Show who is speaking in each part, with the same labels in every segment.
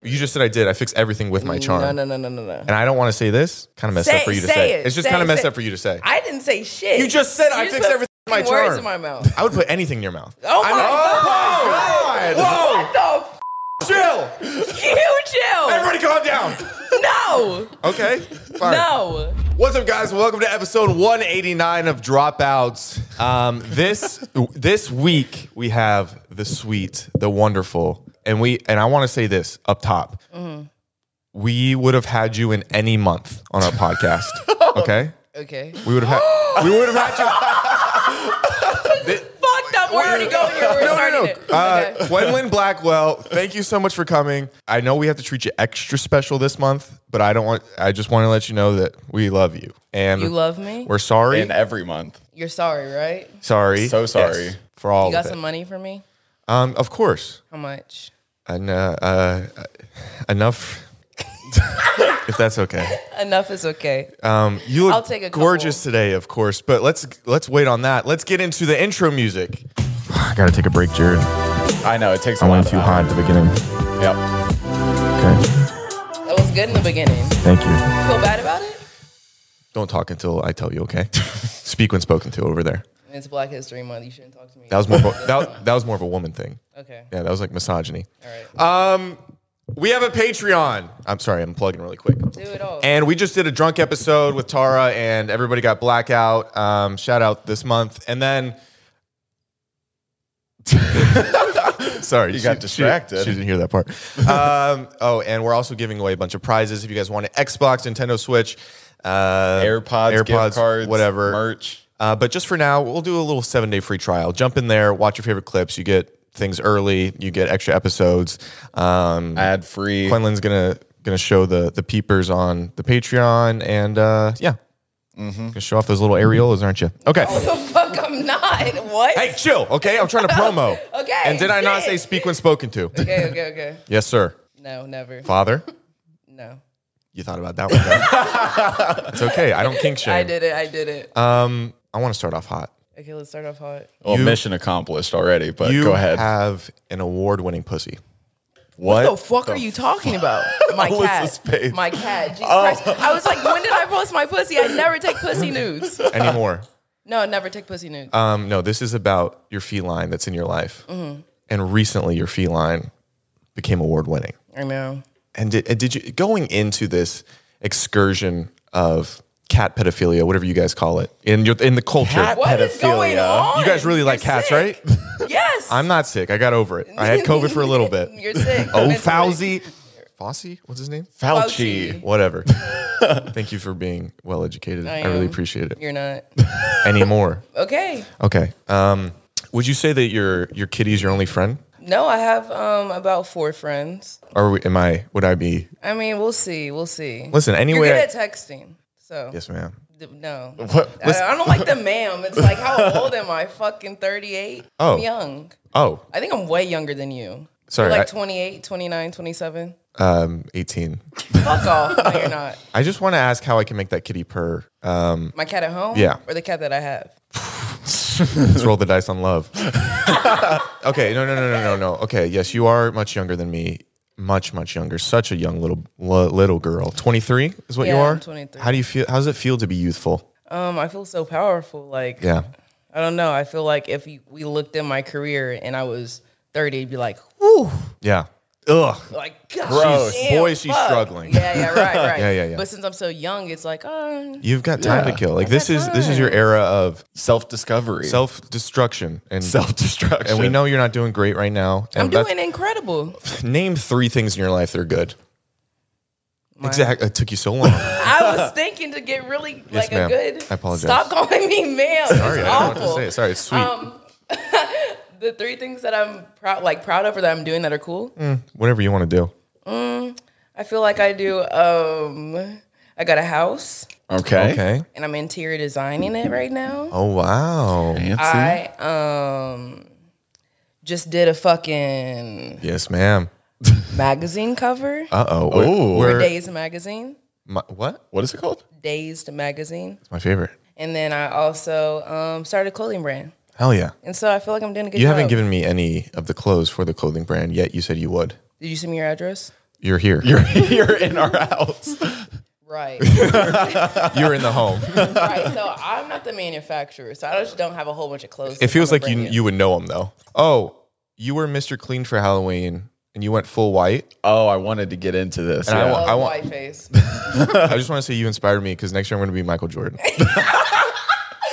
Speaker 1: You just said I did. I fix everything with my charm.
Speaker 2: No, no, no, no, no, no.
Speaker 1: And I don't want to say this. Kind of messed
Speaker 2: Say-
Speaker 1: up for you to
Speaker 2: say
Speaker 1: say.
Speaker 2: it.
Speaker 1: It's just
Speaker 2: Say-
Speaker 1: kind of messed
Speaker 2: say-
Speaker 1: up for you to say.
Speaker 2: I didn't say shit.
Speaker 1: You just said I
Speaker 2: just
Speaker 1: fixed
Speaker 2: put
Speaker 1: everything with my
Speaker 2: fucking words
Speaker 1: charm.
Speaker 2: in my mouth.
Speaker 1: I would put anything in your mouth.
Speaker 2: Oh my
Speaker 1: I'm not-
Speaker 2: god!
Speaker 1: Oh my
Speaker 2: What
Speaker 1: God. Chill.
Speaker 2: the f- you chill?
Speaker 1: Everybody calm down.
Speaker 2: no,
Speaker 1: Okay. Fine.
Speaker 2: no.
Speaker 1: What's up, guys? Welcome to episode 189 of Dropouts. Um, this this week we have the sweet, the wonderful, and we and I want to say this up top.
Speaker 2: Mm-hmm.
Speaker 1: We would have had you in any month on our podcast. okay,
Speaker 2: Okay.
Speaker 1: we would have had we would have had
Speaker 2: Fucked up. We're already going here. We're
Speaker 1: you. No, no,
Speaker 2: starting it.
Speaker 1: no. Uh,
Speaker 2: Okay.
Speaker 1: Gwendolyn Blackwell, thank you so much for coming. I know we have to treat you extra special this month, but I don't want. I just want to let you know that we love you and
Speaker 2: You love me.
Speaker 1: we're sorry.
Speaker 3: in every month.
Speaker 2: You're sorry, right?
Speaker 1: Sorry.
Speaker 3: uh, So sorry.
Speaker 1: for all
Speaker 2: You got
Speaker 1: of it.
Speaker 2: some money for me?
Speaker 1: Um, of course.
Speaker 2: How much?
Speaker 1: And, uh, uh, enough. if that's okay.
Speaker 2: Enough is okay.
Speaker 1: Um, you look
Speaker 2: I'll take a couple.
Speaker 1: gorgeous today, of course. But let's let's wait on that. Let's get into the intro music. I gotta take a break, Jared.
Speaker 3: I know it takes. a lot of time.
Speaker 1: at the beginning.
Speaker 3: Yep.
Speaker 1: Okay.
Speaker 2: That was good in the beginning.
Speaker 1: Thank you.
Speaker 2: Feel bad about it?
Speaker 1: Don't talk until I tell you. Okay. Speak when spoken to over there.
Speaker 2: It's Black History Month. You shouldn't talk to me.
Speaker 1: That was more. Of a, that, that was more of a woman thing.
Speaker 2: okay.
Speaker 1: Yeah, Uh, that was like misogyny. Um,
Speaker 2: All right.
Speaker 1: We have a Patreon. I'm sorry, I'm plugging really quick.
Speaker 2: Do it all.
Speaker 1: And we just did a drunk episode with Tara, and everybody got blackout. Um, shout out this month, and then. Sorry, you
Speaker 3: got distracted.
Speaker 1: She, didn't hear that part. Um, oh, and we're also giving away a bunch of prizes. If you guys want an Xbox, Nintendo Switch, uh,
Speaker 3: AirPods, gift cards,
Speaker 1: whatever,
Speaker 3: merch.
Speaker 1: uh, but just for now, we'll do a little seven day free trial. Jump in there, watch your favorite clips. You get things early. You get extra episodes. Um,
Speaker 3: Ad free.
Speaker 1: Quinlan's gonna gonna show the the peepers on the Patreon, and uh, yeah, gonna show off those little areolas, aren't you? Okay.
Speaker 2: the fuck I'm not. What?
Speaker 1: Hey, chill. Okay, I'm trying to promo.
Speaker 2: Okay,
Speaker 1: And did I not say
Speaker 2: shit.
Speaker 1: speak when spoken to?
Speaker 2: Okay, okay, okay.
Speaker 1: yes, sir.
Speaker 2: No, never.
Speaker 1: Father,
Speaker 2: No.
Speaker 1: you thought about that one. huh? it's okay. I don't kink shame.
Speaker 2: I did it. I did it.
Speaker 1: Um, I want to start off hot.
Speaker 2: okay, let's start off hot.
Speaker 3: well,
Speaker 1: you-
Speaker 3: mission accomplished already. But
Speaker 1: you
Speaker 3: Uh, go ahead.
Speaker 1: have an award winning pussy.
Speaker 3: what?
Speaker 2: What the fuck are you talking about? My
Speaker 3: Melissa's
Speaker 2: cat.
Speaker 3: face.
Speaker 2: My cat. Jesus
Speaker 1: Oh.
Speaker 2: Christ. I was like, when did I post my pussy? I never take pussy nudes.
Speaker 1: Anymore.
Speaker 2: No, never take pussy nudes.
Speaker 1: Um, no, this is about your feline that's in your life. And recently, your feline became award winning.
Speaker 2: I know.
Speaker 1: And did, and did you going into this excursion of cat pedophilia, whatever you guys call it, in your in the culture?
Speaker 3: Cat-
Speaker 2: What is going
Speaker 3: Pedophilia.
Speaker 2: on?
Speaker 1: you guys really
Speaker 2: You're
Speaker 1: like cats,
Speaker 2: sick.
Speaker 1: right?
Speaker 2: Yes.
Speaker 1: I'm not sick. I got over it. I had COVID for a little bit.
Speaker 2: You're sick.
Speaker 1: Oh,
Speaker 2: Mentally.
Speaker 1: Fauci, Fauci, what's his name?
Speaker 3: Fauci?
Speaker 1: Whatever. Thank you for being well educated. I, really
Speaker 2: am.
Speaker 1: appreciate it.
Speaker 2: You're not.
Speaker 1: Anymore.
Speaker 2: Okay.
Speaker 1: Okay. Um, would you say that your your kitty's your only friend?
Speaker 2: No, I have um about four friends.
Speaker 1: Or we- am I? Would I be?
Speaker 2: I mean, we'll see. We'll see.
Speaker 1: Listen,
Speaker 2: You're
Speaker 1: anyway.
Speaker 2: good
Speaker 1: I-
Speaker 2: at texting. So
Speaker 1: yes, ma'am.
Speaker 2: D- no.
Speaker 3: What?
Speaker 2: I, I don't like the ma'am. It's like, how old am I? Fucking 38?
Speaker 1: Oh.
Speaker 2: I'm young.
Speaker 1: Oh,
Speaker 2: I think I'm way younger than you.
Speaker 1: Sorry,
Speaker 2: You're
Speaker 1: I-
Speaker 2: like 28, 29, 27.
Speaker 1: um, eighteen.
Speaker 2: Fuck off. No, you're not.
Speaker 1: I just want to ask how I can make that kitty purr. Um,
Speaker 2: My cat at home?
Speaker 1: Yeah.
Speaker 2: Or the cat that I have?
Speaker 1: let's roll the dice on love. okay. No, no, no, no, no, no. Okay. Yes, you are much younger than me. Much, much younger. Such a young little li- little girl. Twenty three is what you
Speaker 2: Yeah,
Speaker 1: are.
Speaker 2: I'm 23.
Speaker 1: How do you feel? How does it feel to be youthful?
Speaker 2: Um, I feel so powerful. Like,
Speaker 1: Yeah.
Speaker 2: I don't know. I feel like if you, we looked at my career and I was 30, it'd be like, whew.
Speaker 1: Yeah. Ugh.
Speaker 2: Like, gosh,
Speaker 3: Gross.
Speaker 2: damn,
Speaker 1: Boy, she's
Speaker 2: fuck.
Speaker 1: struggling.
Speaker 2: Yeah, yeah, right, right.
Speaker 1: Yeah, yeah, yeah.
Speaker 2: But since I'm so young, it's like, oh,
Speaker 1: You've got time
Speaker 3: Yeah.
Speaker 1: to kill. Like this is this is your era of
Speaker 3: Self discovery.
Speaker 1: self destruction and
Speaker 3: Self destruction.
Speaker 1: And we know you're not doing great right now.
Speaker 2: I'm
Speaker 1: And that's-
Speaker 2: doing incredible.
Speaker 1: Name three things in your life that are good. Exactly. It took you so long.
Speaker 2: I was thinking to get really
Speaker 1: Yes,
Speaker 2: like
Speaker 1: ma'am.
Speaker 2: a good.
Speaker 1: I apologize.
Speaker 2: Stop calling me ma'am.
Speaker 1: Sorry, I
Speaker 2: it's
Speaker 1: don't know what to
Speaker 2: awful.
Speaker 1: say. it. Sorry, it's sweet.
Speaker 2: The three things that I'm proud, like proud of, or that I'm doing that are cool.
Speaker 1: Whatever you want to do.
Speaker 2: I feel like I do. Um, I got a house,
Speaker 3: Okay.
Speaker 1: Okay.
Speaker 2: and I'm interior designing it right now.
Speaker 1: Oh wow.
Speaker 3: Fancy.
Speaker 2: I um just did a fucking
Speaker 1: Yes, ma'am.
Speaker 2: magazine cover.
Speaker 1: Uh oh.
Speaker 3: Ooh.
Speaker 2: Dazed magazine,
Speaker 1: my, what?
Speaker 3: what is it called?
Speaker 2: Dazed magazine,
Speaker 1: It's my favorite.
Speaker 2: and then I also um started a clothing brand.
Speaker 1: Hell yeah.
Speaker 2: And so I feel like I'm doing a good
Speaker 1: You
Speaker 2: job.
Speaker 1: haven't given me any of the clothes for the clothing brand yet. You said you would.
Speaker 2: Did you send me your address?
Speaker 1: You're here.
Speaker 3: You're here in our house.
Speaker 2: Right.
Speaker 1: You're in the home.
Speaker 2: right. So I'm not the manufacturer, so I just don't have a whole bunch of clothes.
Speaker 1: It feels
Speaker 2: I'm
Speaker 1: like
Speaker 2: gonna
Speaker 1: you
Speaker 2: bring
Speaker 1: you would know him though. Oh, you were Mr. Clean for Halloween and you went full white.
Speaker 3: Oh, I wanted to get into this.
Speaker 1: And I
Speaker 3: yeah.
Speaker 1: wa-
Speaker 2: Love
Speaker 1: I want-
Speaker 2: white face.
Speaker 1: I just want to say you inspired me because next year I'm going to be Michael Jordan.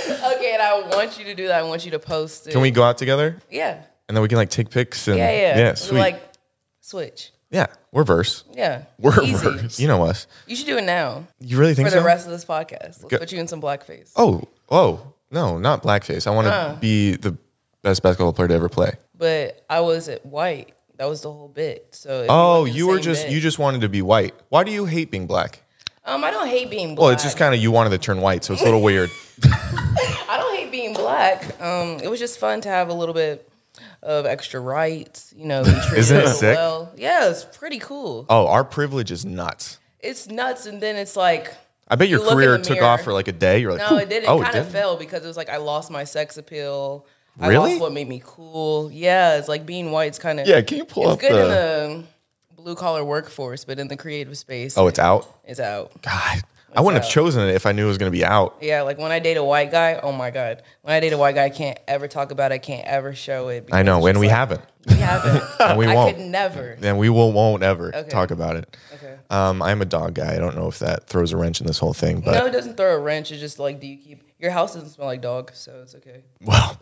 Speaker 2: okay, and I want you to do that. I want you to post it.
Speaker 1: Can we go out together
Speaker 2: Yeah.
Speaker 1: and then we can like take pics and
Speaker 2: Yeah, yeah.
Speaker 1: yeah
Speaker 2: We,
Speaker 1: sweet
Speaker 2: Like switch.
Speaker 1: yeah we're verse.
Speaker 2: Yeah.
Speaker 3: We're
Speaker 2: Easy.
Speaker 3: reversed.
Speaker 1: You know us.
Speaker 2: You should do it now
Speaker 1: You really think
Speaker 2: for the
Speaker 1: so?
Speaker 2: rest of this podcast. Let's
Speaker 1: Go-
Speaker 2: put you in some blackface.
Speaker 1: oh oh no not blackface. I want to be the best basketball player to ever play.
Speaker 2: But I was at white. That was the whole bit. So if
Speaker 1: Oh,
Speaker 2: want the
Speaker 1: you were
Speaker 2: same
Speaker 1: just
Speaker 2: bit-
Speaker 1: you just wanted to be white. Why do you hate being black?
Speaker 2: um I don't hate being black.
Speaker 1: Well, it's just kind of you wanted to turn white, so it's a little weird.
Speaker 2: I don't hate being black. Um, it was just fun to have a little bit of extra rights. You know, be treated
Speaker 1: Isn't it
Speaker 2: a little
Speaker 1: sick?
Speaker 2: Well, yeah, it's pretty cool.
Speaker 1: Oh, our privilege is nuts.
Speaker 2: It's nuts, and then it's like
Speaker 1: I bet your
Speaker 2: You look in
Speaker 1: career
Speaker 2: the
Speaker 1: took
Speaker 2: mirror.
Speaker 1: off for like a day. You're like,
Speaker 2: no,
Speaker 1: "Ooh."
Speaker 2: it didn't.
Speaker 1: Oh,
Speaker 2: kind of
Speaker 1: didn't?
Speaker 2: fell because it was like I lost my sex appeal. I
Speaker 1: Really?
Speaker 2: lost what made me cool. Yeah, it's like being white's kind of
Speaker 3: yeah, can you pull
Speaker 2: It's
Speaker 3: up
Speaker 2: good
Speaker 3: the,
Speaker 2: in the blue collar workforce, but in the creative space,
Speaker 1: Oh, it's out.
Speaker 2: it's out.
Speaker 1: God, I wouldn't have
Speaker 2: out.
Speaker 1: chosen it if I knew it was going to be out.
Speaker 2: Yeah, like when I date a white guy, oh my god, when I date a white guy, I can't ever talk about it, I can't ever show it.
Speaker 1: I know,
Speaker 2: because
Speaker 1: and
Speaker 2: it's
Speaker 1: we
Speaker 2: just
Speaker 1: haven't,
Speaker 2: like, We haven't.
Speaker 1: and we
Speaker 2: I
Speaker 1: won't,
Speaker 2: could never.
Speaker 1: and we will won't ever
Speaker 2: Okay.
Speaker 1: talk about it.
Speaker 2: Okay.
Speaker 1: Um, I'm a dog guy. I don't know if that throws a wrench in this whole thing, but
Speaker 2: No, it doesn't throw a wrench. It's just like, do you keep your house doesn't smell like dog, so it's okay.
Speaker 1: well,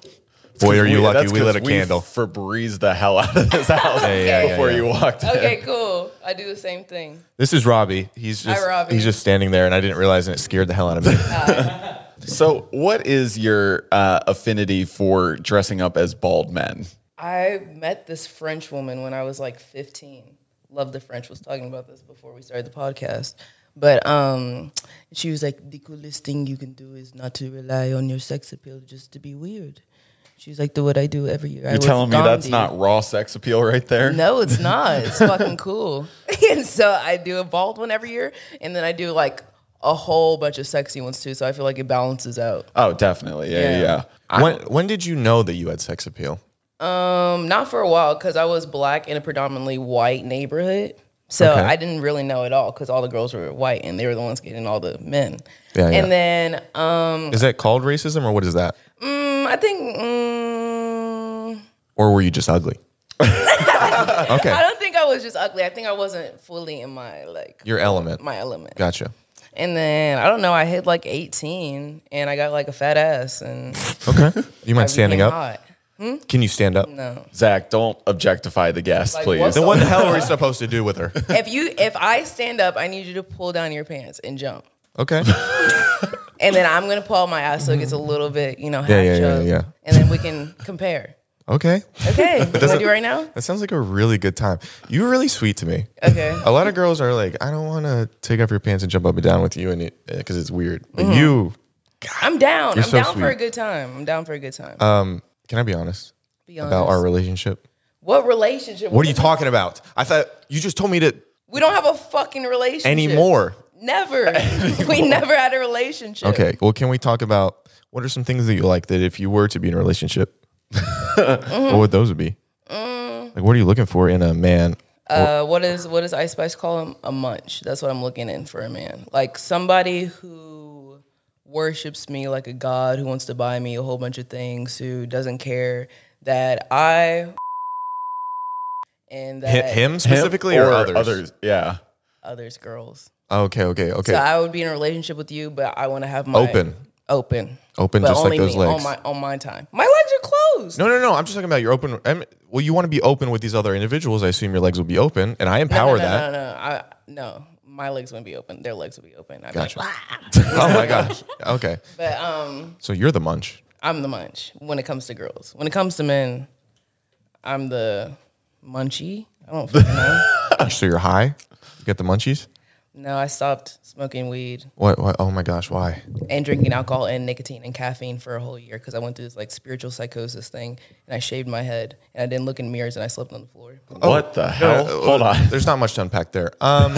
Speaker 1: boy, are you
Speaker 3: We-
Speaker 1: lucky
Speaker 3: that's
Speaker 1: we lit a
Speaker 3: 'cause
Speaker 1: candle.
Speaker 3: Febreze the hell out of this house
Speaker 1: yeah, yeah,
Speaker 3: before
Speaker 1: yeah.
Speaker 3: you walked in.
Speaker 2: Okay, cool. I do the same thing.
Speaker 1: This is Robbie. He's just
Speaker 2: Robbie.
Speaker 1: he's just standing there, and I didn't realize, and it scared the hell out of me.
Speaker 3: So, what is your uh, affinity for dressing up as bald men?
Speaker 2: I met this French woman when I was like 15. Love the French. Was talking about this before we started the podcast. But um, she was like, the coolest thing you can do is not to rely on your sex appeal just to be weird. She was like, do what I do every year.
Speaker 3: You're telling me that's not raw sex appeal right there?
Speaker 2: No, it's not. It's fucking cool. and so I do a bald one every year, and then I do like a whole bunch of sexy ones too. So I feel like it balances out.
Speaker 3: Oh, definitely. Yeah, yeah.
Speaker 2: Yeah.
Speaker 3: yeah.
Speaker 1: when when did you know that you had sex appeal?
Speaker 2: Um, not for a while because I was black in a predominantly white neighborhood. So
Speaker 1: Okay.
Speaker 2: I didn't really know at all because all the girls were white and they were the ones getting all the men.
Speaker 1: Yeah, yeah.
Speaker 2: And then um,
Speaker 1: Is that called racism, or what is that?
Speaker 2: I think mm,
Speaker 1: Or were you just ugly?
Speaker 2: I
Speaker 1: okay,
Speaker 2: don't think I was just ugly. I think I wasn't fully in my like
Speaker 1: your element.
Speaker 2: my element.
Speaker 1: Gotcha.
Speaker 2: And then I don't know. I hit like 18 and I got like a fat ass and
Speaker 1: Okay. You mind standing
Speaker 2: became
Speaker 1: up?
Speaker 2: hot.
Speaker 1: Can you stand up?
Speaker 3: Zach, don't objectify the guest,
Speaker 2: Like,
Speaker 3: please.
Speaker 2: what's
Speaker 1: Then what the hell are we supposed to do with her?
Speaker 2: if you if I stand up, I need you to pull down your pants and jump.
Speaker 1: Okay.
Speaker 2: And then I'm gonna pull out my ass so it gets a little bit, you know, half
Speaker 1: Mm-hmm. yeah, yeah,
Speaker 2: shoved.
Speaker 1: yeah.
Speaker 2: And then we can compare.
Speaker 1: Okay.
Speaker 2: Okay. you wanna do it right now?
Speaker 1: That sounds like a really good time. You were really sweet to me.
Speaker 2: Okay.
Speaker 1: A lot of girls are like, I don't want to take off your pants and jump up and down with you, and because it's weird. But
Speaker 2: Mm-hmm.
Speaker 1: you,
Speaker 2: I'm down.
Speaker 1: You're
Speaker 2: I'm
Speaker 1: so
Speaker 2: down for
Speaker 1: sweet. Uh,
Speaker 2: a good time. I'm down for a good time.
Speaker 1: can I be honest
Speaker 2: be honest.
Speaker 1: about our relationship?
Speaker 2: what relationship?
Speaker 1: What are you talking about? I thought you just told me to
Speaker 2: We don't have a fucking relationship
Speaker 1: anymore.
Speaker 2: Never. we never had a relationship.
Speaker 1: Okay. Well, can we talk about what are some things that you like that if you were to be in a relationship,
Speaker 2: Mm-hmm.
Speaker 1: what would those be?
Speaker 2: Mm.
Speaker 1: Like, what are you looking for in a man?
Speaker 2: Uh, what is what does Ice Spice call him? A munch. That's what I'm looking in for a man. Like somebody who worships me like a god, who wants to buy me a whole bunch of things, who doesn't care that I and
Speaker 1: Hi-
Speaker 2: that
Speaker 1: Him specifically
Speaker 3: Him
Speaker 1: or, others?
Speaker 3: Yeah.
Speaker 2: others girls.
Speaker 1: Okay. Okay. Okay.
Speaker 2: So I would be in a relationship with you, but I want to have my
Speaker 1: Open.
Speaker 2: open,
Speaker 1: Open
Speaker 2: but
Speaker 1: just like
Speaker 2: only
Speaker 1: those
Speaker 2: me
Speaker 1: legs.
Speaker 2: on my on my time. My legs are closed.
Speaker 1: No, no, no. I'm just talking about your open. I mean, well, you want to be open with these other individuals. I assume your legs will be open, and I
Speaker 2: no,
Speaker 1: empower
Speaker 2: no,
Speaker 1: that.
Speaker 2: no, no, no. I, no. My legs wouldn't be open. Their legs would be open. I'd be
Speaker 1: Gotcha.
Speaker 2: like,
Speaker 1: Oh my gosh. Okay.
Speaker 2: but um.
Speaker 1: So you're the munch.
Speaker 2: I'm the munch when it comes to girls. When it comes to men, I'm the munchie. I don't fucking know.
Speaker 1: So you're high. You get the munchies.
Speaker 2: No, I stopped smoking weed
Speaker 1: What? What? Oh my gosh. Why?
Speaker 2: and drinking alcohol and nicotine and caffeine for a whole year because I went through this like spiritual psychosis thing and I shaved my head and I didn't look in mirrors and I slept on the floor.
Speaker 3: what the hell?
Speaker 1: Uh,
Speaker 3: Hold on.
Speaker 1: There's not much to unpack there. Um.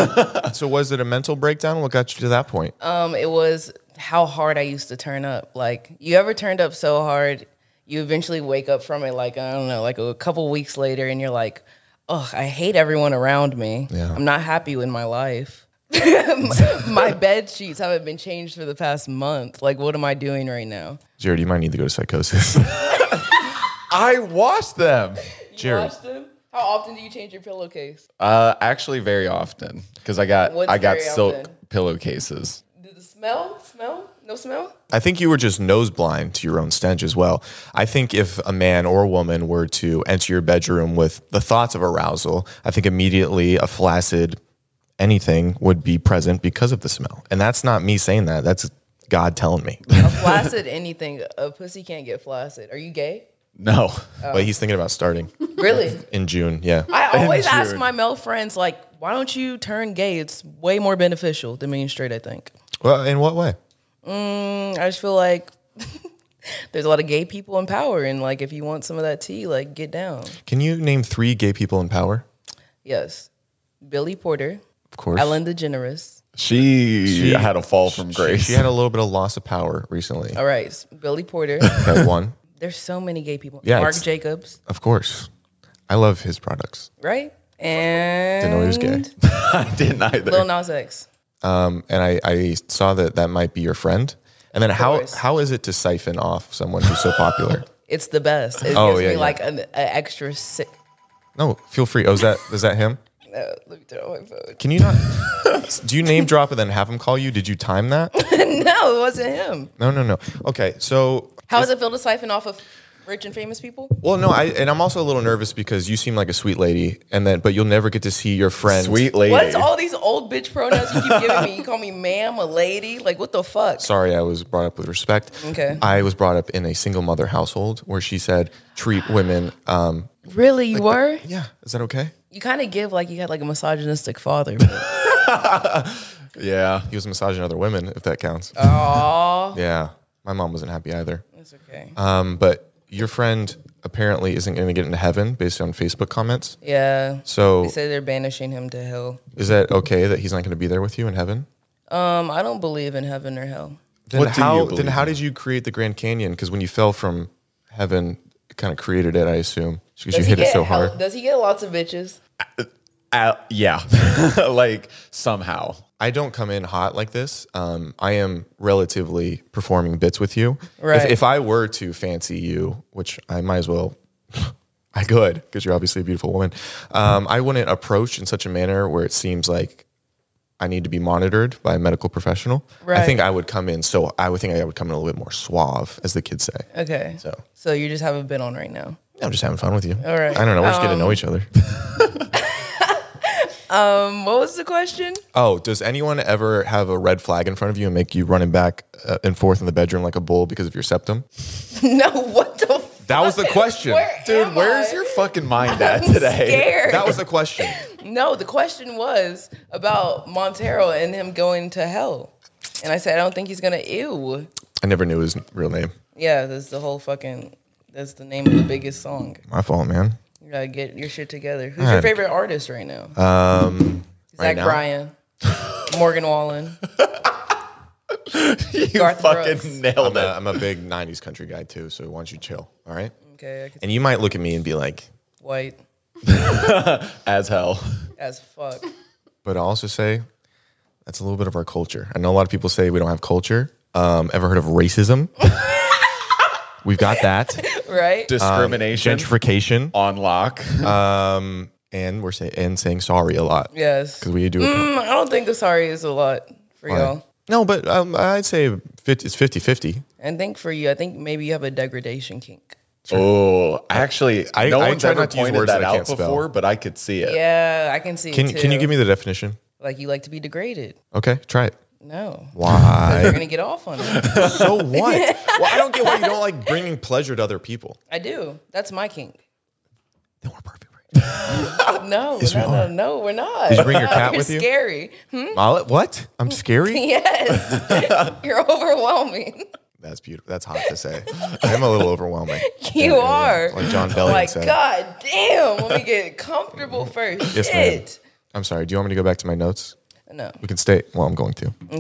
Speaker 1: so was it a mental breakdown? What got you to that point?
Speaker 2: Um, it was how hard I used to turn up. Like, you ever turned up so hard, you eventually wake up from it, like, I don't know, like a couple weeks later, and you're like, ugh, I hate everyone around me.
Speaker 1: Yeah.
Speaker 2: I'm not happy with my life. my bed sheets haven't been changed for the past month. Like, what am I doing right now?
Speaker 1: Jared, you might need to go to psychosis.
Speaker 3: I washed them.
Speaker 1: Jared,
Speaker 2: them? How often do you change your pillowcase?
Speaker 3: Uh, actually, very often because I got
Speaker 2: What's
Speaker 3: I got
Speaker 2: very
Speaker 3: silk
Speaker 2: often?
Speaker 3: pillowcases.
Speaker 2: Do the smell? Smell? No smell?
Speaker 1: I think you were just nose blind to your own stench as well. I think if a man or woman were to enter your bedroom with the thoughts of arousal, I think immediately a flaccid anything would be present because of the smell. And that's not me saying that. That's God telling me.
Speaker 2: A flaccid anything. A pussy can't get flaccid. Are you gay?
Speaker 3: No,
Speaker 1: But he's thinking about starting
Speaker 2: Really?
Speaker 1: in June. Yeah.
Speaker 2: I always ask
Speaker 3: Sure.
Speaker 2: my male friends, like, why don't you turn gay? It's way more beneficial than being straight, I think.
Speaker 1: Well, in what way?
Speaker 2: Mm, I just feel like there's a lot of gay people in power, and like, if you want some of that tea, like, get down.
Speaker 1: Can you name three gay people in power?
Speaker 2: Yes, Billy Porter,
Speaker 1: Of course.
Speaker 2: Ellen DeGeneres.
Speaker 3: she, had a fall from
Speaker 1: She,
Speaker 3: grace.
Speaker 1: she had a little bit of loss of power recently.
Speaker 2: All right, s- Billy Porter.
Speaker 1: Okay, one.
Speaker 2: There's so many gay people.
Speaker 1: Yeah,
Speaker 2: Mark
Speaker 1: it's-
Speaker 2: Jacobs,
Speaker 1: Of course. I love his products.
Speaker 2: right? And
Speaker 1: Didn't know he was gay.
Speaker 3: I didn't either.
Speaker 2: Lil Nas X.
Speaker 1: Um, and I, I saw that that might be your friend. And then how
Speaker 2: course.
Speaker 1: how is it to siphon off someone who's so popular?
Speaker 2: It's the best. It
Speaker 1: Oh,
Speaker 2: gives
Speaker 1: yeah,
Speaker 2: me
Speaker 1: yeah.
Speaker 2: like an, an extra sick.
Speaker 1: no, feel free. Oh, is that is that him?
Speaker 2: Uh, let me turn on my phone.
Speaker 1: Can you not? do you name drop and then have him call you? Did you time that?
Speaker 2: no, it wasn't him.
Speaker 1: No, no, no. Okay, so
Speaker 2: How does it feel to siphon off of rich and famous people?
Speaker 1: well, no, I and I'm also a little nervous because you seem like a sweet lady, and then but you'll never get to see your friend.
Speaker 3: Sweet lady.
Speaker 2: What's all these old bitch pronouns you keep giving me? You call me ma'am, a lady? Like, what the fuck?
Speaker 1: Sorry, I was brought up with respect.
Speaker 2: Okay.
Speaker 1: I was brought up in a single mother household where she said treat women. Um,
Speaker 2: Really, you were?
Speaker 1: yeah, is that okay?
Speaker 2: You kind of give like you had like a misogynistic father. but-
Speaker 3: yeah.
Speaker 1: He was massaging other women, if that counts.
Speaker 2: Aw,
Speaker 1: Yeah, my mom wasn't happy either.
Speaker 2: that's okay.
Speaker 1: Um, but your friend apparently isn't going to get into heaven based on Facebook comments.
Speaker 2: yeah.
Speaker 1: So
Speaker 2: They say they're banishing him to hell.
Speaker 1: is that okay that he's not going to be there with you in heaven?
Speaker 2: Um, I don't believe in heaven or hell.
Speaker 1: Then
Speaker 3: What do you
Speaker 1: how then
Speaker 3: believe
Speaker 1: how did you create the Grand Canyon? Because when you fell from heaven, it kind of created it, I assume, because you
Speaker 2: Does he
Speaker 1: hit it
Speaker 2: get
Speaker 1: so
Speaker 2: hell-
Speaker 1: hard.
Speaker 2: Does he get lots of bitches?
Speaker 3: Uh, yeah. like somehow.
Speaker 1: I don't come in hot like this. Um, I am relatively performing bits with you.
Speaker 2: Right.
Speaker 1: If, if I were to fancy you, which I might as well, I could, because you're obviously a beautiful woman. Um, I wouldn't approach in such a manner where it seems like I need to be monitored by a medical professional. I
Speaker 2: Right.
Speaker 1: think I would come in. So I would think I would come in a little bit more suave, as the kids say.
Speaker 2: Okay.
Speaker 1: So.
Speaker 2: So you just haven't been on right now.
Speaker 1: I'm just having fun with you.
Speaker 2: All right.
Speaker 1: I don't know. We're just getting to know each other.
Speaker 2: Um, what was the question?
Speaker 1: Oh, does anyone ever have a red flag in front of you and make you running back uh, and forth in the bedroom like a bull because of your septum?
Speaker 2: no, what the f-
Speaker 1: That was the question.
Speaker 2: Where
Speaker 3: Dude,
Speaker 2: am
Speaker 3: where's
Speaker 2: I?
Speaker 3: your fucking mind at today?
Speaker 2: Scared.
Speaker 1: That was the question.
Speaker 2: no, the question was about Montero and him going to hell. And I said, I don't think he's gonna ew.
Speaker 1: I never knew his real name.
Speaker 2: Yeah, that's the whole fucking that's the name of the biggest song.
Speaker 1: My fault, man.
Speaker 2: You gotta get your shit together. Who's your
Speaker 1: right.
Speaker 2: favorite artist right now?
Speaker 1: Um, right
Speaker 2: Zach
Speaker 1: now?
Speaker 2: Bryan, Morgan Wallen.
Speaker 3: You
Speaker 2: Garth
Speaker 3: fucking
Speaker 2: Brooks.
Speaker 1: I'm
Speaker 3: nailed
Speaker 1: a,
Speaker 3: it.
Speaker 1: I'm a big 90s country guy too, so why don't you chill? All right.
Speaker 2: Okay, I can
Speaker 1: And you might look at me and be like,
Speaker 2: white
Speaker 3: As hell.
Speaker 2: as fuck.
Speaker 1: but I'll also say that's a little bit of our culture. I know a lot of people say we don't have culture. Um, ever heard of racism? We've got that.
Speaker 2: Right?
Speaker 3: Discrimination
Speaker 1: Gentrification.
Speaker 3: on lock.
Speaker 1: And we're say- and saying sorry a lot.
Speaker 2: yes.
Speaker 1: Because we do it.
Speaker 2: Mm, I don't think the sorry is a lot for y'all.
Speaker 1: No, but um, I'd say 50, it's 50 50.
Speaker 2: And think for you, I think maybe you have a degradation kink.
Speaker 3: oh, actually,
Speaker 1: I-
Speaker 3: no
Speaker 1: I
Speaker 3: one's
Speaker 1: try
Speaker 3: ever
Speaker 1: not to use
Speaker 3: pointed
Speaker 1: words
Speaker 3: that
Speaker 1: that I
Speaker 3: out
Speaker 1: can't spell.
Speaker 3: before, but I could see it.
Speaker 2: Yeah, I can see.
Speaker 1: Can,
Speaker 2: it too.
Speaker 1: can you give me the definition?
Speaker 2: like you like to be degraded?
Speaker 1: Okay, try it.
Speaker 2: No,
Speaker 1: Why?
Speaker 2: you're gonna get off on it.
Speaker 1: so what? well, I don't get why you don't like bringing pleasure to other people.
Speaker 2: I do. That's my kink.
Speaker 1: Then we're perfect. Right?
Speaker 2: No, no, no, no, we're not.
Speaker 1: Did you bring your
Speaker 2: No,
Speaker 1: cat
Speaker 2: you're
Speaker 1: with you?
Speaker 2: Scary.
Speaker 1: Molly- what? I'm scary?
Speaker 2: Yes, you're overwhelming.
Speaker 1: That's beautiful. That's hot to say. I'm a little overwhelming.
Speaker 2: You are.
Speaker 1: Like John Bellion
Speaker 2: like,
Speaker 1: said.
Speaker 2: God damn, let me get comfortable first.
Speaker 1: Yes, ma'am.
Speaker 2: Shit.
Speaker 1: I'm sorry. Do you want me to go back to my notes?
Speaker 2: No.
Speaker 1: We can stay. Well, I'm going to. we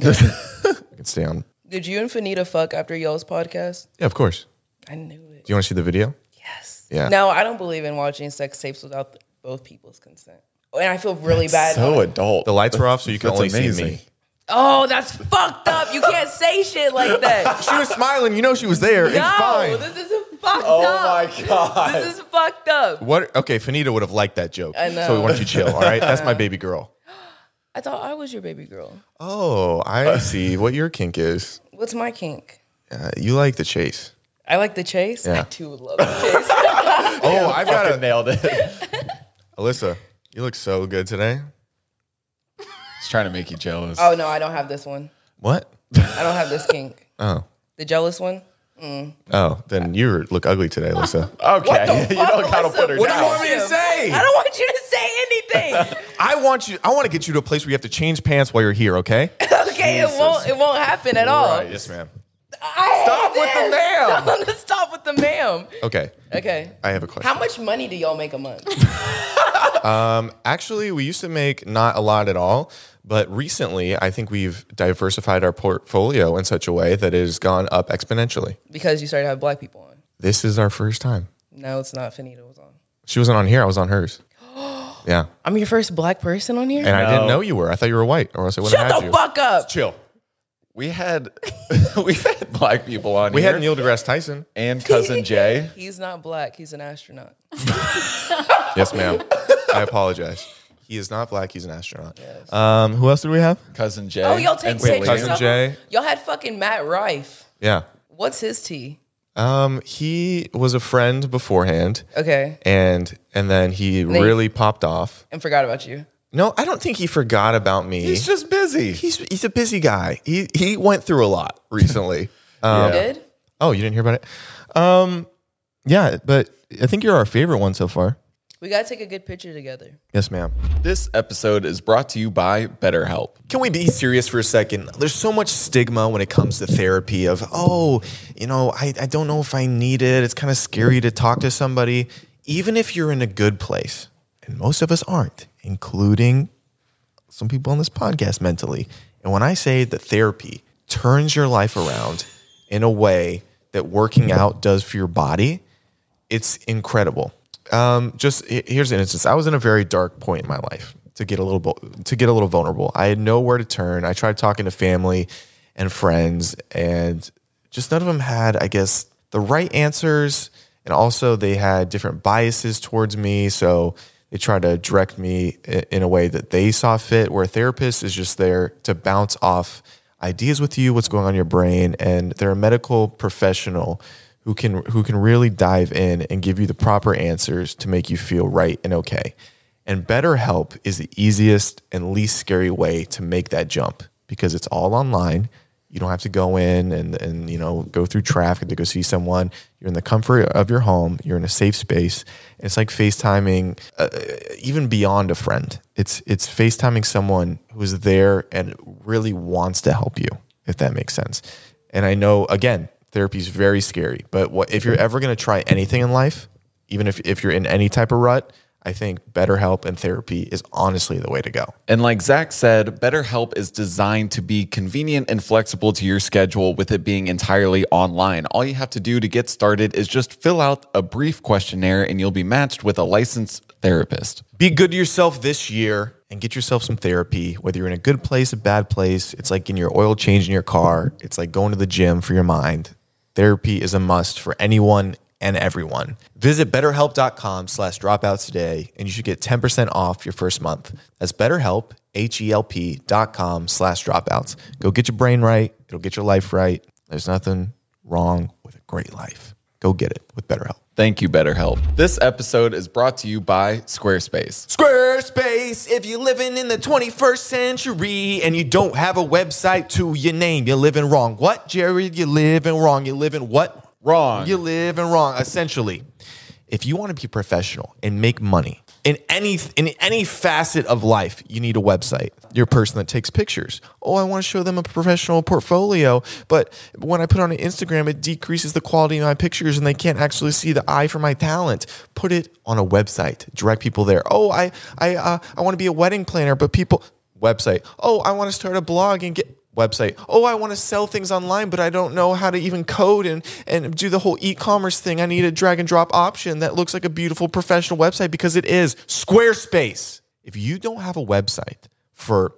Speaker 1: can stay on.
Speaker 2: Did you and Fanita fuck after y'all's podcast?
Speaker 1: Yeah, of course.
Speaker 2: I knew it.
Speaker 1: Do you want to see the video?
Speaker 2: Yes.
Speaker 1: Yeah.
Speaker 2: No, I don't believe in watching sex tapes without both people's consent. Oh, And I feel really bad.
Speaker 3: So adult.
Speaker 1: The lights were off, so you can
Speaker 3: That's
Speaker 1: only see
Speaker 3: amazing.
Speaker 1: me.
Speaker 2: oh, that's fucked up. You can't say shit like that.
Speaker 1: She was smiling. You know she was there.
Speaker 2: No,
Speaker 1: it's fine.
Speaker 2: this is fucked
Speaker 3: Oh
Speaker 2: up.
Speaker 3: my god.
Speaker 2: This is fucked up.
Speaker 1: What? Okay, Fanita would have liked that joke.
Speaker 2: I
Speaker 1: So we
Speaker 2: know.
Speaker 1: want you to chill. All right, that's my baby girl.
Speaker 2: I thought I was your baby girl.
Speaker 1: Oh, I see what your kink is.
Speaker 2: What's my kink?
Speaker 1: Uh, you like the chase.
Speaker 2: I like the chase.
Speaker 1: Yeah.
Speaker 2: I too would love the chase.
Speaker 1: Oh, I've got
Speaker 3: Fucking
Speaker 1: a
Speaker 3: nailed it. He's
Speaker 1: Alyssa. You look so good today.
Speaker 3: trying to make you jealous.
Speaker 2: oh no, I don't have this one.
Speaker 1: What?
Speaker 2: I don't have this kink.
Speaker 1: Oh,
Speaker 2: The jealous one.
Speaker 1: oh, then you look ugly today, Alyssa.
Speaker 3: okay. you
Speaker 2: fuck,
Speaker 3: don't gotta
Speaker 2: Alyssa?
Speaker 3: put her
Speaker 1: What do
Speaker 3: down.
Speaker 1: you want me to say?
Speaker 2: I don't want you to say anything.
Speaker 1: I want you. I want to get you to a place where you have to change pants while you're here. Okay?
Speaker 2: Oh. okay, it won't. It won't happen at all.
Speaker 3: Christ. Yes,
Speaker 1: ma'am.
Speaker 2: I
Speaker 1: Stop
Speaker 2: hate
Speaker 1: with the
Speaker 2: this.
Speaker 1: ma'am.
Speaker 2: Tell them to stop with the ma'am.
Speaker 1: Okay.
Speaker 2: Okay.
Speaker 1: I have a question.
Speaker 2: How much money do y'all make a month?
Speaker 1: Actually, we used to make not a lot at all, but recently I think we've diversified our portfolio in such a way that it has gone up exponentially.
Speaker 2: because you started to have black people on.
Speaker 1: This is our first time.
Speaker 2: No, it's not. Finita was on.
Speaker 1: She wasn't on here. I was on hers. Yeah.
Speaker 2: I'm your first black person on here.
Speaker 1: And I didn't know you were. I thought you were white, or else I wouldn't
Speaker 2: Shut
Speaker 1: have
Speaker 2: the
Speaker 1: you.
Speaker 2: fuck up.
Speaker 1: Chill.
Speaker 3: We had we've had black people on
Speaker 1: We
Speaker 3: here
Speaker 1: had Neil deGrasse Tyson.
Speaker 3: and cousin Jay.
Speaker 2: He's not black. He's an astronaut.
Speaker 1: Yes, ma'am. I apologize. He is not black. He's an astronaut. Um, who else did we have?
Speaker 3: Cousin Jay.
Speaker 2: Oh, y'all take
Speaker 3: and Selena.
Speaker 2: pictures.
Speaker 1: Cousin
Speaker 2: of
Speaker 1: Jay.
Speaker 2: him? Y'all had fucking Matt Rife.
Speaker 1: Yeah.
Speaker 2: What's his tea?
Speaker 1: Um, he was a friend beforehand,
Speaker 2: Okay.
Speaker 1: and and then he really popped off.
Speaker 2: And forgot about you.
Speaker 1: No, I don't think he forgot about me.
Speaker 3: He's just busy.
Speaker 1: he's he's a busy guy. He he went through a lot recently.
Speaker 2: You
Speaker 1: um,
Speaker 2: did?
Speaker 1: Oh, you didn't hear about it? Um, yeah, but I think you're our favorite one so far.
Speaker 2: We gotta take a good picture together.
Speaker 1: Yes, ma'am.
Speaker 3: This episode is brought to you by BetterHelp.
Speaker 1: Can we be serious for a second? There's so much stigma when it comes to therapy of, oh, you know, I, I don't know if I need it. It's kind of scary to talk to somebody, even if you're in a good place. And most of us aren't, including some people on this podcast mentally. And when I say that therapy turns your life around in a way that working out does for your body, it's incredible. Um, just he- here's an instance. I was in a very dark point in my life to get a little bu- to get a little vulnerable. I had nowhere to turn. I tried talking to family and friends, and just none of them had, I guess, the right answers. And also, they had different biases towards me, so they tried to direct me i- in a way that they saw fit. Where a therapist is just there to bounce off ideas with you, what's going on in your brain, and they're a medical professional who can who can really dive in and give you the proper answers to make you feel right and okay. And BetterHelp is the easiest and least scary way to make that jump because it's all online. You don't have to go in and and you know go through traffic to go see someone. You're in the comfort of your home. You're in a safe space. It's like FaceTiming, uh, even beyond a friend. It's it's FaceTiming someone who's there and really wants to help you, if that makes sense. And I know again, therapy is very scary. But what if you're ever going to try anything in life, even if if you're in any type of rut, I think BetterHelp and therapy is honestly the way to go.
Speaker 3: And like Zach said, BetterHelp is designed to be convenient and flexible to your schedule with it being entirely online. All you have to do to get started is just fill out a brief questionnaire and you'll be matched with a licensed therapist.
Speaker 1: Be good to yourself this year and get yourself some therapy. Whether you're in a good place, a bad place, it's like in your oil change in your car, it's like going to the gym for your mind. Therapy is a must for anyone and everyone. Visit betterhelp.com slash dropouts today and you should get 10% off your first month. That's betterhelp, H-E-L-P dot com slash dropouts. Go get your brain right. It'll get your life right. There's nothing wrong with a great life. Go get it with BetterHelp.
Speaker 3: Thank you, BetterHelp. This episode is brought to you by Squarespace.
Speaker 1: Squarespace, if you're living in the 21st century and you don't have a website to your name, you're living wrong. What, Jared? You're living wrong. You're living what?
Speaker 3: Wrong.
Speaker 1: You're living wrong. Essentially, if you want to be professional and make money in any in any facet of life, you need a website. You're a person that takes pictures. Oh, I want to show them a professional portfolio, but when I put on an Instagram, it decreases the quality of my pictures, and they can't actually see the eye for my talent. Put it on a website. Direct people there. Oh, I I uh, I want to be a wedding planner, but people website. Oh, I want to start a blog and get website. Oh, I want to sell things online, but I don't know how to even code and, and do the whole e commerce thing. I need a drag and drop option that looks like a beautiful professional website because it is Squarespace. If you don't have a website for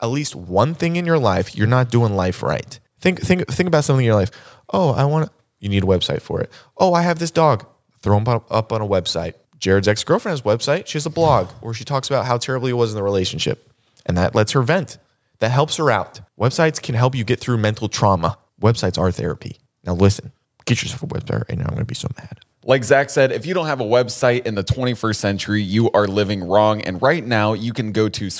Speaker 1: at least one thing in your life, you're not doing life right. Think, think, think about something in your life. Oh, I want to, you need a website for it. Oh, I have this dog. Throw him up up on a website. Jared's ex girlfriend has a website. She has a blog where she talks about how terrible he was in the relationship. And that lets her vent. That helps her out. Websites can help you get through mental trauma. Websites are therapy. Now, listen, get yourself a website right now. I'm going to be so mad.
Speaker 3: Like Zach said, if you don't have a website in the 21st century, you are living wrong. And right now, you can go to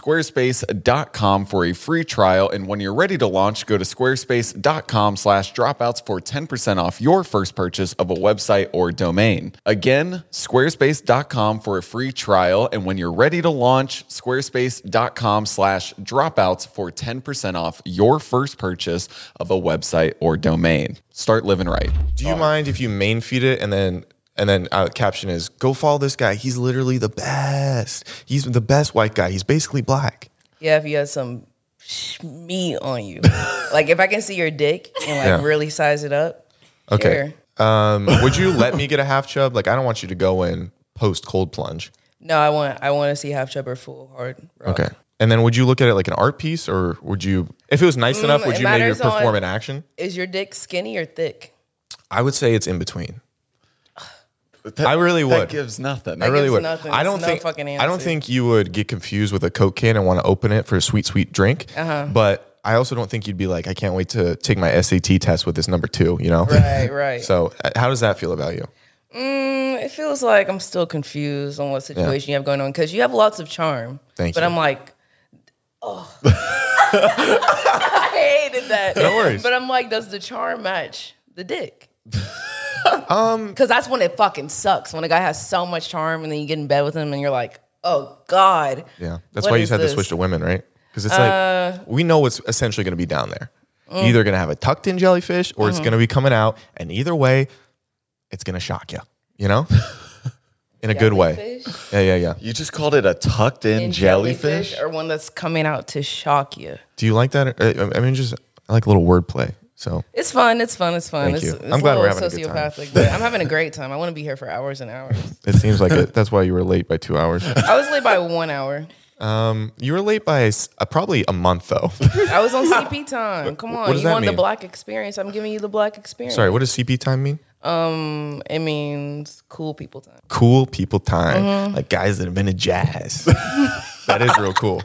Speaker 3: squarespace.com for a free trial. And when you're ready to launch, go to squarespace.com slash dropouts for 10% off your first purchase of a website or domain. Again, squarespace.com for a free trial. And when you're ready to launch, squarespace.com slash dropouts for 10% off your first purchase of a website or domain. Start living right.
Speaker 1: Do you mind if you main feed it and then and then uh, caption is go follow this guy. He's literally the best. He's the best white guy. He's basically black.
Speaker 2: Yeah, if you had some sh- meat on you, like if I can see your dick and like
Speaker 1: Yeah.
Speaker 2: really size it up.
Speaker 1: Okay.
Speaker 2: sure.
Speaker 1: Um, would you let me get a half chub? Like I don't want you to go in post cold plunge.
Speaker 2: No, I want I want to see half chub or full hard. Rock.
Speaker 1: Okay. And then would you look at it like an art piece or would you if it was nice enough, would
Speaker 2: Mm, it
Speaker 1: you maybe
Speaker 2: matters
Speaker 1: perform
Speaker 2: on-
Speaker 1: an action?
Speaker 2: Is your dick skinny or thick?
Speaker 1: I would say it's in between. I really
Speaker 3: That
Speaker 1: would.
Speaker 3: gives nothing.
Speaker 1: I really
Speaker 2: gives
Speaker 1: would.
Speaker 2: nothing.
Speaker 1: I
Speaker 2: It's
Speaker 1: don't
Speaker 2: no
Speaker 1: think
Speaker 2: fucking
Speaker 1: I don't
Speaker 2: answer.
Speaker 1: think you would get confused with a Coke can and want to open it for a sweet, sweet drink.
Speaker 2: Uh-huh.
Speaker 1: But I also don't think you'd be like, I can't wait to take my SAT test with this number two. You know,
Speaker 2: Right, right.
Speaker 1: So, uh, how does that feel about you?
Speaker 2: Mm, it feels like I'm still confused on what situation you have going on because you have lots of charm.
Speaker 1: Thank
Speaker 2: but
Speaker 1: you.
Speaker 2: I'm like, oh, I hated that.
Speaker 1: No worries.
Speaker 2: But I'm like, does the charm match the dick? um, because that's when it fucking sucks when a guy has so much charm and then you get in bed with him and you're like, oh god.
Speaker 1: Yeah, that's
Speaker 2: what
Speaker 1: why you
Speaker 2: is
Speaker 1: had
Speaker 2: this? Uh,
Speaker 1: to switch to women, right? Because it's like we know what's essentially going to be down there.
Speaker 2: mm.
Speaker 1: You're either going to have a tucked in jellyfish or it's
Speaker 2: Mm-hmm.
Speaker 1: going to be coming out, and either way, it's going to shock you. You know, in a good way.
Speaker 2: Jellyfish?
Speaker 1: Yeah, yeah, yeah.
Speaker 3: You just called it a tucked in
Speaker 2: And
Speaker 3: jellyfish?
Speaker 2: or one that's coming out to shock you.
Speaker 1: Do you like that? Uh, I I mean, just I like a little wordplay. So
Speaker 2: It's fun. It's fun. It's fun.
Speaker 1: Thank
Speaker 2: it's,
Speaker 1: you.
Speaker 2: it's
Speaker 1: I'm glad we're
Speaker 2: little
Speaker 1: having a good time.
Speaker 2: sociopathic, but I'm having a great time. I want to be here for hours and hours.
Speaker 1: it seems like it. That's why you were late by two hours.
Speaker 2: I was late by one hour.
Speaker 1: You were late by s- uh, probably a month though.
Speaker 2: I was on CP time. Come on,
Speaker 1: does
Speaker 2: you
Speaker 1: that
Speaker 2: want the
Speaker 1: mean?
Speaker 2: black experience? I'm giving you the black experience.
Speaker 1: Sorry, what does CP time mean?
Speaker 2: it means cool people time.
Speaker 1: Cool people time, like guys that have been to jazz. that is real cool.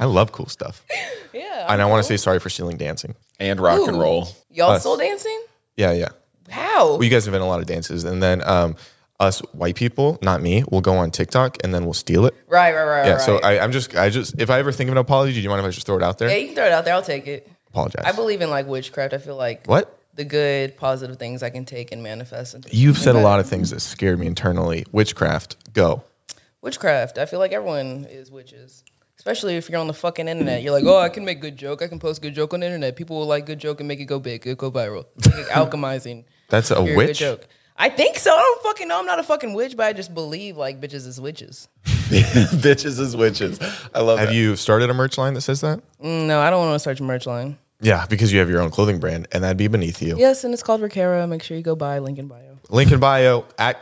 Speaker 1: I love cool stuff,
Speaker 2: Yeah,
Speaker 1: and I want to say sorry for stealing dancing.
Speaker 3: and rock and
Speaker 2: Ooh.
Speaker 3: roll.
Speaker 2: y'all
Speaker 1: us.
Speaker 2: still dancing?
Speaker 1: Yeah, yeah.
Speaker 2: How?
Speaker 1: Well, you guys have been in a lot of dances, and then um, us white people, not me, will go on TikTok and then we'll steal it.
Speaker 2: right, right, right.
Speaker 1: Yeah.
Speaker 2: right.
Speaker 1: So I, I'm just, I just, if I ever think of an apology, do you mind if I just throw it out there?
Speaker 2: yeah, you can throw it out there. I'll take it.
Speaker 1: Apologize.
Speaker 2: I believe in like witchcraft. I feel like
Speaker 1: what?
Speaker 2: the good, positive things I can take and manifest. into-
Speaker 1: You've said a lot of things that scared me internally. Witchcraft. Go.
Speaker 2: witchcraft. I feel like everyone is witches. Especially if you're on the fucking internet, you're like, oh, I can make good joke. I can post good joke on the internet. People will like good joke and make it go big, it go viral. It's like alchemizing.
Speaker 1: That's a
Speaker 2: your good
Speaker 1: witch.
Speaker 2: joke. I think so. I don't fucking know. I'm not a fucking witch, but I just believe like bitches is witches.
Speaker 3: Bitches is witches. I love
Speaker 1: Have
Speaker 3: that.
Speaker 1: you started a merch line that says that?
Speaker 2: Mm, No, I don't want to start a merch line.
Speaker 1: Yeah, because you have your own clothing brand, and that'd be beneath you.
Speaker 2: Yes, and it's called Recara. Make sure you go buy link in bio.
Speaker 1: Link in bio at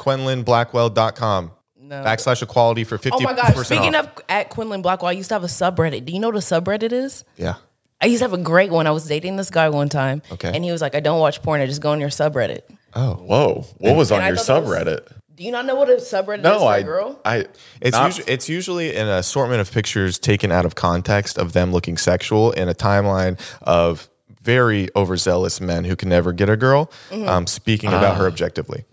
Speaker 1: quenlinblackwell.com.
Speaker 2: No.
Speaker 1: Backslash equality for 50%
Speaker 2: Oh my gosh.
Speaker 1: off.
Speaker 2: Speaking of at Quinlan Blackwell, I used to have a subreddit. Do you know what a subreddit is?
Speaker 1: Yeah.
Speaker 2: I used to have a great one. I was dating this guy one time.
Speaker 1: Okay.
Speaker 2: And he was like, I don't watch porn. I just go on your subreddit.
Speaker 1: Oh.
Speaker 3: Whoa. What was on
Speaker 2: I
Speaker 3: your
Speaker 2: thought that was-
Speaker 3: subreddit?
Speaker 2: Do you not know what a subreddit is
Speaker 3: No,
Speaker 2: for
Speaker 3: I,
Speaker 2: a girl?
Speaker 3: I,
Speaker 1: It's,
Speaker 3: not-
Speaker 1: usu- it's usually an assortment of pictures taken out of context of them looking sexual in a timeline of very overzealous men who can never get a girl
Speaker 2: Mm-hmm.
Speaker 1: um, speaking about her objectively.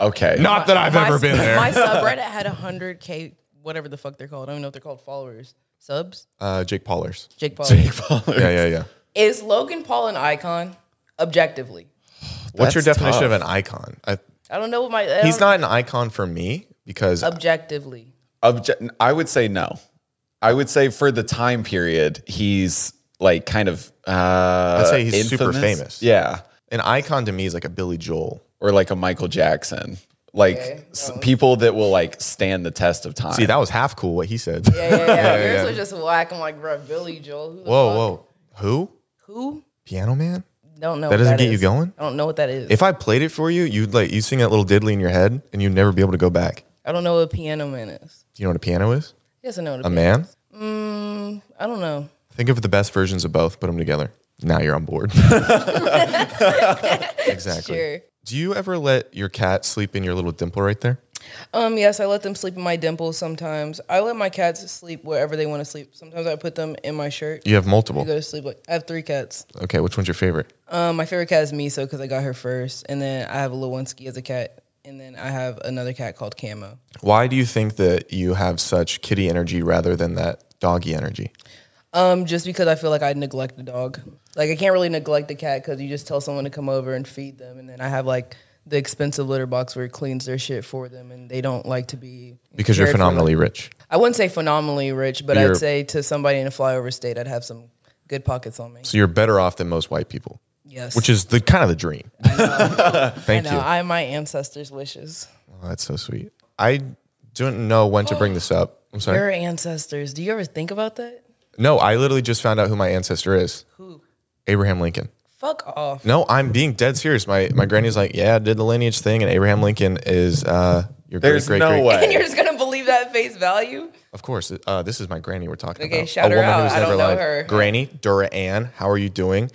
Speaker 3: okay.
Speaker 1: Not that I've ever been there.
Speaker 2: My subreddit had 100K, whatever the fuck they're called. I don't even know if they're called followers. Subs?
Speaker 1: uh, Jake Paulers.
Speaker 2: Jake Paul.
Speaker 1: Yeah, yeah, yeah.
Speaker 2: Is Logan Paul an icon? Objectively.
Speaker 1: What's your
Speaker 3: That's
Speaker 1: definition of
Speaker 3: tough.
Speaker 1: an icon? I,
Speaker 2: I don't know what my. I
Speaker 1: he's not
Speaker 2: don't-
Speaker 1: an icon for me because
Speaker 2: Objectively.
Speaker 3: Obje- I would say no. I would say for the time period, he's like kind of. Uh,
Speaker 1: I'd say he's super
Speaker 3: infamous.
Speaker 1: famous.
Speaker 3: Yeah,
Speaker 1: an icon to me is like a Billy Joel.
Speaker 3: or like a Michael Jackson, like s- people that will like stand the test of time.
Speaker 1: See, that was half cool what he said.
Speaker 2: Yeah, yeah, yeah. Yours was just whack. I'm like, bro, Billy Joel. Who the
Speaker 1: Whoa,
Speaker 2: fuck?
Speaker 1: whoa. Who?
Speaker 2: Who?
Speaker 1: Piano Man?
Speaker 2: Don't know.
Speaker 1: That
Speaker 2: what
Speaker 1: doesn't get you
Speaker 2: is.
Speaker 1: going?
Speaker 2: I don't know what that is.
Speaker 1: If I played it for you, you'd like you sing that little diddly in your head and you'd never be able to go back.
Speaker 2: I don't know what a piano man is.
Speaker 1: Do you know what a piano is?
Speaker 2: Yes, I know what a,
Speaker 1: A
Speaker 2: piano
Speaker 1: man?
Speaker 2: is. I don't know.
Speaker 1: Think of the best versions of both, put them together. Now you're on board. exactly.
Speaker 2: Sure.
Speaker 1: Do you ever let your cat sleep in your little dimple right there?
Speaker 2: Um, yes, I let them sleep in my dimples sometimes. I let my cats sleep wherever they want to sleep. Sometimes I put them in my shirt.
Speaker 1: You have
Speaker 2: I go
Speaker 1: multiple.
Speaker 2: to sleep. Like, I have three cats.
Speaker 1: Okay, which one's your favorite?
Speaker 2: Um, my favorite cat is Miso because I got her first, and then I have a Lewinsky as a cat, and then I have another cat called Camo.
Speaker 1: Why do you think that you have such kitty energy rather than that doggy energy?
Speaker 2: Um, just because I feel like I neglect the dog. Like I can't really neglect the cat because you just tell someone to come over and feed them, and then I have like the expensive litter box where it cleans their shit for them, and they don't like to be
Speaker 1: Because you're
Speaker 2: cared for.
Speaker 1: phenomenally rich.
Speaker 2: I wouldn't say phenomenally rich, but
Speaker 1: You're-
Speaker 2: I'd say to somebody in a flyover state, I'd have some good pockets on me.
Speaker 1: So you're better off than most white people,
Speaker 2: Yes,
Speaker 1: which is the kind of the dream. Thank
Speaker 2: I
Speaker 1: you.
Speaker 2: know. I am my ancestors' wishes.
Speaker 1: Oh, that's so sweet. I don't know when to bring this up. I'm sorry.
Speaker 2: Your ancestors. Do you ever think about that?
Speaker 1: No, I literally just found out who my ancestor is. Who? Abraham Lincoln.
Speaker 2: Fuck off.
Speaker 1: No, I'm being dead serious. My my granny's like, yeah, I did the lineage thing, and Abraham Lincoln is uh, your
Speaker 3: There's
Speaker 1: great great
Speaker 3: no
Speaker 1: great.
Speaker 3: way.
Speaker 2: And you're just gonna believe that at face value?
Speaker 1: Of course, uh, this is my granny we're talking
Speaker 2: Okay,
Speaker 1: about.
Speaker 2: shout her out. I don't know
Speaker 1: alive.
Speaker 2: her.
Speaker 1: Granny Dura Ann, how are you doing?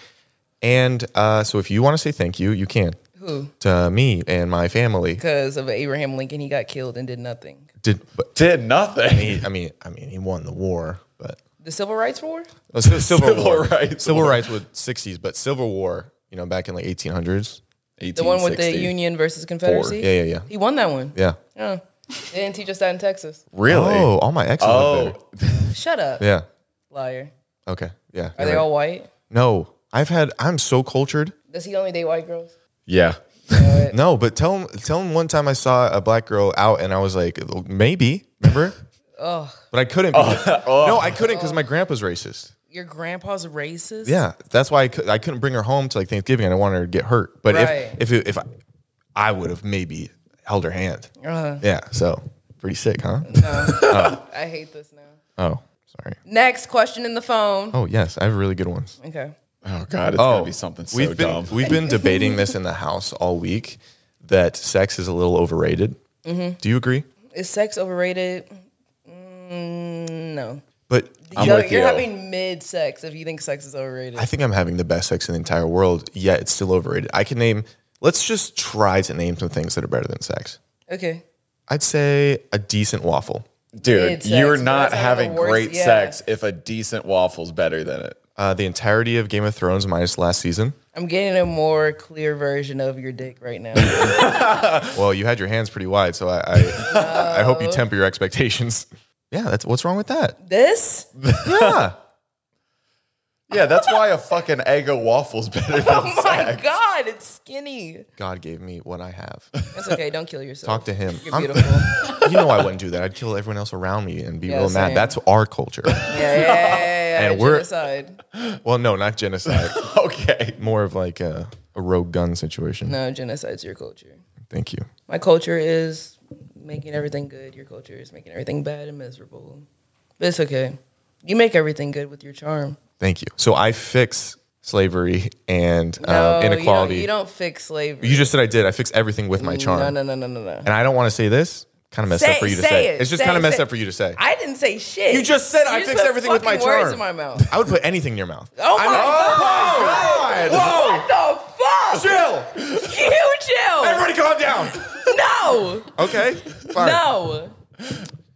Speaker 1: And uh, so, if you want to say thank you, you can. Who? To me and my family.
Speaker 2: Because of Abraham Lincoln, he got killed and did nothing.
Speaker 1: Did but
Speaker 3: Did nothing.
Speaker 1: he, I mean, I mean, he won the war, but
Speaker 2: The Civil Rights War?
Speaker 1: Oh, so Civil,
Speaker 3: Civil
Speaker 1: War.
Speaker 3: Rights
Speaker 1: Civil
Speaker 3: War.
Speaker 1: Rights was 60s, but Civil War, you know, back in like 1800s.
Speaker 2: The one with the Union versus Confederacy?
Speaker 1: Yeah, yeah, yeah.
Speaker 2: He won that one.
Speaker 1: Yeah.
Speaker 2: Yeah. They didn't teach us that in Texas.
Speaker 3: Really?
Speaker 1: Oh, all my exes.
Speaker 3: Oh,
Speaker 1: Oh.
Speaker 2: Shut up,
Speaker 1: Yeah.
Speaker 2: liar.
Speaker 1: Okay. Yeah.
Speaker 2: Are they all white?
Speaker 1: No, I've had. I'm so cultured.
Speaker 2: Does he only date white girls?
Speaker 3: yeah. Oh,
Speaker 1: No, but tell him. Tell him one time I saw a black girl out, and I was like, maybe. Remember?
Speaker 2: Oh,
Speaker 1: But I couldn't.
Speaker 3: Oh,
Speaker 1: because- No, I couldn't because my grandpa's racist.
Speaker 2: your grandpa's racist?
Speaker 1: Yeah, that's why I, could, I couldn't bring her home to like Thanksgiving. I didn't want her to get hurt. But
Speaker 2: Right.
Speaker 1: if if it, if I, I would have maybe held her hand.
Speaker 2: Uh,
Speaker 1: Yeah. So pretty sick, huh?
Speaker 2: I hate this now.
Speaker 1: Oh, sorry.
Speaker 2: Next question in the phone.
Speaker 1: Oh yes, I have really good ones.
Speaker 2: Okay.
Speaker 3: Oh God, it's gonna be something so
Speaker 1: we've been,
Speaker 3: dumb.
Speaker 1: We've been debating this in the house all week that sex is a little overrated. Do you agree?
Speaker 2: Is sex overrated? Mm, no.
Speaker 1: But
Speaker 3: I'm
Speaker 2: you're
Speaker 3: with
Speaker 2: you're
Speaker 3: you.
Speaker 2: having mid sex if you think sex is overrated.
Speaker 1: I think I'm having the best sex in the entire world, yet it's still overrated. I can name, let's just try to name some things that are better than sex.
Speaker 2: okay.
Speaker 1: I'd say a decent waffle.
Speaker 3: Dude,
Speaker 2: It's
Speaker 3: you're
Speaker 2: sex, but
Speaker 3: not
Speaker 2: that's not the
Speaker 3: having
Speaker 2: worst-
Speaker 3: great
Speaker 2: yeah.
Speaker 3: sex if a decent waffle's better than it.
Speaker 1: Uh, the entirety of Game of Thrones minus last season.
Speaker 2: I'm getting a more clear version of your dick right now.
Speaker 1: Well, you had your hands pretty wide, so I I, I hope you temper your expectations. Yeah, that's what's wrong with that.
Speaker 2: this?
Speaker 1: Yeah.
Speaker 3: Yeah, that's why a fucking Eggo waffle's better than
Speaker 2: Oh my god, it's skinny.
Speaker 1: God gave me what I have.
Speaker 2: It's okay. Don't kill yourself.
Speaker 1: Talk to him.
Speaker 2: You're
Speaker 1: I'm-
Speaker 2: beautiful. yeah,
Speaker 1: you know I wouldn't do that. I'd kill everyone else around me and be
Speaker 2: Yeah,
Speaker 1: real
Speaker 2: same.
Speaker 1: mad. That's our culture.
Speaker 2: yeah, yeah, yeah, yeah.
Speaker 1: And we're-
Speaker 2: genocide.
Speaker 1: well, no, not genocide.
Speaker 3: Okay.
Speaker 1: More of like a, a rogue gun situation.
Speaker 2: No, genocide's your culture.
Speaker 1: Thank you.
Speaker 2: My culture is making everything good. Your culture is making everything bad and miserable. But it's okay. You make everything good with your charm.
Speaker 1: Thank you. So I fix slavery and
Speaker 2: No,
Speaker 1: um,
Speaker 2: you don't-
Speaker 1: inequality.
Speaker 2: You
Speaker 1: You,
Speaker 2: don't, fix slavery.
Speaker 1: just said I did. I fix everything with my charm.
Speaker 2: No, no, no, no, no, no.
Speaker 1: And I don't want to say this. Kind of messed
Speaker 2: Say-
Speaker 1: up for you to
Speaker 2: say
Speaker 1: say.
Speaker 2: it.
Speaker 1: It's just
Speaker 2: Say-
Speaker 1: kind of messed
Speaker 2: say-
Speaker 1: up for you to say. I,
Speaker 2: I didn't say shit.
Speaker 1: You just said I
Speaker 2: just
Speaker 1: fixed
Speaker 2: put
Speaker 1: everything with my
Speaker 2: fucking words
Speaker 1: charm.
Speaker 2: in my mouth.
Speaker 1: would put anything in your mouth.
Speaker 2: Oh my
Speaker 1: Oh, God.
Speaker 2: god! What the fuck?
Speaker 1: Whoa. Chill.
Speaker 2: You chill.
Speaker 1: Everybody calm down.
Speaker 2: No,
Speaker 1: Okay. Fine.
Speaker 2: no.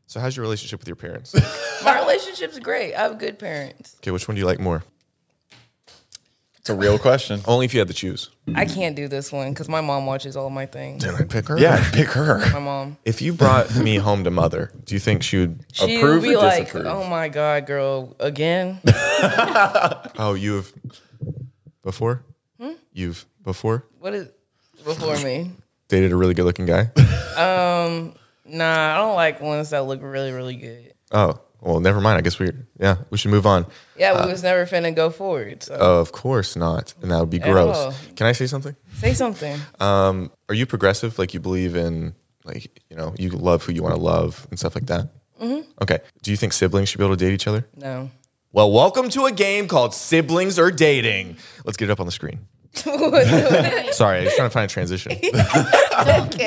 Speaker 1: So how's your relationship with your parents?
Speaker 2: My relationship's great. I have good parents.
Speaker 1: Okay, which one do you like more?
Speaker 3: It's a real question.
Speaker 1: Only if you had to choose.
Speaker 2: I can't do this one because my mom watches all my things.
Speaker 1: Then I'd pick her.
Speaker 3: Yeah, pick her.
Speaker 2: My mom.
Speaker 1: If you brought me home to mother, do you think she would?
Speaker 2: She would
Speaker 3: Approve
Speaker 2: be
Speaker 3: or
Speaker 2: like,
Speaker 3: disapprove?
Speaker 2: "Oh my god, girl, again."
Speaker 1: Oh, you have before.
Speaker 2: Hmm?
Speaker 1: You've before
Speaker 2: What is before me?
Speaker 1: dated a really good-looking guy.
Speaker 2: Nah, I don't like ones that look really, really good.
Speaker 1: oh, well, never mind. I guess we yeah we should move on.
Speaker 2: Yeah,
Speaker 3: Uh,
Speaker 2: we was never finna go forward. So
Speaker 1: Of course not, and that would be gross.
Speaker 2: all.
Speaker 1: Can I say something?
Speaker 2: say something.
Speaker 3: uh,
Speaker 1: Are you progressive? Like you believe in like you know you love who you want to love and stuff like that. Mm-hmm. Okay. Do you think siblings should be able to date each other?
Speaker 2: no,
Speaker 1: Well, welcome to a game called Siblings or Dating. Let's get it up on the screen. Sorry, I was trying to find a transition.
Speaker 2: Okay.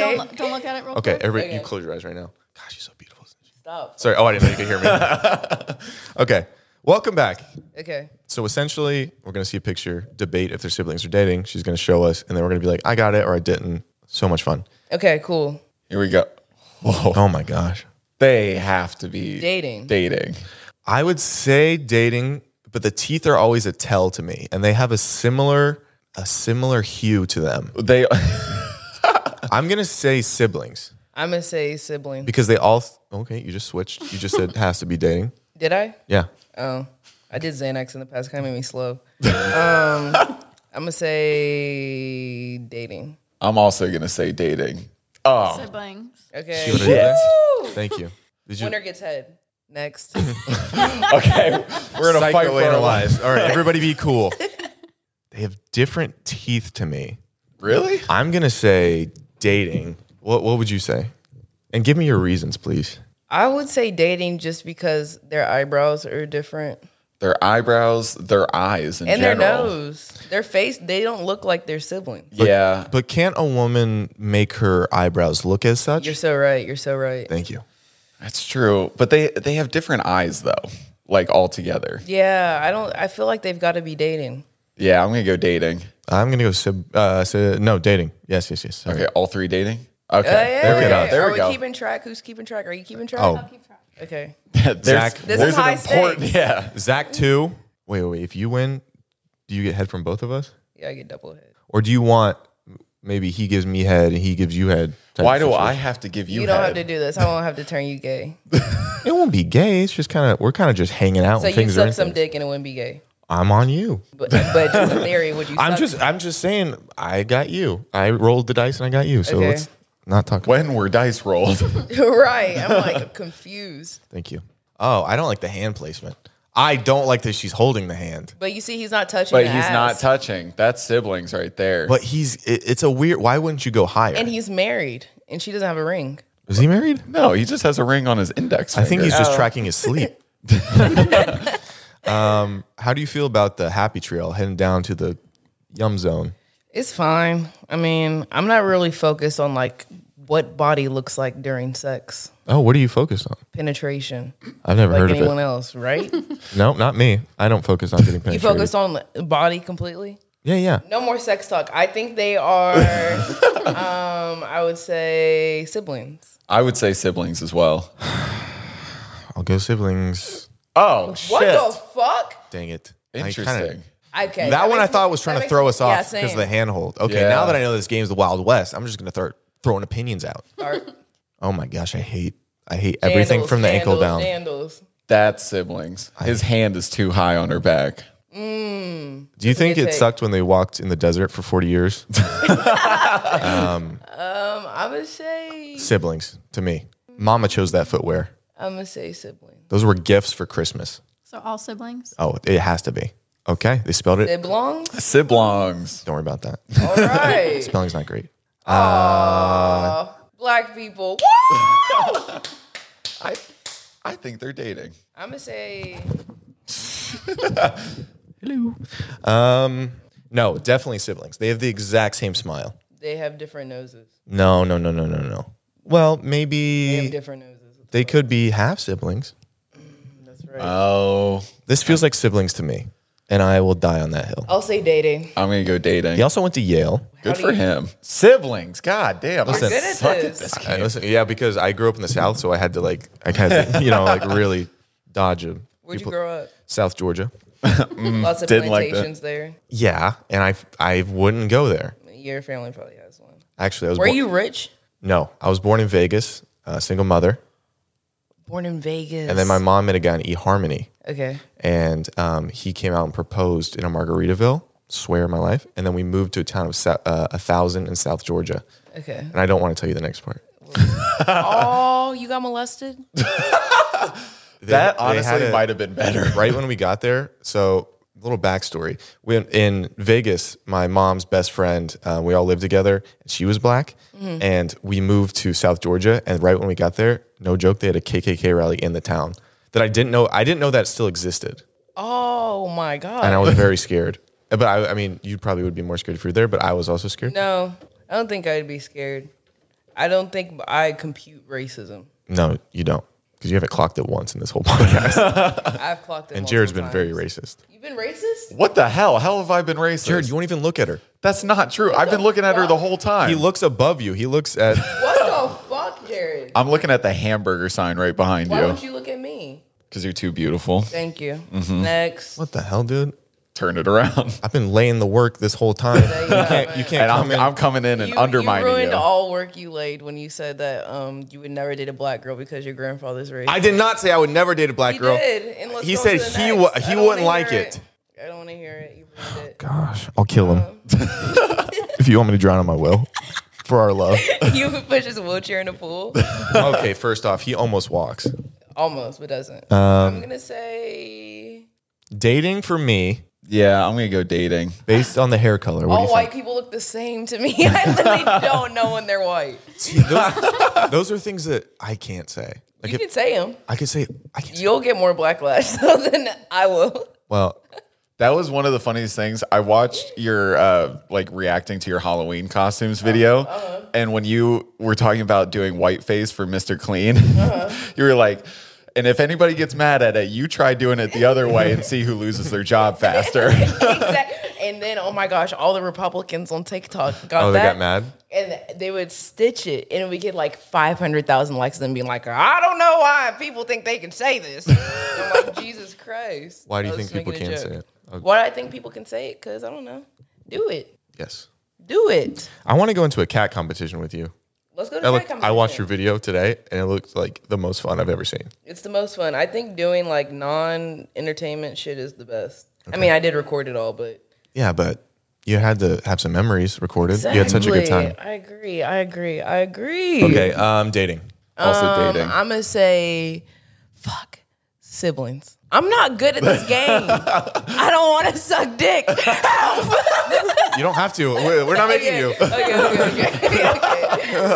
Speaker 4: Don't, look- don't look at it real
Speaker 1: Okay,
Speaker 4: quick.
Speaker 1: everybody, you close your eyes right now. Gosh, you're so beautiful.
Speaker 2: Stop.
Speaker 1: Sorry. Oh, I didn't know you could hear me. okay. Welcome back.
Speaker 2: Okay.
Speaker 1: So essentially, we're going to see a picture, debate if their siblings are dating. She's going to show us, and then we're going to be like, I got it or I didn't. So much fun.
Speaker 2: Okay, cool.
Speaker 3: Here we go. Whoa.
Speaker 1: Oh my gosh.
Speaker 3: They have to be
Speaker 2: Dating.
Speaker 3: Dating.
Speaker 1: I would say dating, but the teeth are always a tell to me, and they have a similar a similar hue to them.
Speaker 3: They
Speaker 1: I'm going to say siblings
Speaker 2: I'm gonna say sibling.
Speaker 1: because they all Okay, you just switched. You just said has to be dating.
Speaker 2: Did I?
Speaker 1: Yeah.
Speaker 2: Oh, I did Xanax in the past. Kind of made me slow. Um, I'm gonna say dating.
Speaker 3: I'm also gonna say dating. Oh,
Speaker 4: Siblings.
Speaker 2: Okay.
Speaker 1: You wanna do that? Thank you. Did you
Speaker 2: Winner gets head. Next.
Speaker 3: Okay. We're in a fight for our lives.
Speaker 1: All right, everybody be cool. they have different teeth to me.
Speaker 3: Really?
Speaker 1: I'm gonna say dating. What what would you say? And give me your reasons, please.
Speaker 2: I would say dating just because their eyebrows are different
Speaker 3: Their eyebrows, their eyes in
Speaker 2: and their
Speaker 3: general.
Speaker 2: nose, their face. They don't look like their sibling.
Speaker 3: Yeah.
Speaker 1: But can't a woman make her eyebrows look as such?
Speaker 2: You're so right. You're so right.
Speaker 1: Thank you.
Speaker 3: That's true. But they they have different eyes though, like altogether.
Speaker 2: Yeah, I don't. I feel like they've got to be dating.
Speaker 3: Yeah, I'm gonna go dating.
Speaker 1: I'm gonna go sib. Uh, si- no, dating. Yes, yes, yes. Sorry.
Speaker 3: Okay, all three dating. Okay,
Speaker 2: Uh, yeah,
Speaker 3: there we
Speaker 2: yeah,
Speaker 3: go.
Speaker 2: yeah.
Speaker 3: There
Speaker 2: Are
Speaker 3: we go.
Speaker 2: keeping track? Who's keeping track? Are you keeping track?
Speaker 1: Oh,
Speaker 2: Okay.
Speaker 3: there's
Speaker 1: Zach,
Speaker 2: This
Speaker 3: there's
Speaker 2: is high
Speaker 3: an important.
Speaker 2: stakes.
Speaker 3: Yeah,
Speaker 1: Zach two. Wait, wait, wait. If you win, do you get head from both of us,
Speaker 2: Yeah, I get double head.
Speaker 1: or do you want maybe he gives me head and he gives you head? type
Speaker 3: Why
Speaker 1: of
Speaker 3: do I
Speaker 1: situation?
Speaker 3: have to give you?
Speaker 2: You, don't
Speaker 3: head?
Speaker 2: have to do this. I won't have to turn you gay.
Speaker 1: It won't be gay. It's just kind of we're kind of just hanging out.
Speaker 2: So
Speaker 1: and
Speaker 2: you
Speaker 1: things are
Speaker 2: suck some dick and it wouldn't be gay.
Speaker 1: I'm on you.
Speaker 2: But but just in theory, would you?
Speaker 1: I'm
Speaker 2: suck-
Speaker 1: just I'm just saying I got you. I rolled the dice and I got you. So
Speaker 2: Okay.
Speaker 1: let's not talk.
Speaker 3: When were dice rolled?
Speaker 2: right. I'm like confused.
Speaker 1: Thank you. Oh, I don't like the hand placement. I don't like that she's holding the hand.
Speaker 2: But you see, he's not touching.
Speaker 3: but
Speaker 2: the
Speaker 3: he's not
Speaker 2: ass.
Speaker 3: touching. That's siblings right there.
Speaker 1: But he's it, it's a weird. Why wouldn't you go higher?
Speaker 2: and he's married, and she doesn't have a ring.
Speaker 1: Is he married?
Speaker 3: no, he just has a ring on his index.
Speaker 1: I think
Speaker 3: finger.
Speaker 1: he's just tracking his sleep. um, how do you feel about the happy trail heading down to the yum zone?
Speaker 2: It's fine. I mean, I'm not really focused on like what body looks like during sex
Speaker 1: Oh, what are you focused on?
Speaker 2: penetration,
Speaker 1: I've never
Speaker 2: like
Speaker 1: heard of
Speaker 2: anyone
Speaker 1: it.
Speaker 2: else, right? you
Speaker 1: No, not me. I don't focus on getting penetrated.
Speaker 2: focus on the body completely.
Speaker 1: yeah, yeah.
Speaker 2: No more sex talk. I think they are. um, I would say siblings.
Speaker 3: I would say siblings as well.
Speaker 1: I'll go siblings.
Speaker 3: Oh
Speaker 2: What
Speaker 3: shit!
Speaker 2: the fuck?
Speaker 1: Dang it. I kinda-
Speaker 3: Interesting.
Speaker 2: Okay,
Speaker 1: that, one I
Speaker 2: makes-
Speaker 1: thought was trying
Speaker 2: that
Speaker 1: to
Speaker 2: makes-
Speaker 1: throw us
Speaker 2: yeah,
Speaker 1: off because
Speaker 2: same.
Speaker 1: of the handhold. Okay,
Speaker 3: Yeah.
Speaker 1: now that I know this game's the Wild West, I'm just gonna start throwing opinions out.
Speaker 2: Or-
Speaker 1: Oh my gosh, I hate I hate everything
Speaker 2: Sandals,
Speaker 1: from the ankle
Speaker 2: sandals,
Speaker 1: down.
Speaker 2: Sandals.
Speaker 3: That's siblings. His hand is too high on her back.
Speaker 1: Do you think
Speaker 2: good
Speaker 1: it
Speaker 2: take.
Speaker 1: sucked when they walked in the desert for 40 years?
Speaker 2: I'm gonna say.
Speaker 1: Siblings to me. Mama chose that footwear.
Speaker 2: I'm gonna say sibling.
Speaker 1: Those were gifts for Christmas.
Speaker 4: So all siblings.
Speaker 1: Oh, it has to be. Okay, they spelled it.
Speaker 2: Siblings.
Speaker 3: Siblings.
Speaker 1: Don't worry about that.
Speaker 2: All right.
Speaker 1: Spelling's not great.
Speaker 2: Black people. Woo!
Speaker 3: I, I think they're dating.
Speaker 2: I'm gonna say.
Speaker 1: Um, no, definitely siblings. They have the exact same smile.
Speaker 2: They have different noses.
Speaker 1: No, no, no, no, no, no. Well, maybe
Speaker 2: They have different noses.
Speaker 1: They could be half siblings.
Speaker 2: That's right.
Speaker 3: Oh,
Speaker 1: This feels like siblings to me, and I will die on that hill.
Speaker 2: I'll say dating.
Speaker 3: I'm gonna go dating.
Speaker 1: He also went to Yale.
Speaker 3: Good
Speaker 2: How do
Speaker 3: for
Speaker 2: you-
Speaker 3: him. Siblings. God damn.
Speaker 1: Listen.
Speaker 2: Good at this.
Speaker 1: I- listen, yeah, because I grew up in the South, so I had to like, I kind of, you know, like really dodge him.
Speaker 2: Where'd you grow up?
Speaker 1: South Georgia. Mm,
Speaker 2: Lots of
Speaker 3: didn't like that.
Speaker 2: plantations there.
Speaker 1: Yeah, and I, I wouldn't go there.
Speaker 2: Your family probably has one.
Speaker 1: Actually, I was
Speaker 2: Were
Speaker 1: born,
Speaker 2: you rich?
Speaker 1: no, I was born in Vegas, a single mother,
Speaker 2: Born in Vegas.
Speaker 1: and then my mom met a guy in eHarmony,
Speaker 2: Okay.
Speaker 1: and um, he came out and proposed in a Margaritaville. Swear my life, and then we moved to a town of Sou- uh, a thousand in South Georgia,
Speaker 2: Okay.
Speaker 1: and I don't want to tell you the next part.
Speaker 2: Oh, you got molested?
Speaker 1: They-
Speaker 3: That
Speaker 1: they had
Speaker 3: honestly
Speaker 1: a-
Speaker 3: might have been better.
Speaker 1: right when we got there. So, little backstory: when in Vegas, my mom's best friend, uh, we all lived together. And she was black, and we moved to South Georgia. And right when we got there, no joke, they had a KKK rally in the town that I didn't know. I didn't know that still existed.
Speaker 2: Oh my
Speaker 1: and I
Speaker 2: god.
Speaker 1: was very scared. But I, I mean, you probably would be more scared if you were there, but I was also scared.
Speaker 2: No, I don't think I'd be scared. I don't think I compute racism.
Speaker 1: No, you don't, because you haven't clocked it once in this whole podcast.
Speaker 2: I've clocked it.
Speaker 1: and Jared's been
Speaker 2: multiple
Speaker 1: very
Speaker 2: times.
Speaker 1: racist.
Speaker 2: You've been racist?
Speaker 3: What the hell? How have I been racist?
Speaker 1: Jared, you won't even look at her.
Speaker 3: That's not true. I've been looking at her the whole time.
Speaker 1: He looks above you. He looks at.
Speaker 2: What the fuck, Jared?
Speaker 3: I'm looking at the hamburger sign right behind
Speaker 2: Why
Speaker 3: you
Speaker 2: don't you look at me?
Speaker 3: because you? are too beautiful.
Speaker 2: Thank you.
Speaker 1: Mm-hmm.
Speaker 2: Next.
Speaker 1: what the hell, dude?
Speaker 3: Turn it around.
Speaker 1: I've been laying the work this whole time.
Speaker 2: you
Speaker 1: you
Speaker 2: go,
Speaker 1: can't. You
Speaker 2: man.
Speaker 1: can't
Speaker 3: And
Speaker 1: come
Speaker 3: I'm,
Speaker 1: in.
Speaker 3: I'm coming in and undermining
Speaker 2: you ruined
Speaker 3: you.
Speaker 2: all work you laid when you said that um, you would never date a black girl because your grandfather's race.
Speaker 1: I did not say I would never date a black
Speaker 2: He
Speaker 1: girl.
Speaker 2: did. And let's
Speaker 1: he
Speaker 2: go
Speaker 1: said
Speaker 2: to the
Speaker 1: he
Speaker 2: next.
Speaker 1: wa-
Speaker 2: I
Speaker 1: he
Speaker 2: don't wanna
Speaker 1: wouldn't like
Speaker 2: hear
Speaker 1: it. Oh,
Speaker 2: I don't want to hear it. You ruined it.
Speaker 1: Gosh, I'll kill him. if you want me to drown him, I will. For our love.
Speaker 2: you would push his wheelchair in the pool.
Speaker 1: okay, first off, he almost walks.
Speaker 2: Almost, but doesn't.
Speaker 1: Um,
Speaker 2: I'm gonna say
Speaker 1: Dating for me,
Speaker 3: yeah, I'm gonna go dating.
Speaker 1: based on the hair color. What do
Speaker 2: all
Speaker 1: you
Speaker 2: white people look the same to me. I literally don't know when they're white.
Speaker 1: think? Those, those are things that I can't say. Like
Speaker 2: You
Speaker 1: if
Speaker 2: can say them.
Speaker 1: I could say, I can.
Speaker 2: You'll get more backlash though than I will.
Speaker 1: Well,
Speaker 3: That was one of the funniest things. I watched your uh, like reacting to your Halloween costumes video,
Speaker 2: Uh-huh.
Speaker 3: and when you were talking about doing whiteface for Mister Clean,
Speaker 2: Uh-huh.
Speaker 3: you were like, "And if anybody gets mad at it, you try doing it the other way and see who loses their job faster."
Speaker 2: Exact- And then, oh my gosh, all the Republicans on TikTok got
Speaker 1: Oh, they got
Speaker 2: that.
Speaker 1: mad?
Speaker 2: And they would stitch it, and we get like 500,000 likes, and being like, I don't know why people think they can say this. I'm like, Jesus Christ.
Speaker 1: Why do you
Speaker 2: I was
Speaker 1: think people
Speaker 2: making a
Speaker 1: can't say
Speaker 2: joke.
Speaker 1: it? Oh.
Speaker 2: Why do I think people can say it? Because I don't know. Do it.
Speaker 1: yes.
Speaker 2: Do it.
Speaker 1: I want to go into a cat competition with you.
Speaker 2: Let's go to
Speaker 1: I, looked,
Speaker 2: that
Speaker 1: I watched your video today, and it looked like the most fun I've ever seen.
Speaker 2: It's the most fun. I think doing like non entertainment shit is the best. I mean, I did record it all, but.
Speaker 1: Yeah, but you had to have some memories recorded. You had such a good time.
Speaker 2: Exactly. I agree. I agree. I agree.
Speaker 1: Okay, um, dating.
Speaker 3: also dating.
Speaker 2: I'm gonna say, fuck siblings. I'm not good at this game. I don't want to suck dick.
Speaker 1: You don't have to. We're, we're not making you.
Speaker 2: Okay, okay, okay.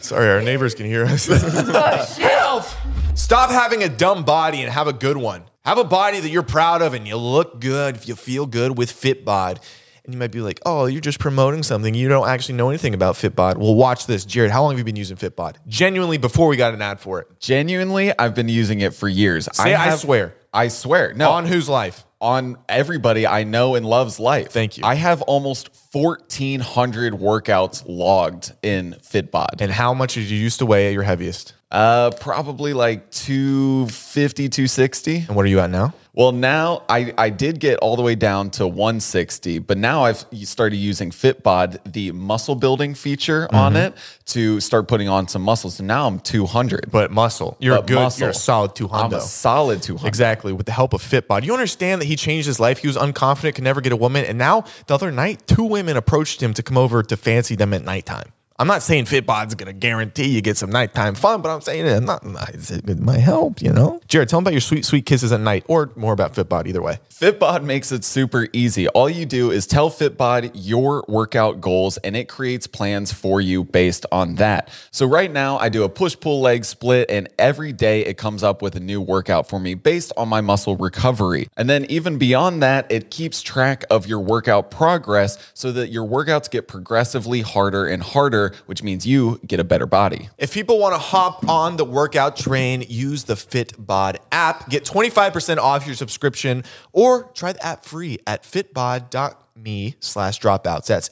Speaker 1: Sorry, our neighbors can hear us.
Speaker 2: Oh, shit.
Speaker 1: Stop having a dumb body and have a good one. Have a body that you're proud of and you look good if you feel good with FitBod. And you might be like, oh, you're just promoting something. You don't actually know anything about FitBod. Well, watch this. Jared, how long have you been using FitBod? Genuinely, before we got an ad for it.
Speaker 3: Genuinely, I've been using it for years.
Speaker 1: Say I swear.
Speaker 3: I swear. No,
Speaker 1: On whose life?
Speaker 3: on everybody I know and love's life.
Speaker 1: Thank you.
Speaker 3: I have almost 1,400 workouts logged in Fitbod.
Speaker 1: And how much did you used to weigh at your heaviest?
Speaker 3: Uh, probably like 250, 260.
Speaker 1: And what are you at now?
Speaker 3: Well, now I, I did get all the way down to 160, but now I've started using Fitbod, the muscle building feature on
Speaker 1: Mm-hmm.
Speaker 3: it, to start putting on some muscles. And now I'm 200.
Speaker 1: But muscle. You're
Speaker 3: But
Speaker 1: good.
Speaker 3: muscle.
Speaker 1: You're a solid 200.
Speaker 3: I'm a solid 200.
Speaker 1: Exactly, with the help of Fitbod. You understand that he changed his life. He was unconfident, could never get a woman. And now, the other night, two women approached him to come over to fancy them at nighttime. I'm not saying Fitbod's going to guarantee you get some nighttime fun, but I'm saying it, not, it might help, you know? Jared, tell him about your sweet, sweet kisses at night or more about Fitbod, either way.
Speaker 3: Fitbod makes it super easy. All you do is tell Fitbod your workout goals and it creates plans for you based on that. So, right now, I do a push pull leg split, and every day it comes up with a new workout for me based on my muscle recovery. And then, even beyond that, it keeps track of your workout progress so that your workouts get progressively harder and harder, which means you get a better body.
Speaker 1: If people want to hop on the workout train, use the Fitbod app. Get 25% off your subscription or try the app free at fitbod.me slash dropouts. That's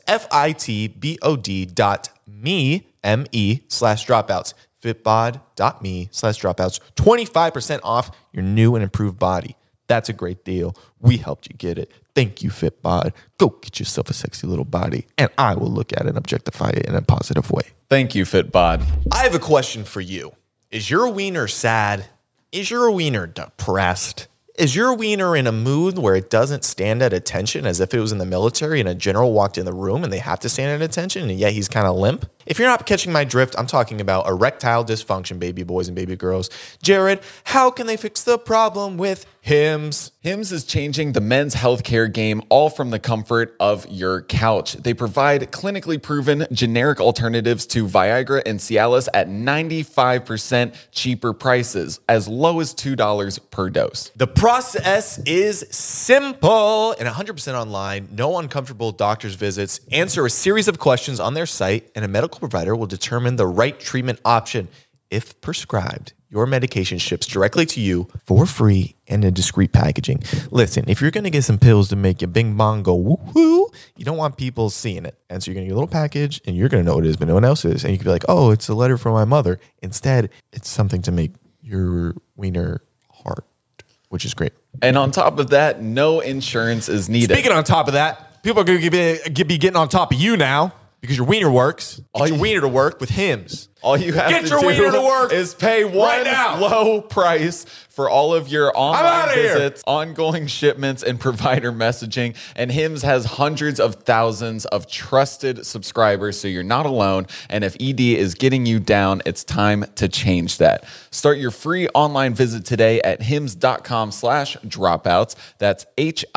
Speaker 1: F-I-T-B-O-D dot me, M-E slash dropouts. Fitbod.me slash dropouts. 25% off your new and improved body. That's a great deal. We helped you get it. Thank you, Fitbod. Go get yourself a sexy little body, and I will look at it and objectify it in a positive way.
Speaker 3: Thank you, Fitbod.
Speaker 1: I have a question for you. Is your wiener sad? Is your wiener depressed? Is your wiener in a mood where it doesn't stand at attention as if it was in the military and a general walked in the room and they have to stand at attention and yet he's kind of limp? If you're not catching my drift, I'm talking about erectile dysfunction, baby boys and baby girls. Jared, how can they fix the problem with hymns.
Speaker 3: Hims is changing the men's healthcare game all from the comfort of your couch. They provide clinically proven generic alternatives to Viagra and Cialis at 95% cheaper prices, as low as $2 per dose.
Speaker 5: The process is simple and 100% online. No uncomfortable doctor's visits. Answer a series of questions on their site, and a medical provider will determine the right treatment option. If prescribed, your medication ships directly to you for free and in discreet packaging. Listen, if you're going to get some pills to make your bing bong go woo-hoo, you don't want people seeing it. And so you're going to get a little package and you're going to know what it is, but no one else is. And you could be like, oh, it's a letter from my mother. Instead, it's something to make your wiener hard, which is great.
Speaker 3: And on top of that, no insurance is needed.
Speaker 5: Speaking on top of that, people are going to be, be getting on top of you now because your wiener works. Get
Speaker 3: All
Speaker 5: your
Speaker 3: you-
Speaker 5: wiener to work with hymns.
Speaker 3: all you have
Speaker 5: Get
Speaker 3: to
Speaker 5: your
Speaker 3: do
Speaker 5: wiener to work
Speaker 3: is pay one
Speaker 5: now.
Speaker 3: low price for all of your online
Speaker 5: outta here.
Speaker 3: visits, ongoing shipments, and provider messaging. And Hims has hundreds of thousands of trusted subscribers, so you're not alone. And if ED is getting you down, it's time to change that. Start your free online visit today at hims.com slash dropouts. That's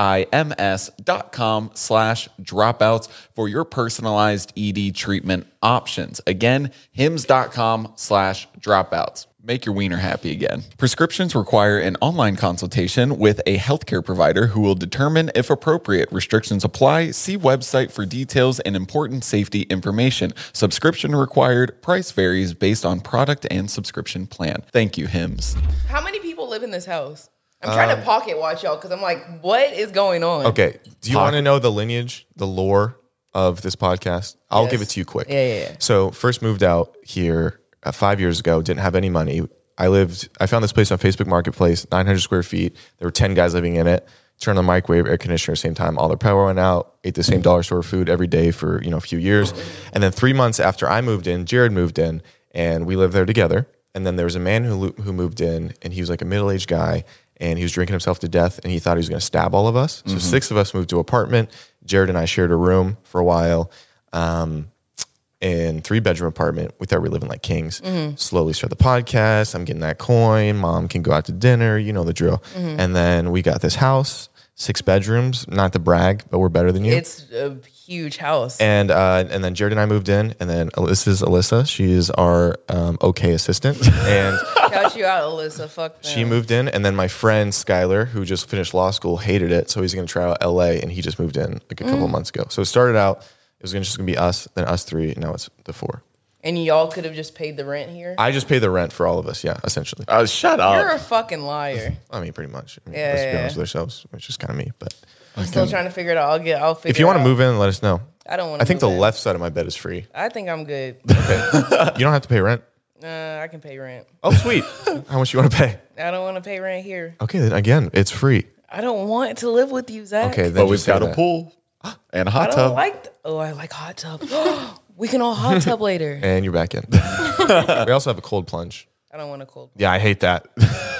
Speaker 3: H-I-M-S dot com slash dropouts for your personalized ED treatment options. Again, hims.com slash dropouts. Make your wiener happy again. Prescriptions require an online consultation with a healthcare provider who will determine if appropriate. Restrictions apply. See website for details and important safety information. Subscription required. Price varies based on product and subscription plan. Thank you, Hims.
Speaker 2: How many people live in this house? I'm trying to pocket watch y'all because I'm like, what is going on?
Speaker 1: Uh, Okay. Do you want to know the lineage, the lore of this podcast? I'll give it to you quick.
Speaker 2: Yeah, yeah, yeah.
Speaker 1: So first moved out here uh, five years ago. Didn't have any money. I lived. I found this place on Facebook Marketplace, 900 square feet. There were 10 guys living in it. Turned on the microwave, air conditioner, at the same time. All their power went out. Ate the same dollar store food every day for you know a few years, and then three months after I moved in, Jared moved in, and we lived there together. And then there was a man who lo- who moved in, and he was like a middle aged guy, and he was drinking himself to death, and he thought he was going to stab all of us. So six of us moved to an apartment. Jared and I shared a room for a while. Um, in three bedroom apartment. We thought we were living like kings. Slowly start the podcast. I'm getting that coin. Mom can go out to dinner. You know the drill. And then we got this house, six bedrooms. Not to brag, but we're better than you.
Speaker 2: It's a huge house.
Speaker 1: and uh, and then Jared and I moved in. And then this is Alyssa. She is our um, okay assistant. And
Speaker 2: Couch you out, Alyssa. Fuck
Speaker 1: she
Speaker 2: them.
Speaker 1: moved in. And then my friend Skylar, who just finished law school, hated it. So he's going to try out LA. And he just moved in like a couple months ago. So it started out, it was gonna, just going to be us, then us three. And now it's the four.
Speaker 2: And y'all could have just paid the rent here.
Speaker 1: I just pay the rent for all of us. Yeah, essentially.
Speaker 3: Oh, shut
Speaker 2: You're
Speaker 3: up.
Speaker 2: a fucking liar.
Speaker 1: I mean, pretty much. I mean,
Speaker 2: Yeah,
Speaker 1: let's
Speaker 2: yeah,
Speaker 1: be
Speaker 2: yeah.
Speaker 1: honest with ourselves, which is kind of me. But
Speaker 2: I'm still trying to figure it out. I'll get. I'll figure.
Speaker 1: if you want
Speaker 2: it
Speaker 1: to
Speaker 2: out.
Speaker 1: move in, let us know.
Speaker 2: uh, I don't want.
Speaker 1: I think the
Speaker 2: in.
Speaker 1: left side of my bed is free.
Speaker 2: I think I'm good.
Speaker 1: You don't have to pay rent.
Speaker 2: Uh, I can pay rent.
Speaker 1: Oh, sweet. How much you want to pay?
Speaker 2: I don't want to pay rent here.
Speaker 1: Okay, then again, it's free.
Speaker 2: I don't want to live with you, Zach.
Speaker 1: Okay, then
Speaker 3: But
Speaker 1: just
Speaker 3: we've
Speaker 1: say
Speaker 3: got a
Speaker 1: that.
Speaker 3: pool and a
Speaker 2: I
Speaker 3: hot
Speaker 2: don't
Speaker 3: tub.
Speaker 2: like. th- oh, I like hot tub. we can all hot tub later.
Speaker 1: and you're back in. we also have a cold plunge.
Speaker 2: I don't want a cold.
Speaker 1: Yeah, I hate that.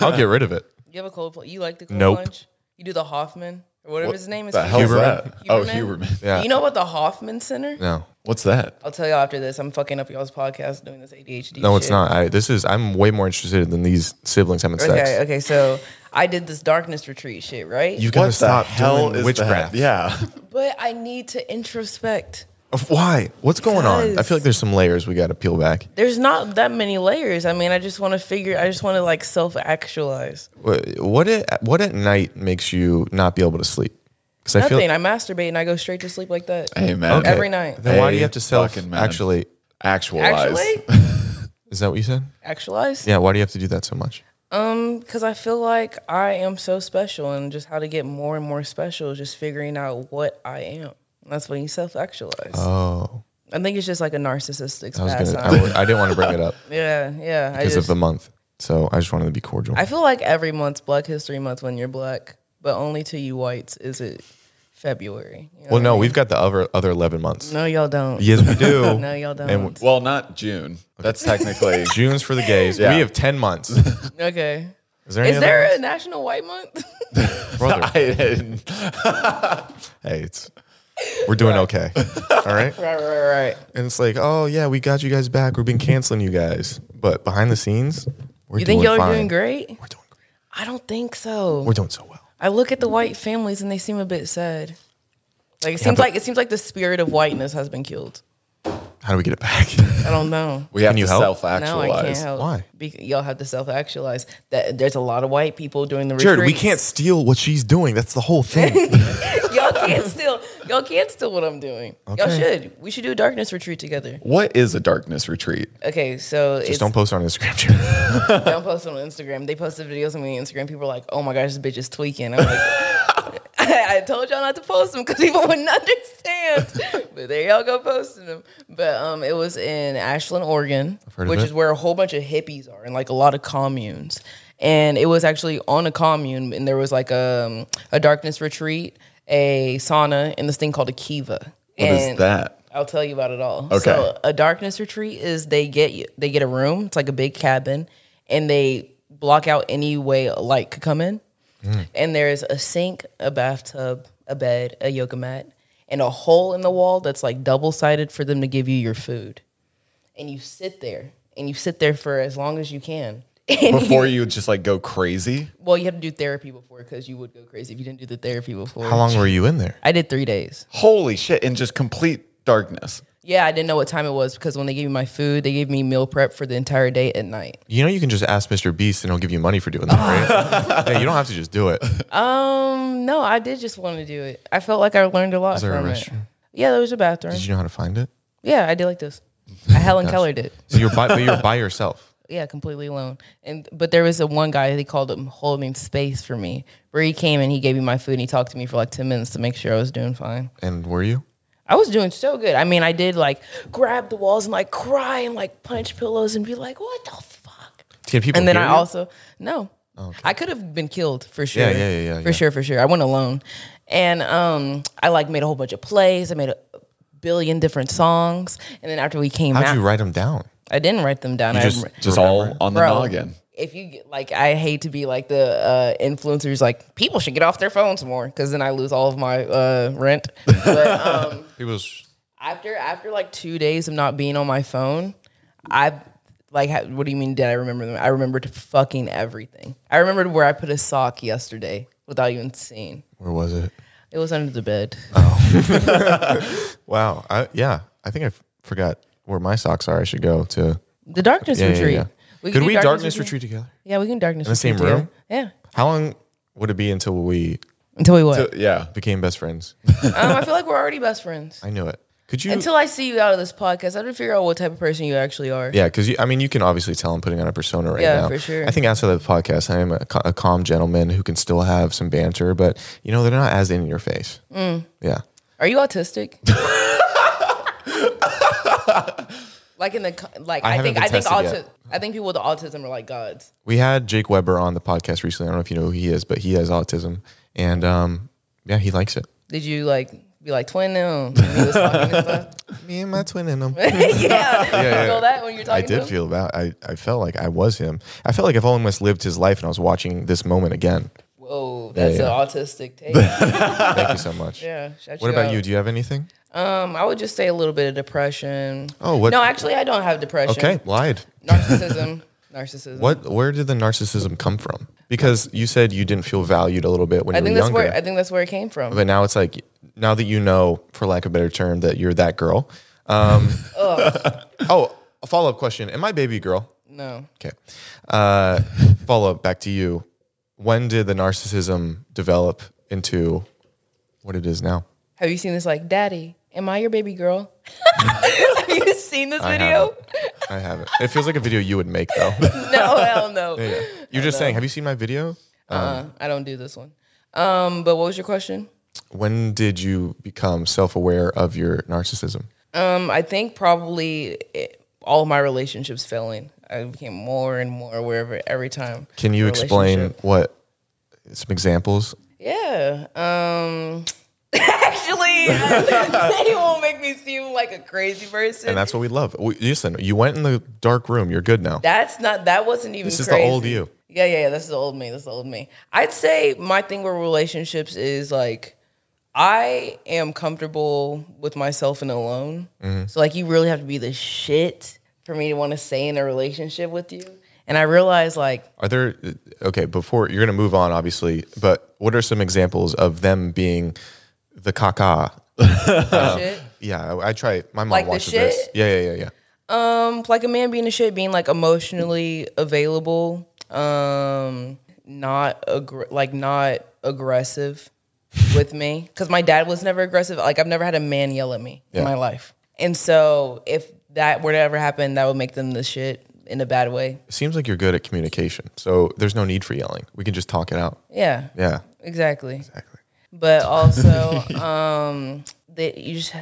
Speaker 1: I'll get rid of it.
Speaker 2: You have a cold plunge? You like the cold
Speaker 1: Nope.
Speaker 2: plunge? You do the Hoffman or whatever his name is.
Speaker 3: the hell's
Speaker 1: Huberman?
Speaker 3: that? Oh, Huberman.
Speaker 1: Yeah.
Speaker 2: You know about the Hoffman Center?
Speaker 1: No,
Speaker 3: What's that?
Speaker 2: I'll tell y'all after this. I'm fucking up y'all's podcast doing this ADHD.
Speaker 1: no, it's
Speaker 2: shit.
Speaker 1: not. I, this is. I'm way more interested than these siblings having sex.
Speaker 2: Okay, okay. So I did this darkness retreat shit, right?
Speaker 1: You gotta
Speaker 3: What the
Speaker 1: stop
Speaker 3: hell
Speaker 1: doing
Speaker 3: is
Speaker 1: witchcraft.
Speaker 3: that? Yeah.
Speaker 2: but I need to introspect.
Speaker 1: Why? What's going on? I feel like there's some layers we got to peel back.
Speaker 2: There's not that many layers. I mean, I just want to figure. I just want to like self actualize.
Speaker 1: What what at, what at night makes you not be able to sleep? Because I feel
Speaker 2: Nothing. I masturbate and I go straight to sleep like that.
Speaker 3: Hey, man.
Speaker 1: Okay.
Speaker 2: Every night.
Speaker 1: Then why do you
Speaker 3: Hey,
Speaker 1: have to self
Speaker 3: fucking man.
Speaker 1: actually?
Speaker 3: Actualize.
Speaker 2: Actually,
Speaker 1: Is that what you said?
Speaker 2: actualize.
Speaker 1: Yeah. Why do you have to do that so much?
Speaker 2: because I feel like I am so special, and just how to get more and more special is just figuring out what I am. That's when you self actualize.
Speaker 1: Oh,
Speaker 2: I think it's just like a narcissistic
Speaker 1: I was gonna.
Speaker 2: pastime.
Speaker 1: I, w- I didn't want to bring it up
Speaker 2: yeah, yeah. I
Speaker 1: because of
Speaker 2: just,
Speaker 1: the month. So I just wanted to be cordial.
Speaker 2: I feel like every month's Black History Month when you're black, but only to you whites is it February. You know
Speaker 1: well,
Speaker 2: what I
Speaker 1: no,
Speaker 2: mean?
Speaker 1: we've got the other other eleven months.
Speaker 2: no, y'all don't.
Speaker 1: Yes, we do.
Speaker 2: No, y'all don't.
Speaker 1: And
Speaker 3: Well, not June. That's technically.
Speaker 1: June's for the gays.
Speaker 3: Yeah.
Speaker 1: We have ten months. Is
Speaker 2: okay.
Speaker 1: there any
Speaker 2: Is there a
Speaker 1: other
Speaker 2: National White Month?
Speaker 1: months? brother?
Speaker 3: I didn't.
Speaker 1: hey, it's we're doing okay. All right.
Speaker 2: right, right, right.
Speaker 1: And it's like, oh yeah, we got you guys back. We've been canceling you guys, but behind the scenes, we're
Speaker 2: You
Speaker 1: doing
Speaker 2: think y'all are
Speaker 1: fine.
Speaker 2: doing great?
Speaker 1: We're doing great.
Speaker 2: I don't think so.
Speaker 1: We're doing so well.
Speaker 2: I look at the white families and they seem a bit sad. Like it seems like it seems like the spirit of whiteness has been killed.
Speaker 1: How do we get it back?
Speaker 2: I don't know.
Speaker 3: We have
Speaker 1: you
Speaker 3: to
Speaker 1: help?
Speaker 3: self
Speaker 2: No, I can't
Speaker 3: actualize.
Speaker 2: help.
Speaker 1: Why?
Speaker 2: Because y'all have to self-actualize that there's a lot of white people during the
Speaker 1: Jared, we
Speaker 2: retreats.
Speaker 1: can't steal what she's doing. That's the whole thing.
Speaker 2: y'all can't steal. Y'all can't steal what I'm doing. Y'all should. We should do a darkness retreat together.
Speaker 3: What is a darkness retreat?
Speaker 2: Okay, so it's,
Speaker 1: Just don't post it on Instagram, Jared.
Speaker 2: don't post it on Instagram. They posted videos on me on Instagram. People were like, "Oh my gosh, this bitch is tweaking." I'm like, I told y'all not to post them because people wouldn't understand. but there y'all go posting them. But um, it was in Ashland, Oregon,
Speaker 1: heard of
Speaker 2: which
Speaker 1: it.
Speaker 2: is where a whole bunch of hippies are and like a lot of communes. And it was actually on a commune, and there was like a a darkness retreat, a sauna, and this thing called a kiva.
Speaker 3: What is that?
Speaker 2: I'll tell you about it all.
Speaker 3: Okay.
Speaker 2: So a darkness retreat is they get you, they get a room. It's like a big cabin, and they block out any way light could come in.
Speaker 1: Mm.
Speaker 2: And there's a sink, a bathtub, a bed, a yoga mat, and a hole in the wall that's like double sided for them to give you your food. And you sit there, and you sit there for as long as you can.
Speaker 3: Before you just like go crazy?
Speaker 2: well, you have to do therapy before because you would go crazy if you didn't do the therapy before.
Speaker 1: How long were you in there?
Speaker 2: I did three days.
Speaker 3: Holy shit. And just complete darkness.
Speaker 2: Yeah, I didn't know what time it was because when they gave me my food, they gave me meal prep for the entire day at night.
Speaker 1: You know, you can just ask Mr. Beast and he'll give you money for doing that, right? yeah, you don't have to just do it.
Speaker 2: Um, no, I did just want to do it. I felt like I learned a lot
Speaker 1: there a
Speaker 2: from it.
Speaker 1: restroom?
Speaker 2: Yeah, there was a bathroom.
Speaker 1: Did you know how to find it?
Speaker 2: yeah, I did like this. I Helen Keller did.
Speaker 1: So you're by, but you're by yourself.
Speaker 2: Yeah, completely alone. And but there was a one guy he called him holding space for me, where he came and he gave me my food and he talked to me for like ten minutes to make sure I was doing fine.
Speaker 1: And were you?
Speaker 2: I was doing so good. I mean, I did like grab the walls and like cry and like punch pillows and be like, "What the fuck."
Speaker 1: Can people
Speaker 2: and then
Speaker 1: hear
Speaker 2: I
Speaker 1: you?
Speaker 2: also no, I could have been killed for sure.
Speaker 1: Oh, yeah, yeah, yeah,
Speaker 2: for
Speaker 1: yeah.
Speaker 2: sure, for sure. I went alone, and um, I like made a whole bunch of plays. I made a billion different songs, and then after we came
Speaker 1: How'd
Speaker 2: out,
Speaker 1: you write them down?
Speaker 2: I didn't write them down. I
Speaker 1: just-
Speaker 2: re-
Speaker 3: Just all
Speaker 1: Remember.
Speaker 3: on the
Speaker 2: Bro,
Speaker 3: noggin.
Speaker 2: If you get- like, I hate to be like the uh, influencers. Like people should get off their phones more because then I lose all of my uh, rent. But um,
Speaker 1: People's
Speaker 2: after after like two days of not being on my phone, I like ha- what do you mean? Did I remember them? I remembered fucking everything. I remembered where I put a sock yesterday without even seeing.
Speaker 1: where was it?
Speaker 2: It was under the bed.
Speaker 1: Wow. I, yeah, I think I f- forgot where my socks are. I should go to.
Speaker 2: The darkness
Speaker 1: Yeah, yeah,
Speaker 2: retreat.
Speaker 1: yeah.
Speaker 2: can
Speaker 1: Could
Speaker 2: do
Speaker 1: we darkness retreat together?
Speaker 2: Yeah, we can darkness
Speaker 1: the same
Speaker 2: retreat together.
Speaker 1: room?
Speaker 2: Yeah.
Speaker 1: How long would it be until we
Speaker 2: Until we what?
Speaker 3: Yeah.
Speaker 1: became best friends?
Speaker 2: um, I feel like we're already best friends.
Speaker 1: I knew it. Could you?
Speaker 2: Until I see you out of this podcast, I have to figure out what type of person you actually are.
Speaker 1: yeah, because I mean, you can obviously tell I'm putting on a persona right
Speaker 2: Yeah,
Speaker 1: now.
Speaker 2: for sure.
Speaker 1: I think outside of the podcast, I am a, ca- a calm gentleman who can still have some banter, but you know, they're not as in your face.
Speaker 2: Mm.
Speaker 1: Yeah.
Speaker 2: Are you autistic? like in the co- like,
Speaker 1: I
Speaker 2: I,
Speaker 1: haven't
Speaker 2: think
Speaker 1: been
Speaker 2: I
Speaker 1: tested
Speaker 2: think auti-
Speaker 1: yet.
Speaker 2: I think people with autism are like gods.
Speaker 1: We had Jake Weber on the podcast recently. I don't know if you know who he is, but he has autism, and um, yeah, he likes it.
Speaker 2: Did you like be like twin them? when you was talking and stuff?
Speaker 1: Me and my twin in him.
Speaker 2: yeah, yeah,
Speaker 1: yeah.
Speaker 2: feel that when you're
Speaker 1: I
Speaker 2: talking. to
Speaker 1: did
Speaker 2: him?
Speaker 1: feel that. I, I felt like I was him. I felt like if Owen West lived his life and I was watching this moment again.
Speaker 2: Whoa, that's
Speaker 1: Yeah,
Speaker 2: an autistic take.
Speaker 1: Thank you so much.
Speaker 2: yeah. shout
Speaker 1: What about
Speaker 2: out.
Speaker 1: you? Do you have anything?
Speaker 2: Um, I would just say a little bit of depression.
Speaker 1: Oh, what-
Speaker 2: No, actually, I don't have depression.
Speaker 1: Okay, lied.
Speaker 2: Narcissism. Narcissism.
Speaker 1: What? Where did the narcissism come from? Because you said you didn't feel valued a little bit when
Speaker 2: I
Speaker 1: you were
Speaker 2: think that's
Speaker 1: younger.
Speaker 2: where I think that's where it came from.
Speaker 1: but now it's like now that you know, for lack of a better term, that you're that girl. Um, oh, a follow up question: Am I baby girl?
Speaker 2: no.
Speaker 1: Okay. Uh, follow up back to you. When did the narcissism develop into what it is now?
Speaker 2: Have you seen this? Like, Daddy, am I your baby girl? have you seen this
Speaker 1: I
Speaker 2: video?
Speaker 1: haven't. I haven't. It feels like a video you would make though.
Speaker 2: No, hell no.
Speaker 1: You're just saying, have you seen my video?
Speaker 2: Uh, I don't do this one. Um, but what was your question?
Speaker 1: When did you become self aware of your narcissism?
Speaker 2: Um, I think probably it, all of my relationships failing. I became more and more aware of it every time.
Speaker 1: Can you explain
Speaker 2: Relationship.
Speaker 1: what some examples?
Speaker 2: Yeah. Um, actually, they won't make me seem like a crazy person.
Speaker 1: And that's what we love. We, listen, you went in the dark room. You're good now.
Speaker 2: That's not. That wasn't even.
Speaker 1: This is the
Speaker 2: crazy.
Speaker 1: old you.
Speaker 2: Yeah, yeah, yeah. This is the old me. This is the old me. I'd say my thing with relationships is like, I am comfortable with myself and alone. So like, you really have to be the shit for me to want to stay in a relationship with you. And I realized like
Speaker 1: Are there okay? Before you're gonna move on, obviously, but what are some examples of them being the caca?
Speaker 2: shit.
Speaker 1: Yeah, I, I try. My mom
Speaker 2: Like the
Speaker 1: watches this.
Speaker 2: shit?
Speaker 1: Yeah, yeah, yeah, yeah.
Speaker 2: Um, like a man being a shit, being like emotionally available, um, not aggr- like not aggressive with me, because my dad was never aggressive. Like I've never had a man yell at me in my life, and so if that were to ever happen, that would make them the shit in a bad way.
Speaker 1: It seems like you're good at communication, so there's no need for yelling. We can just talk it out.
Speaker 2: Yeah,
Speaker 1: Yeah,
Speaker 2: exactly.
Speaker 1: exactly.
Speaker 2: But also, um, that you just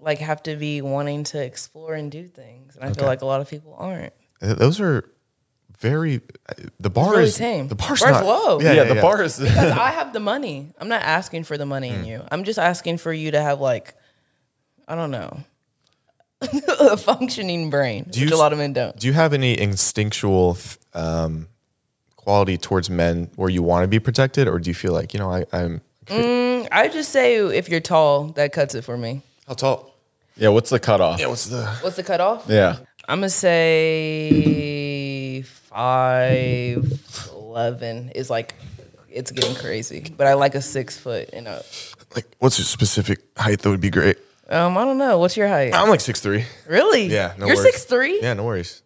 Speaker 2: like have to be wanting to explore and do things, and I feel like a lot of people aren't.
Speaker 1: Uh, Those are very. uh, The bar
Speaker 2: really
Speaker 1: is
Speaker 2: tame.
Speaker 1: the bar's,
Speaker 2: Bar's
Speaker 1: not-
Speaker 2: low.
Speaker 1: Yeah,
Speaker 3: Yeah,
Speaker 1: yeah,
Speaker 3: the
Speaker 1: yeah.
Speaker 3: bar is.
Speaker 2: Because I have the money. I'm not asking for the money
Speaker 1: Hmm.
Speaker 2: in you. I'm just asking for you to have like, I don't know, a functioning brain,
Speaker 1: you
Speaker 2: which a
Speaker 1: s-
Speaker 2: lot of men don't.
Speaker 1: Do you have any instinctual th- um, quality towards men where you want to be protected, or do you feel like you know I, I'm?
Speaker 2: I just say if you're tall, that cuts it for me.
Speaker 1: How tall?
Speaker 3: Yeah, what's the cutoff?
Speaker 1: What's the?
Speaker 2: What's the cutoff?
Speaker 3: Yeah.
Speaker 2: I'm gonna say five eleven is like it's getting crazy, but I like a six foot and up.
Speaker 1: Like, what's your specific height that would be great?
Speaker 2: Um, I don't know. What's your height?
Speaker 1: I'm like six three.
Speaker 2: Really?
Speaker 1: Yeah, no
Speaker 2: you're
Speaker 1: worries.
Speaker 2: six three.
Speaker 1: Yeah, no worries.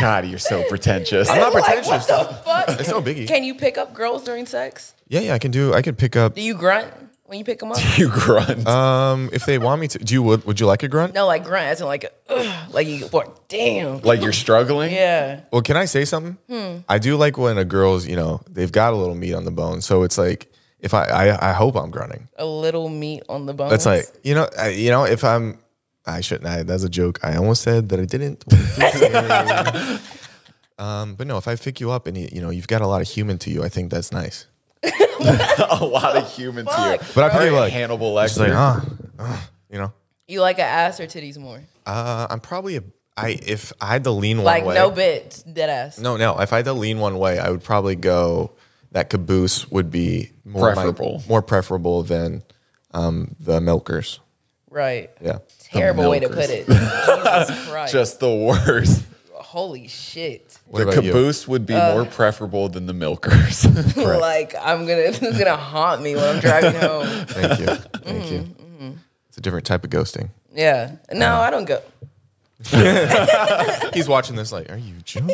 Speaker 3: God, you're so pretentious.
Speaker 1: I'm not
Speaker 2: Like
Speaker 1: pretentious.
Speaker 2: what the fuck?
Speaker 1: it's no biggie.
Speaker 2: Can you pick up girls during sex?
Speaker 1: yeah, yeah, I can do. I can pick up
Speaker 2: Do you grunt when you pick them up?
Speaker 3: you grunt.
Speaker 1: um if they want me to. Do you would would you like a grunt?
Speaker 2: no, like grunt as in like, ugh, like you boy, damn.
Speaker 3: like you're struggling?
Speaker 2: Yeah,
Speaker 1: Well, can I say something?
Speaker 2: Hmm.
Speaker 1: I do like when a girl's you know they've got a little meat on the bone, so it's like if I I, I hope I'm grunting.
Speaker 2: a little meat on the bones.
Speaker 1: That's like you know I, you know if I'm I shouldn't. I, that's a joke. I almost said that I didn't. um, but no, if I pick you up and you, you know you've got a lot of human to you, I think that's nice.
Speaker 3: A lot of humans here.
Speaker 2: Fuck.
Speaker 1: But I probably
Speaker 3: Like
Speaker 1: like
Speaker 3: Hannibal
Speaker 1: It's like
Speaker 3: Lecter.
Speaker 1: ah, ah, you know.
Speaker 2: you like an ass or titties more?
Speaker 1: Uh, I'm probably a I if I had to lean one
Speaker 2: Like
Speaker 1: way.
Speaker 2: no bits, dead ass.
Speaker 1: no, no. If I had to lean one way, I would probably go. That caboose would be more my-
Speaker 3: Preferable.
Speaker 1: more preferable than um, the milkers.
Speaker 2: Right.
Speaker 1: Yeah,
Speaker 2: Terrible way to put
Speaker 3: milkers.
Speaker 2: it. Jesus Christ.
Speaker 3: Just the worst.
Speaker 2: Holy shit.
Speaker 1: What
Speaker 3: the
Speaker 1: about you?
Speaker 3: caboose would be
Speaker 2: Uh.
Speaker 3: more preferable than the milkers.
Speaker 2: Like I'm gonna this is gonna haunt me when I'm driving home.
Speaker 1: Thank you, thank you. It's a different type of ghosting.
Speaker 2: Yeah. No,
Speaker 1: Uh-huh.
Speaker 2: I don't go.
Speaker 1: He's watching this like, are you joking?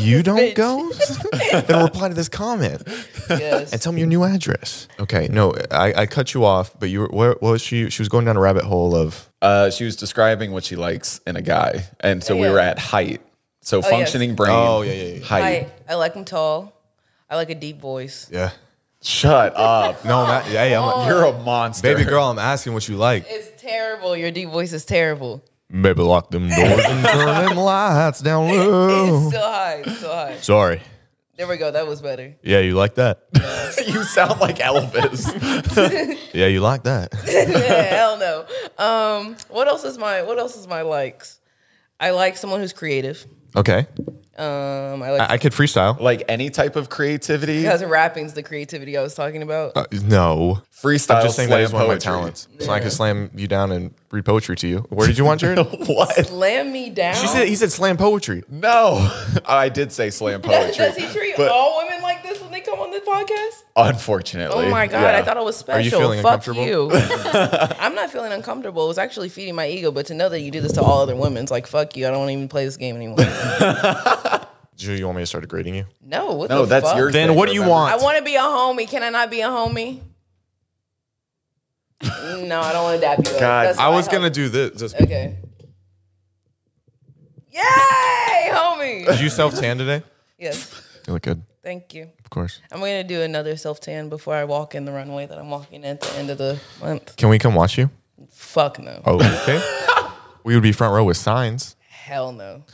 Speaker 1: you don't
Speaker 2: bitch.
Speaker 1: ghost? then reply to this comment
Speaker 2: Yes.
Speaker 1: and tell me your new address. Okay, no, I, I cut you off, but you were where, what was she? She was going down a rabbit hole of
Speaker 3: uh, she was describing what she likes in a guy. And so we
Speaker 2: Yeah.
Speaker 3: were at height. So functioning brain.
Speaker 1: Oh, yeah, yeah, yeah.
Speaker 3: Height.
Speaker 2: I, I like them tall. I like a deep voice.
Speaker 1: yeah.
Speaker 3: Shut up.
Speaker 1: No, I'm not, yeah, yeah, I'm-
Speaker 3: You're a monster.
Speaker 1: baby girl, I'm asking what you like.
Speaker 2: It's terrible. Your deep voice is terrible.
Speaker 1: Maybe lock them doors and turn them lights down
Speaker 2: It's
Speaker 1: low.
Speaker 2: still high. It's still high.
Speaker 1: Sorry.
Speaker 2: There we go. That was better.
Speaker 1: Yeah, you like that.
Speaker 3: you sound like Elvis.
Speaker 1: Yeah, you like that.
Speaker 2: Yeah, hell no. Um, what else is my what else is my likes? I like someone who's creative.
Speaker 1: Okay,
Speaker 2: Um, I like
Speaker 1: I, I could freestyle.
Speaker 3: like any type of creativity.
Speaker 2: because rapping's the creativity I was talking about.
Speaker 1: Uh, no,
Speaker 3: Freestyle
Speaker 1: I'm just saying that
Speaker 3: slam
Speaker 1: is one of my
Speaker 3: poetry.
Speaker 1: talents. So I could slam you down and read poetry to you. Where did you want Jared?
Speaker 3: What?
Speaker 2: Slam me down.
Speaker 1: She said he said slam poetry.
Speaker 3: No, I did say slam poetry.
Speaker 2: Does he treat
Speaker 3: but-
Speaker 2: all women like this when they come on the podcast?
Speaker 3: Unfortunately.
Speaker 2: Oh my god,
Speaker 3: Yeah.
Speaker 2: I thought I was special.
Speaker 1: you feeling
Speaker 2: Fuck
Speaker 1: uncomfortable?
Speaker 2: you. I'm not feeling uncomfortable. It was actually feeding my ego, but to know that you do this to all other women's like fuck you. I don't want to even play this game anymore.
Speaker 1: Do you want me to start grading you?
Speaker 2: no, what
Speaker 3: No,
Speaker 2: the
Speaker 3: that's
Speaker 2: fuck?
Speaker 3: your.
Speaker 1: Then
Speaker 3: thing,
Speaker 1: what do you
Speaker 3: remember?
Speaker 1: want?
Speaker 2: I want to be a homie. Can I not be a homie? no, I don't want to dap you. up.
Speaker 3: God,
Speaker 2: That's
Speaker 1: I
Speaker 2: my
Speaker 1: was
Speaker 2: help.
Speaker 1: gonna do this. Just,
Speaker 2: Okay. Yay, homie!
Speaker 1: Did you self tan today?
Speaker 2: yes,
Speaker 1: You look good,
Speaker 2: thank you.
Speaker 1: of course.
Speaker 2: I'm gonna do another self tan before I walk in the runway that I'm walking at the end of the month.
Speaker 1: Can we come watch you?
Speaker 2: Fuck no.
Speaker 1: Oh, okay. we would be front row with signs.
Speaker 2: Hell no.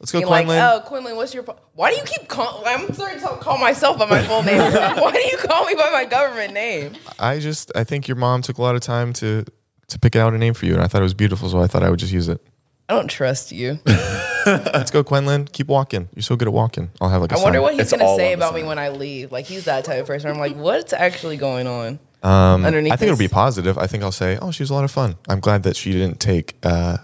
Speaker 1: Let's go,
Speaker 2: Being like,
Speaker 1: Quinlan.
Speaker 2: oh, Quinlan, what's your? Po- Why do you keep call? I'm starting to call myself by my full name. Why do you call me by my government name?
Speaker 1: I just I think your mom took a lot of time to to pick out a name for you, and I thought it was beautiful, so I thought I would just use it.
Speaker 2: I don't trust you.
Speaker 1: Let's go, Quinlan. Keep walking. You're so good at walking. I'll have like a
Speaker 2: I wonder
Speaker 1: sign.
Speaker 2: what he's
Speaker 3: It's
Speaker 2: gonna
Speaker 3: all on
Speaker 2: say
Speaker 3: the
Speaker 2: about me
Speaker 3: side.
Speaker 2: when I leave. Like he's that type of person. I'm like, what's actually going on?
Speaker 1: Um,
Speaker 2: underneath
Speaker 1: I think it'll be
Speaker 2: this.
Speaker 1: positive. I think I'll say, "Oh, she was a lot of fun. I'm glad that she didn't take uh,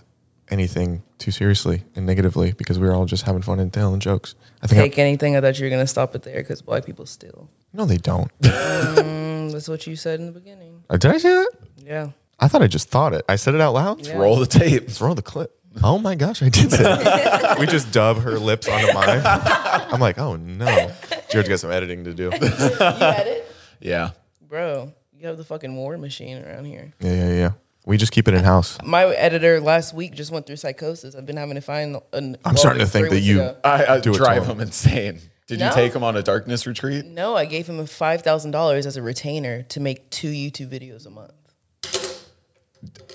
Speaker 1: anything too seriously and negatively because we were all just having fun and telling jokes. I think.
Speaker 2: Take anything. I thought you were gonna stop it there because black people steal.
Speaker 1: I, no, they don't.
Speaker 2: Mm, That's what you said in the beginning.
Speaker 1: Uh, Did I say that?
Speaker 2: Yeah.
Speaker 1: I thought I just thought it. I said it out loud.
Speaker 2: Yeah.
Speaker 3: Roll the tape.
Speaker 1: Let's roll the clip. Oh my gosh, I did say that. we just dub her lips onto mine. I'm like, oh no. George got some editing to do. Yeah,
Speaker 2: You had it,
Speaker 3: Yeah.
Speaker 2: bro. You have the fucking war machine around here.
Speaker 1: yeah, yeah. We just keep it in house.
Speaker 2: My editor last week just went through psychosis. I've been having to find. An,
Speaker 1: I'm starting to think that you.
Speaker 3: I, I
Speaker 1: Do it to
Speaker 3: drive
Speaker 1: him.
Speaker 3: him insane. Did you
Speaker 2: No.
Speaker 3: take him on a darkness retreat?
Speaker 2: No, I gave him a five thousand dollars as a retainer to make two YouTube videos a month,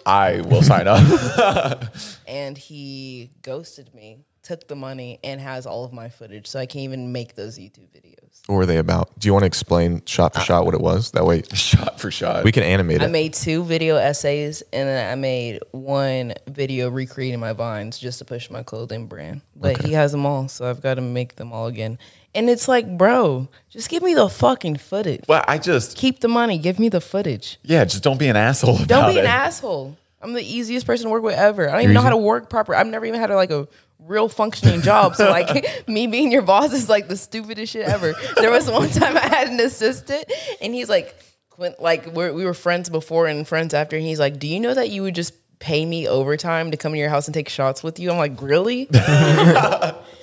Speaker 3: I will sign up.
Speaker 2: and he ghosted me, took the money, and has all of my footage, so I can't even make those YouTube videos.
Speaker 1: What were they about? Do you want to explain shot for shot what it was? That way
Speaker 3: shot for shot.
Speaker 1: we can animate
Speaker 2: I
Speaker 1: it.
Speaker 2: made two video essays, and then I made one video recreating my vines just to push my clothing brand. But he has them all, so I've got to make them all again. And it's like, bro, just give me the fucking footage.
Speaker 3: Well, I just
Speaker 2: Keep the money. Give me the footage.
Speaker 3: yeah, just don't be an asshole about
Speaker 2: Don't be
Speaker 3: it.
Speaker 2: an asshole. I'm the easiest person to work with ever. I don't even know how to work proper. I've never even had like a real functioning job. So like me being your boss is like the stupidest shit ever. There was one time I had an assistant and he's like, Quint, like we're, we were friends before and friends after. And he's like, do you know that you would just pay me overtime to come to your house and take shots with you? I'm like, really?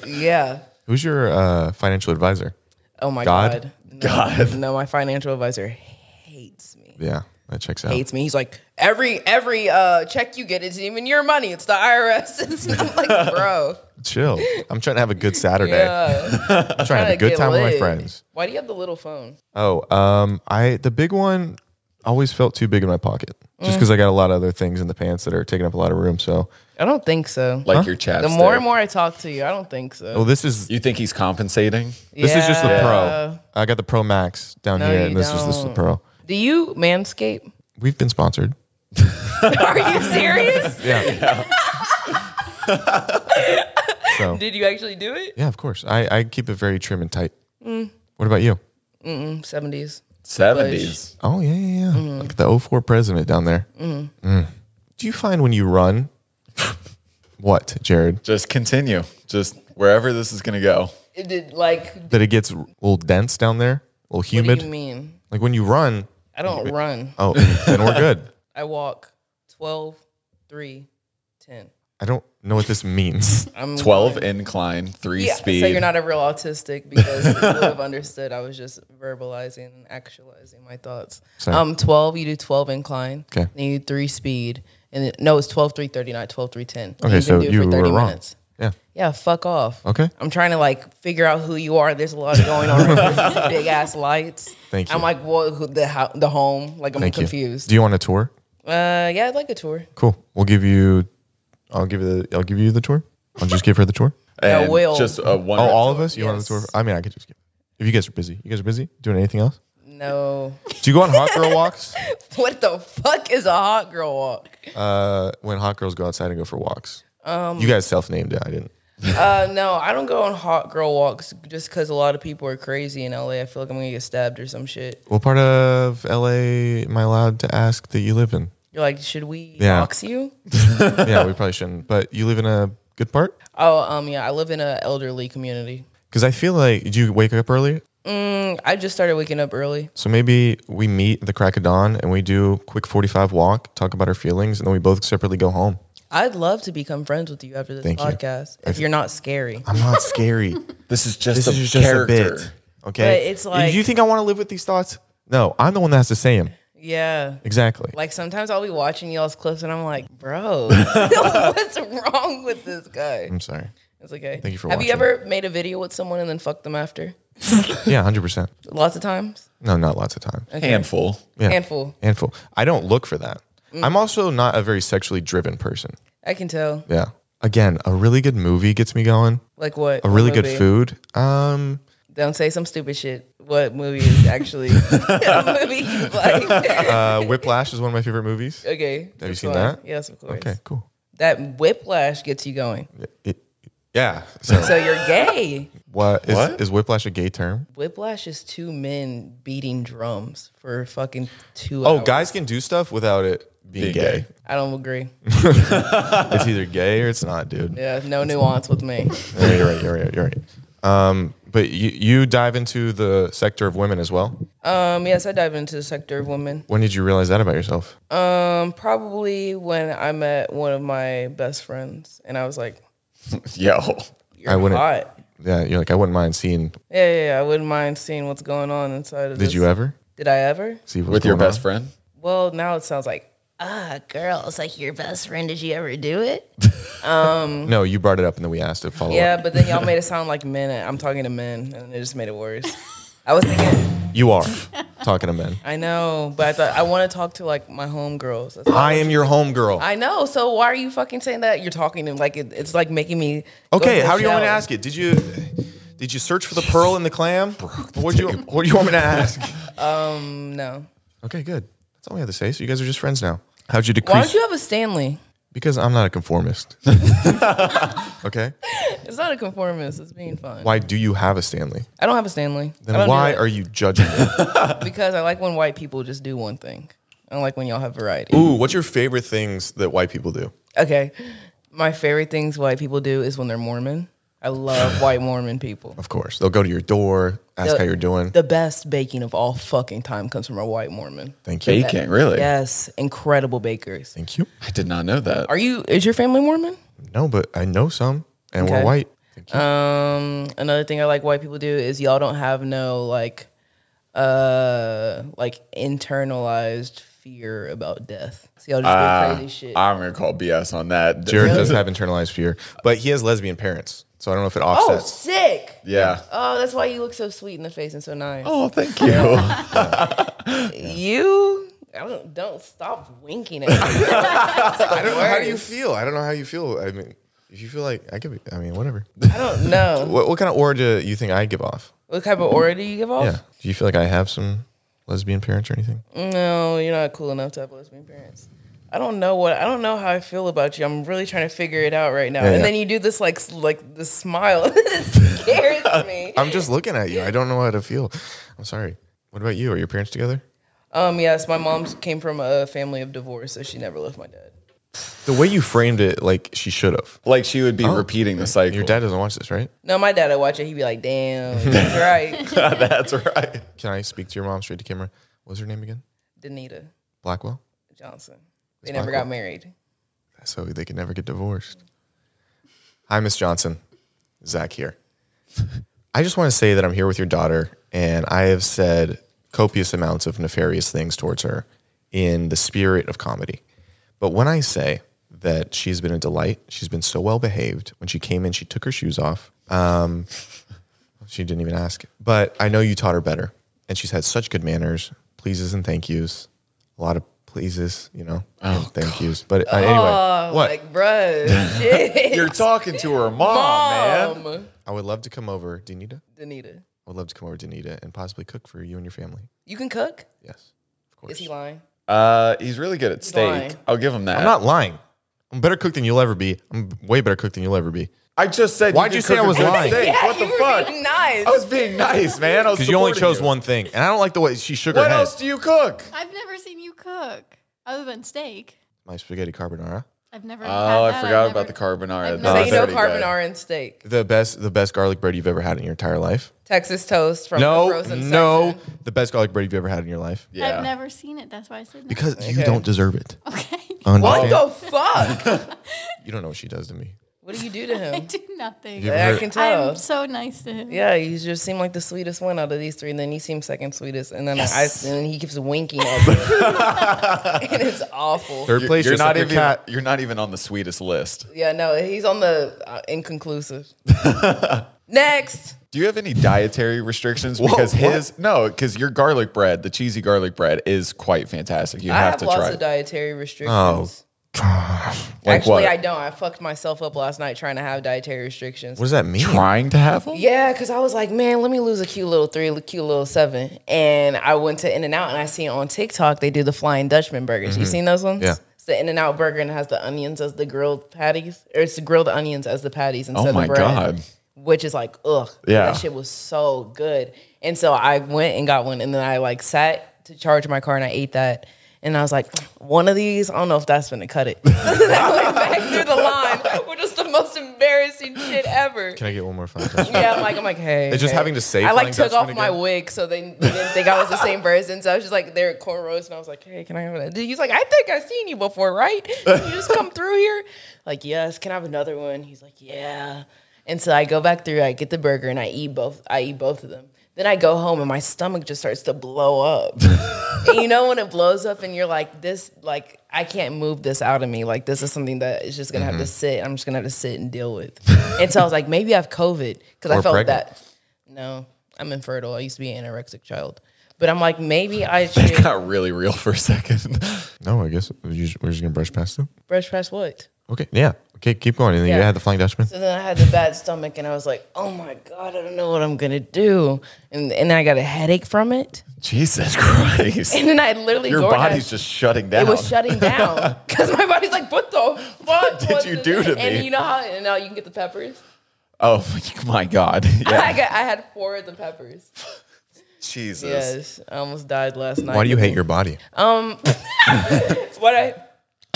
Speaker 2: yeah.
Speaker 1: Who's your uh, financial advisor?
Speaker 2: Oh my
Speaker 1: God?
Speaker 2: God. No, No, my financial advisor hates me
Speaker 1: Yeah, that checks out.
Speaker 2: hates me. He's like, every every uh, check you get isn't even your money. It's the IRS. And I'm like, bro,
Speaker 1: Chill. I'm trying to have a good Saturday.
Speaker 2: yeah.
Speaker 1: I'm trying to have a good
Speaker 2: get
Speaker 1: time with my
Speaker 2: laid.
Speaker 1: friends.
Speaker 2: Why do you have the little phone?
Speaker 1: Oh, um, I the big one always felt too big in my pocket, just because I got a lot of other things in the pants that are taking up a lot of room. So,
Speaker 2: I don't think so.
Speaker 3: like your chapstick.
Speaker 2: the more and more I talk to you, I don't think so.
Speaker 1: well, this is
Speaker 3: you think he's compensating.
Speaker 1: this is just the
Speaker 2: Yeah.
Speaker 1: pro. I got the Pro Max down
Speaker 2: No,
Speaker 1: here,
Speaker 2: you
Speaker 1: and this is this is the
Speaker 2: don't.
Speaker 1: pro.
Speaker 2: Do you manscape?
Speaker 1: We've been sponsored.
Speaker 2: Are you serious?
Speaker 1: Yeah. so
Speaker 2: Did you actually do it?
Speaker 1: yeah, of course. I, I keep it very trim and tight.
Speaker 2: Mm.
Speaker 1: What about you? Mm,
Speaker 2: Seventies.
Speaker 3: Seventies.
Speaker 1: Oh yeah, yeah, yeah.
Speaker 2: Mm-hmm.
Speaker 1: Like the 04 president down there. Mm. Do you find when you run? what, Jared?
Speaker 3: Just continue. Just wherever this is gonna go.
Speaker 2: It did like.
Speaker 1: That it gets a little dense down there, a little
Speaker 2: What
Speaker 1: humid.
Speaker 2: do you mean?
Speaker 1: Like when you run,
Speaker 2: I don't run.
Speaker 1: oh, then we're good.
Speaker 2: I walk 12, 3, 10.
Speaker 1: I don't know what this means.
Speaker 2: I'm
Speaker 3: Twelve incline, three
Speaker 2: Yeah,
Speaker 3: speed.
Speaker 2: so you're not a real autistic because you would have understood. I was just verbalizing and actualizing my thoughts.
Speaker 1: So-
Speaker 2: Um, 12, you do 12 incline.
Speaker 1: Okay.
Speaker 2: Then you do three speed. And then, no, it's 12, 3, 30, not 12, 3, 10.
Speaker 1: Okay,
Speaker 2: can
Speaker 1: so
Speaker 2: do it
Speaker 1: you
Speaker 2: for 30
Speaker 1: were wrong.
Speaker 2: minutes.
Speaker 1: Yeah.
Speaker 2: Yeah, fuck off.
Speaker 1: Okay.
Speaker 2: I'm trying to like figure out who you are. There's a lot going on. right now. Big ass lights.
Speaker 1: Thank you.
Speaker 2: I'm like, what? Who, the ho- the home? Like, I'm
Speaker 1: Thank
Speaker 2: confused.
Speaker 1: you. Do you want a tour?
Speaker 2: uh, yeah, I'd like a tour.
Speaker 1: Cool. We'll give you. I'll give you the. I'll give you the tour. I'll just give her the tour.
Speaker 3: And
Speaker 2: No, Will.
Speaker 3: Just a one.
Speaker 1: Oh, all of us. You want the tour?
Speaker 2: Yes.
Speaker 1: I mean, I could just. give If you guys are busy, you guys are busy doing anything else.
Speaker 2: No.
Speaker 1: Do you go on hot girl walks?
Speaker 2: what the fuck is a hot girl walk?
Speaker 1: Uh, when hot girls go outside and go for walks. Um, you guys self named it. I didn't.
Speaker 2: Uh, no, I don't go on hot girl walks just because a lot of people are crazy in LA. I feel like I'm gonna get stabbed or some shit.
Speaker 1: What part of LA am I allowed to ask that you live in?
Speaker 2: You're like, should we
Speaker 1: Yeah.
Speaker 2: box you?
Speaker 1: yeah, we probably shouldn't. But you live in a good part
Speaker 2: Oh, um, yeah, I live in an elderly community.
Speaker 1: because I feel like do you wake up early?
Speaker 2: I just started waking up early.
Speaker 1: So maybe we meet at the crack of dawn and we do a quick forty five walk, talk about our feelings, and then we both separately go home.
Speaker 2: I'd love to become friends with you after this
Speaker 1: Thank you.
Speaker 2: podcast if you're not scary.
Speaker 1: I'm not scary.
Speaker 3: This is just
Speaker 1: this
Speaker 3: a
Speaker 1: is just
Speaker 3: character.
Speaker 1: a bit. Okay.
Speaker 2: But it's like-
Speaker 1: Do you think I want to live with these thoughts? No, I'm the one that has to say them.
Speaker 2: Yeah.
Speaker 1: Exactly.
Speaker 2: Like sometimes I'll be watching y'all's clips and I'm like, bro, what's wrong with this guy?
Speaker 1: I'm sorry.
Speaker 2: It's okay.
Speaker 1: Thank you for
Speaker 2: Have you
Speaker 1: watching.
Speaker 2: ever made a video with someone and then fucked them after?
Speaker 1: Yeah, hundred percent.
Speaker 2: Lots of times.
Speaker 1: No, not lots of time.
Speaker 3: Handful.
Speaker 1: Yeah.
Speaker 2: Handful.
Speaker 1: Handful. I don't look for that.
Speaker 2: Mm.
Speaker 1: I'm also not a very sexually driven person.
Speaker 2: I can tell.
Speaker 1: Yeah. Again, a really good movie gets me going.
Speaker 2: Like what?
Speaker 1: A really
Speaker 2: Movie.
Speaker 1: good food. Um,
Speaker 2: Don't say some stupid shit. What movie is actually a movie you like?
Speaker 1: uh, Whiplash is one of my favorite movies.
Speaker 2: okay.
Speaker 1: Have you
Speaker 2: it's
Speaker 1: seen
Speaker 2: fine.
Speaker 1: that?
Speaker 2: Yes, of course.
Speaker 1: Okay, cool.
Speaker 2: That whiplash gets you going.
Speaker 1: It- yeah. So,
Speaker 2: So you're gay.
Speaker 1: what is,
Speaker 3: What?
Speaker 1: is Whiplash a gay term?
Speaker 2: Whiplash is two men beating drums for fucking two
Speaker 1: Oh,
Speaker 2: hours.
Speaker 1: guys can do stuff without it being gay.
Speaker 2: I don't agree.
Speaker 1: It's either gay or it's not, dude.
Speaker 2: Yeah, no nuance with me.
Speaker 1: Yeah, you're right. You're right. You're right. Um, but you, you dive into the sector of women as well.
Speaker 2: Um, yes, I dive into the sector of women.
Speaker 1: When did you realize that about yourself?
Speaker 2: Um, probably when I met one of my best friends, and I was like,
Speaker 3: Yo.
Speaker 2: "You're
Speaker 1: I wouldn't-
Speaker 2: hot."
Speaker 1: Yeah, you're like I wouldn't mind seeing.
Speaker 2: Yeah, yeah, yeah, I wouldn't mind seeing what's going on inside of.
Speaker 1: Did
Speaker 2: this.
Speaker 1: you ever
Speaker 2: Did I ever?
Speaker 1: see what's
Speaker 3: With your
Speaker 1: going
Speaker 3: best
Speaker 1: on?
Speaker 3: friend?
Speaker 2: Well, now it sounds like ah, girls, like your best friend. Did you ever do it?
Speaker 1: No, you brought it up and then we asked to follow
Speaker 2: Yeah,
Speaker 1: up.
Speaker 2: but then y'all made it sound like men. I'm talking to men, and it just made it worse. I was thinking,
Speaker 1: You are talking to men.
Speaker 2: I know, but I thought I want to talk to like my homegirls. That's-
Speaker 1: I am your homegirl.
Speaker 2: I know. So why are you fucking saying that? You're talking to like it, it's like making me. go
Speaker 1: Okay,
Speaker 2: the
Speaker 1: how do you want me to
Speaker 2: shower.
Speaker 1: ask it? Did you did you search for the pearl in the clam? What do you What do you want me to ask?
Speaker 2: Mm, No.
Speaker 1: okay, good. That's all we have to say. So you guys are just friends now. How'd you decrease?
Speaker 2: Why don't you have a Stanley?
Speaker 1: because I'm not a conformist. okay.
Speaker 2: It's not a conformist. It's being fun.
Speaker 1: Why do you have a Stanley?
Speaker 2: I don't have a Stanley. I don't
Speaker 1: Then
Speaker 2: do
Speaker 1: why
Speaker 2: that.
Speaker 1: are you judging me?
Speaker 2: Because I like when white people just do one thing. I don't like when y'all have variety.
Speaker 1: Ooh, what's your favorite things that white people do?
Speaker 2: Okay. My favorite things white people do is when they're Mormon. I love white Mormon people.
Speaker 1: Of course, they'll go to your door, ask
Speaker 2: The-
Speaker 1: how you're doing.
Speaker 2: The best baking of all fucking time comes from a white Mormon.
Speaker 1: Thank you.
Speaker 3: Baking, really?
Speaker 2: Yes, incredible bakers.
Speaker 1: Thank you.
Speaker 3: I did not know that.
Speaker 2: Are you? Is your family Mormon?
Speaker 1: No, but I know some, and we're
Speaker 2: Okay.
Speaker 1: white. Thank you.
Speaker 2: Um, another thing I like white people do is y'all don't have no like, uh, like internalized fear about death. So y'all just
Speaker 1: Ah,
Speaker 2: do crazy shit.
Speaker 3: Ah, I'm going to call BS on that.
Speaker 1: Jared does have internalized fear, but he has lesbian parents, so I don't know if it
Speaker 2: oh,
Speaker 1: offsets.
Speaker 2: sick!
Speaker 3: Yeah.
Speaker 2: Oh, that's why you look so sweet in the face and so nice.
Speaker 3: Oh, thank you.
Speaker 2: You. I don't, don't stop winking at me.
Speaker 1: I don't know how do you feel. I don't know how you feel. I mean, if you feel like I could, be, I mean, whatever.
Speaker 2: I don't know.
Speaker 1: what, what kind of aura do you think I give off?
Speaker 2: What type of aura do you give off?
Speaker 1: Yeah. Do you feel like I have some lesbian parents or anything?
Speaker 2: No, you're not cool enough to have lesbian parents. I don't know what I don't know how I feel about you. I'm really trying to figure it out right now. and
Speaker 1: yeah.
Speaker 2: then you do this like s- like this smile. it scares me.
Speaker 1: I'm just looking at you. I don't know how to feel. I'm sorry. What about you? Are your parents together?
Speaker 2: Um, yes, my mom came from a family of divorce, so she never left my dad.
Speaker 1: The way you framed it, like she should have.
Speaker 3: like she would be
Speaker 1: Oh,
Speaker 3: repeating the cycle.
Speaker 1: Your dad doesn't watch this, right?
Speaker 2: No, my dad, I watch it. He'd be like, "Damn, that's right,
Speaker 3: That's right.
Speaker 1: Can I speak to your mom straight to camera? What's her name again?
Speaker 2: Danita
Speaker 1: Blackwell.
Speaker 2: Johnson." They never got married.
Speaker 1: So they can never get divorced. Hi, Miss Johnson. Zach here. I just want to say that I'm here with your daughter, and I have said copious amounts of nefarious things towards her in the spirit of comedy. But when I say that she's been a delight, she's been so well behaved. When she came in, she took her shoes off. Um, she didn't even ask. But I know you taught her better, and she's had such good manners, pleases and thank yous, a lot of pleases, you know, and thank yous. But uh, anyway, what?
Speaker 2: Like, bruh, shit.
Speaker 3: You're talking to her mom, man.
Speaker 2: Mom,
Speaker 1: I would love to come over, Danita. I
Speaker 2: Danita,
Speaker 1: would love to come over, Danita, and possibly cook for you and your family.
Speaker 2: you can cook.
Speaker 1: Yes, of course.
Speaker 2: Is he lying?
Speaker 3: Uh, he's really good at steak.
Speaker 2: lying.
Speaker 3: I'll give him that.
Speaker 1: I'm not lying. I'm a better cook than you'll ever be. I'm way better cook than you'll ever be.
Speaker 3: I just said.
Speaker 1: Why'd
Speaker 3: could
Speaker 1: you say
Speaker 3: cook
Speaker 1: I
Speaker 3: a
Speaker 1: was
Speaker 3: good
Speaker 1: lying?
Speaker 3: steak.
Speaker 2: Yeah,
Speaker 3: what the
Speaker 2: you were
Speaker 3: fuck?
Speaker 2: being nice.
Speaker 3: I was being nice, man. I was
Speaker 1: Because you only
Speaker 3: supporting
Speaker 1: chose one thing, and I don't like the way she shook her
Speaker 3: What
Speaker 1: head.
Speaker 3: else do you cook?
Speaker 4: I've never seen you cook other than steak.
Speaker 1: My spaghetti carbonara.
Speaker 4: I've never.
Speaker 3: Oh,
Speaker 2: Uh,
Speaker 3: I forgot about the
Speaker 4: carbon.
Speaker 3: carbonara.
Speaker 4: I've
Speaker 3: That's
Speaker 4: never-
Speaker 2: so you know
Speaker 3: pretty good.
Speaker 2: carbonara and steak,
Speaker 1: The best, the best garlic bread you've ever had in your entire life.
Speaker 2: Texas toast from the
Speaker 1: No,
Speaker 2: frozen
Speaker 1: no,
Speaker 2: section.
Speaker 1: the best garlic bread you've ever had in your life.
Speaker 3: Yeah.
Speaker 4: I've never seen it. That's why I said no.
Speaker 1: Because you don't deserve it.
Speaker 4: okay.
Speaker 2: What
Speaker 1: Understand?
Speaker 2: the fuck?
Speaker 1: You don't know what she does to me.
Speaker 2: what do you do to
Speaker 4: I
Speaker 3: Oh.
Speaker 2: him?
Speaker 4: do nothing.
Speaker 1: You-
Speaker 2: I can tell.
Speaker 4: I'm so nice to him.
Speaker 2: yeah, you just seem like the sweetest one out of these three, and then you seem second sweetest, and then I and he keeps winking at me, and it's awful.
Speaker 1: 3rd place,
Speaker 3: You're
Speaker 1: just like
Speaker 3: not
Speaker 1: your
Speaker 3: even.
Speaker 1: cat.
Speaker 3: You're not even on the sweetest list.
Speaker 2: Yeah, no, he's on the uh, inconclusive. Next,
Speaker 3: Do you have any dietary restrictions? because
Speaker 1: what?
Speaker 3: his no, because your garlic bread, the cheesy garlic bread, is quite fantastic. You
Speaker 2: I
Speaker 3: have,
Speaker 2: have
Speaker 3: to
Speaker 2: lots
Speaker 3: try.
Speaker 2: of
Speaker 3: it. Oh,
Speaker 2: dietary restrictions.
Speaker 3: Like
Speaker 2: Actually,
Speaker 3: what?
Speaker 2: I don't. I fucked myself up last night trying to have dietary restrictions.
Speaker 1: What does that mean?
Speaker 3: Trying to have them.
Speaker 2: Yeah, because I was like, man, let me lose a cute little three, a cute little seven. And I went to In N Out and I seen on TikTok they do the Flying Dutchman burgers.
Speaker 3: Mm-hmm.
Speaker 2: You seen those ones?
Speaker 1: Yeah.
Speaker 2: It's the In N Out burger and it has the onions as the grilled patties, or it's the grilled onions as the patties instead
Speaker 3: Oh
Speaker 2: of
Speaker 3: my
Speaker 2: bread,
Speaker 3: god.
Speaker 2: Which is like, ugh.
Speaker 3: Yeah.
Speaker 2: That shit was so good. And so I went and got one and then I like sat to charge my car and I ate that. And I was like, one of these, I don't know if that's gonna cut it. And I went back through the line, which is the most embarrassing shit ever.
Speaker 1: Can I get one more flying Dutchman?
Speaker 2: Yeah, I'm like, I'm like, hey.
Speaker 1: just
Speaker 2: hey.
Speaker 1: having to say
Speaker 2: I
Speaker 1: Flying
Speaker 2: like took off
Speaker 1: Dutchman
Speaker 2: my
Speaker 1: again?
Speaker 2: wig so they, they didn't think I was the same person. So I was just like, they're at cornrows, and I was like, hey, can I have that? He's like, I think I've seen you before, right? Can you just come through here? Like, yes. Can I have another one? He's like, yeah. And so I go back through. I get the burger and I eat both. I eat both of them. Then I go home and my stomach just starts to blow up. and you know when it blows up and you're like, this, like I can't move this out of me. Like this is something that is just gonna
Speaker 3: Mm-hmm.
Speaker 2: have to sit. I'm just gonna have to sit and deal with. and so I was like, maybe I have COVID because I
Speaker 1: Or
Speaker 2: felt
Speaker 1: pregnant.
Speaker 2: that. No, I'm infertile. I used to be an anorexic child, but I'm like, maybe I should
Speaker 3: Got really real for a second.
Speaker 1: No, I guess we're just, we're just gonna brush past them.
Speaker 2: brush past what.
Speaker 1: Okay, yeah. Okay, keep going. And then you
Speaker 2: Yeah.
Speaker 1: had the flying Dutchman.
Speaker 2: So then I had the bad stomach, and I was like, oh my god, I don't know what I'm gonna do. And and I got a headache from it.
Speaker 3: Jesus Christ.
Speaker 2: And then I literally
Speaker 3: Your
Speaker 2: DoorDash-
Speaker 3: body's just shutting down.
Speaker 2: It was shutting down because my body's like, what the fuck?
Speaker 3: did
Speaker 2: was
Speaker 3: you
Speaker 2: this?"
Speaker 3: do to me?
Speaker 2: And you know how and now you can get the peppers.
Speaker 3: oh my God.
Speaker 2: I
Speaker 3: Yeah.
Speaker 2: got I had four of the peppers.
Speaker 3: Jesus.
Speaker 2: Yes, I almost died last night.
Speaker 1: Why do you hate your body?
Speaker 2: What I?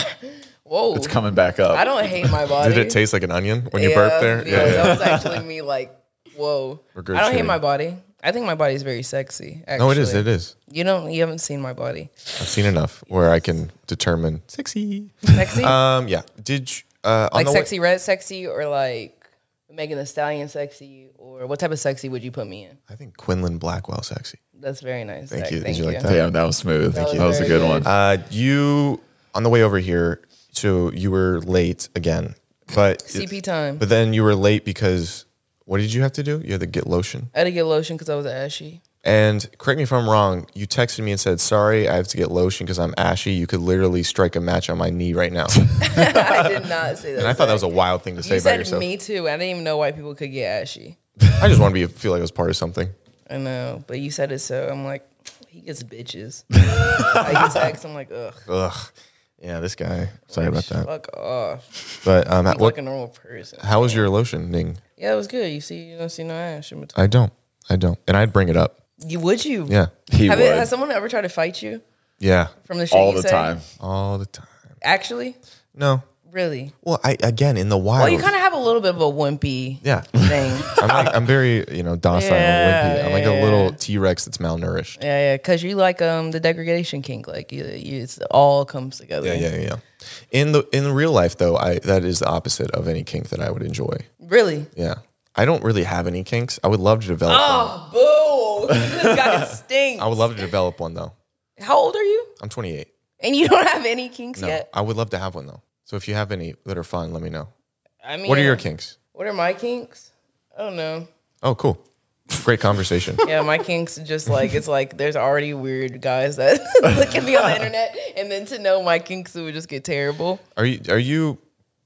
Speaker 2: Whoa!
Speaker 3: It's coming back up.
Speaker 2: I don't hate my body.
Speaker 1: Did it taste like an onion when you
Speaker 2: Yeah,
Speaker 1: burped there?
Speaker 2: Yeah, that was actually me. Like, whoa. I don't hate
Speaker 1: Regurgitating.
Speaker 2: my body. I think my body's very sexy. Actually.
Speaker 1: No, it is. It is.
Speaker 2: You don't. You haven't seen my body.
Speaker 1: I've seen enough where I can determine sexy.
Speaker 2: Sexy,
Speaker 1: Um, yeah. Did you, uh, on
Speaker 2: like
Speaker 1: the way-
Speaker 2: sexy red, sexy, or like Megan the Stallion, sexy, or what type of sexy would you put me in?
Speaker 1: I think Quinlan Blackwell sexy.
Speaker 2: That's very nice.
Speaker 1: Thank
Speaker 2: Zach.
Speaker 1: you. Did
Speaker 2: Thank
Speaker 1: you like that?
Speaker 3: Damn, that was smooth. Thank
Speaker 2: was
Speaker 3: you. That was a
Speaker 2: very
Speaker 3: good
Speaker 2: good.
Speaker 3: one.
Speaker 1: Uh, you on the way over here, so you were late again, but
Speaker 2: CP time.
Speaker 1: But then you were late because what did you have to do? You had to get lotion.
Speaker 2: I had to get lotion because I was ashy.
Speaker 1: And correct me if I'm wrong. You texted me and said, "Sorry, I have to get lotion because I'm ashy. You could literally strike a match on my knee right now." and
Speaker 2: I did not say that.
Speaker 1: I thought that was a wild thing to say
Speaker 2: You
Speaker 1: about
Speaker 2: said
Speaker 1: yourself.
Speaker 2: me too. I didn't even know white people could get ashy.
Speaker 1: I just want to be feel like I was part of something.
Speaker 2: I know, but you said it so. I'm like, he gets bitches. I get text. I'm like, ugh.
Speaker 1: Ugh. Yeah, this guy. Sorry about that.
Speaker 2: Fuck off.
Speaker 1: But um,
Speaker 2: He's
Speaker 1: what?
Speaker 2: like a normal person.
Speaker 1: How was your lotioning?
Speaker 2: Yeah, it was good. You see, you don't see no ash. in between.
Speaker 1: I don't. I don't. And I'd bring it up.
Speaker 2: You would you?
Speaker 1: Yeah.
Speaker 3: he
Speaker 2: Have
Speaker 3: would.
Speaker 2: it, has someone ever tried to fight you
Speaker 1: Yeah.
Speaker 2: from the shit
Speaker 3: all
Speaker 2: you
Speaker 3: the
Speaker 2: say?
Speaker 3: time.
Speaker 1: All the time.
Speaker 2: Actually,
Speaker 1: No.
Speaker 2: really.
Speaker 1: Well, I again in the wild.
Speaker 2: Well, you kind of have a little bit of a wimpy
Speaker 1: Yeah.
Speaker 2: thing.
Speaker 1: I'm like I'm very you know docile and wimpy.
Speaker 2: Yeah,
Speaker 1: I'm like
Speaker 2: yeah,
Speaker 1: a little T Rex that's malnourished.
Speaker 2: yeah, yeah, because you like um the degradation kink. Like you, you it's all comes together.
Speaker 1: Yeah, yeah, yeah. In the in real life though, I that is the opposite of any kink that I would enjoy.
Speaker 2: Really.
Speaker 1: Yeah. I don't really have any kinks. I would love to develop one.
Speaker 2: Oh, boo! this guy stinks.
Speaker 1: I would love to develop one though.
Speaker 2: How old are you?
Speaker 1: I'm 28.
Speaker 2: And you don't have any kinks
Speaker 1: No,
Speaker 2: yet.
Speaker 1: I would love to have one though. So if you have any that are fun, let me know.
Speaker 2: I mean,
Speaker 1: What are your kinks?
Speaker 2: What are my kinks? Oh no.
Speaker 1: Oh, cool. Great conversation.
Speaker 2: Yeah, my kinks are just like it's like there's already weird guys that look at me on the internet, and then to know my kinks it would just get terrible.
Speaker 1: Are you are you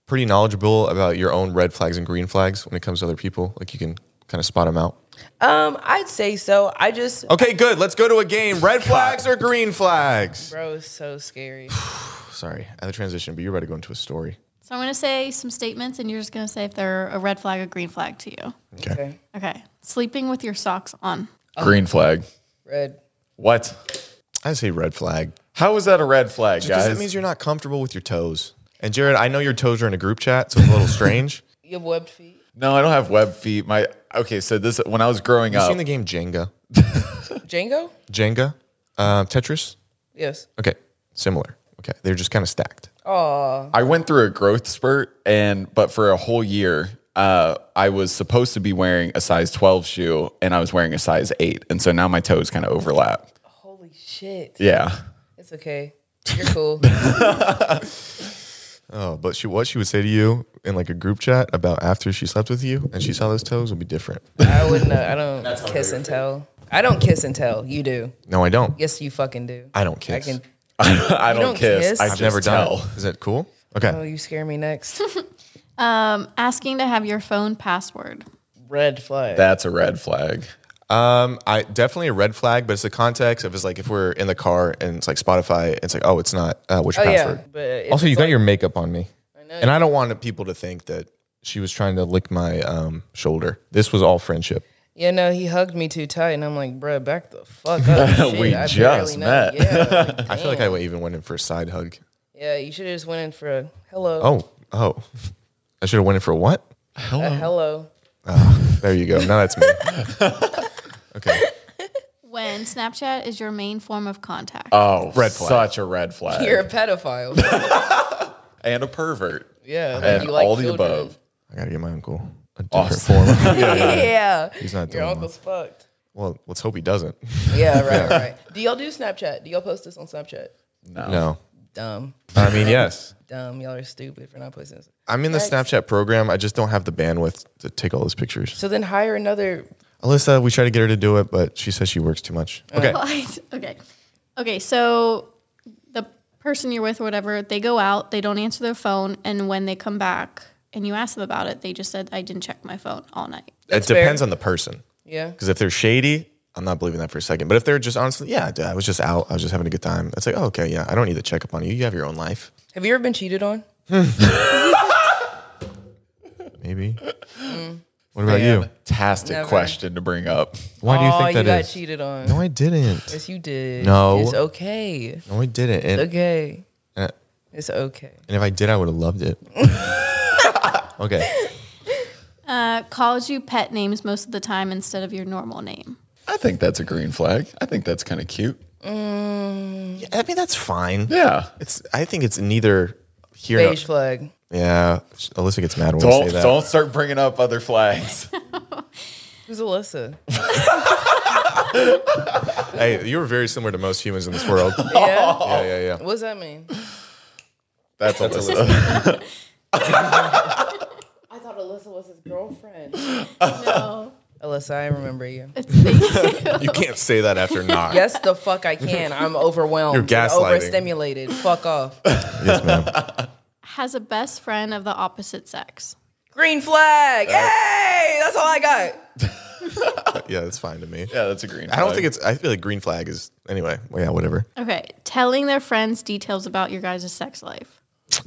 Speaker 1: pretty knowledgeable about your own red flags and green flags when it comes to other people? Like you can kind of spot them out.
Speaker 2: Um, I'd say so. I just
Speaker 1: Okay, good. Let's go to a game. Red flags or green flags?
Speaker 2: bro, it's so scary.
Speaker 1: Oh, Sorry, I had a transition, but you're about to go into a story.
Speaker 4: So I'm going to say some statements, and you're just going to say if they're a red flag or green flag to you.
Speaker 2: Okay,
Speaker 4: Okay. Sleeping with your socks on.
Speaker 2: Oh.
Speaker 3: Green flag.
Speaker 2: red.
Speaker 3: What?
Speaker 1: I say red flag.
Speaker 3: How is that a red flag,
Speaker 1: Because
Speaker 3: guys?
Speaker 1: that means you're not comfortable with your toes. And Jared, I know your toes are in a group chat, so it's a little strange.
Speaker 2: You have webbed feet.
Speaker 3: no, I don't have web feet. My okay. So this when I was growing
Speaker 1: You
Speaker 3: up,
Speaker 1: seen the game Jenga?
Speaker 2: Django?
Speaker 1: Jenga, uh, Tetris.
Speaker 2: Yes.
Speaker 1: Okay, similar. Okay, they're just kind of stacked.
Speaker 2: Oh,
Speaker 3: I went through a growth spurt, and but for a whole year, uh, I was supposed to be wearing a size 12 shoe, and I was wearing a size 8, and so now my toes kind of overlap.
Speaker 2: holy shit.
Speaker 3: Yeah,
Speaker 2: It's okay. You're cool.
Speaker 1: Oh, but she what she would say to you in like a group chat about after she slept with you and she saw those toes would be different.
Speaker 2: I wouldn't. uh, I don't kiss and tell. I don't kiss and tell. You do.
Speaker 1: No, I don't.
Speaker 2: Yes, you fucking do.
Speaker 1: I don't
Speaker 2: I
Speaker 1: kiss.
Speaker 2: can.
Speaker 3: I don't,
Speaker 2: don't
Speaker 3: kiss.
Speaker 2: kiss?
Speaker 3: I
Speaker 2: I've
Speaker 3: just
Speaker 1: I've never
Speaker 3: tell.
Speaker 1: done. It. Is that cool? Okay.
Speaker 2: Oh, you scare me next.
Speaker 4: Um, asking to have your phone password.
Speaker 2: Red flag.
Speaker 3: That's a red flag.
Speaker 1: Um, I definitely a red flag, but it's the context of it's like if we're in the car and it's like Spotify, it's like oh, it's not. Uh, what's
Speaker 2: oh
Speaker 1: your password?
Speaker 2: yeah. But if
Speaker 1: Also, you
Speaker 2: it's
Speaker 1: got
Speaker 2: like-
Speaker 1: your makeup on me, and I don't want people to think that she was trying to lick my um, shoulder. This was all friendship.
Speaker 2: You know, he hugged me too tight, and I'm like, bruh, back the fuck up.
Speaker 3: We
Speaker 2: Shit, I
Speaker 3: just
Speaker 2: barely know
Speaker 3: met.
Speaker 2: you. Yeah, like,
Speaker 1: I feel like
Speaker 2: damn.
Speaker 1: I even went in for a side hug.
Speaker 2: Yeah, you should have just went in for a hello.
Speaker 1: Oh, oh. I should have went in for a what?
Speaker 2: A hello.
Speaker 1: There you go. Now that's me. okay.
Speaker 4: When Snapchat is your main form of contact.
Speaker 3: Oh,
Speaker 1: Red flag.
Speaker 3: such a red flag.
Speaker 2: You're a pedophile.
Speaker 3: and a pervert.
Speaker 2: yeah. like,
Speaker 3: and
Speaker 2: you like
Speaker 3: all the
Speaker 2: children.
Speaker 3: above.
Speaker 1: I gotta get my uncle a different
Speaker 3: Awesome.
Speaker 1: form.
Speaker 2: Yeah.
Speaker 1: He's not
Speaker 2: Your
Speaker 1: doing
Speaker 2: uncle's fucked.
Speaker 1: Well, let's hope he doesn't.
Speaker 2: Yeah, right, right. Do y'all do Snapchat? Do y'all post this on Snapchat?
Speaker 1: No.
Speaker 2: Dumb.
Speaker 1: I mean, yes.
Speaker 2: Dumb. Y'all are stupid for not posting this.
Speaker 1: I'm in the Snapchat program. I just don't have the bandwidth to take all those pictures.
Speaker 2: So then hire another.
Speaker 1: Alyssa, we try to get her to do it, but she says she works too much.
Speaker 2: Uh-huh.
Speaker 1: Okay.
Speaker 4: Right. okay. Okay. So the person you're with, or whatever, they go out, they don't answer their phone, and when they come back and you ask them about it, they just said, I didn't check my phone all night.
Speaker 1: It
Speaker 2: fair.
Speaker 1: depends on the person.
Speaker 2: Yeah.
Speaker 1: Because if they're shady, I'm not believing that for a second. But if they're just honestly, yeah, dude, I was just out. I was just having a good time. It's like, oh, okay, yeah, I don't need to check up on you. You have your own life.
Speaker 2: Have you ever been cheated on?
Speaker 1: Maybe.
Speaker 2: Mm.
Speaker 1: What about you?
Speaker 3: Fantastic
Speaker 2: Never.
Speaker 3: question to bring up.
Speaker 1: Why do
Speaker 2: oh,
Speaker 1: you think
Speaker 2: you
Speaker 1: that
Speaker 2: got
Speaker 1: is?
Speaker 2: cheated on.
Speaker 1: No, I didn't.
Speaker 2: yes, you did.
Speaker 1: No.
Speaker 2: It's okay.
Speaker 1: No, I didn't. And,
Speaker 2: Okay.
Speaker 1: and
Speaker 2: It's okay.
Speaker 1: and if I did, I would have loved it. okay.
Speaker 4: Uh, calls you pet names most of the time instead of your normal name.
Speaker 3: I think that's a green flag. I think that's kind of cute.
Speaker 1: Yeah, I mean, that's fine.
Speaker 3: Yeah.
Speaker 1: It's. I think it's neither here. nor-
Speaker 2: Beige flag.
Speaker 1: Yeah. Alyssa gets mad when we
Speaker 3: Don't,
Speaker 1: say that.
Speaker 3: don't start bringing up other flags.
Speaker 2: Who's Alyssa?
Speaker 1: Hey, you were very similar to most humans in this world. yeah,
Speaker 2: Yeah.
Speaker 1: yeah, yeah.
Speaker 2: What's that mean?
Speaker 3: That's, Alyssa.
Speaker 2: I thought Alyssa was his girlfriend.
Speaker 4: No.
Speaker 2: Alyssa, I remember you.
Speaker 1: You can't say that after not.
Speaker 2: Yes, the fuck I can. I'm overwhelmed.
Speaker 1: You're
Speaker 2: and
Speaker 1: gaslighting.
Speaker 2: Overstimulated. Fuck off.
Speaker 1: Yes, ma'am.
Speaker 4: Has a best friend of the opposite sex.
Speaker 2: Green flag. Yay! That's all I got.
Speaker 1: Yeah, that's fine to me.
Speaker 3: yeah, that's a green flag.
Speaker 1: I don't think it's. I feel like green flag is anyway. Well, yeah, whatever.
Speaker 4: Okay. Telling their friends details about your guys' sex life.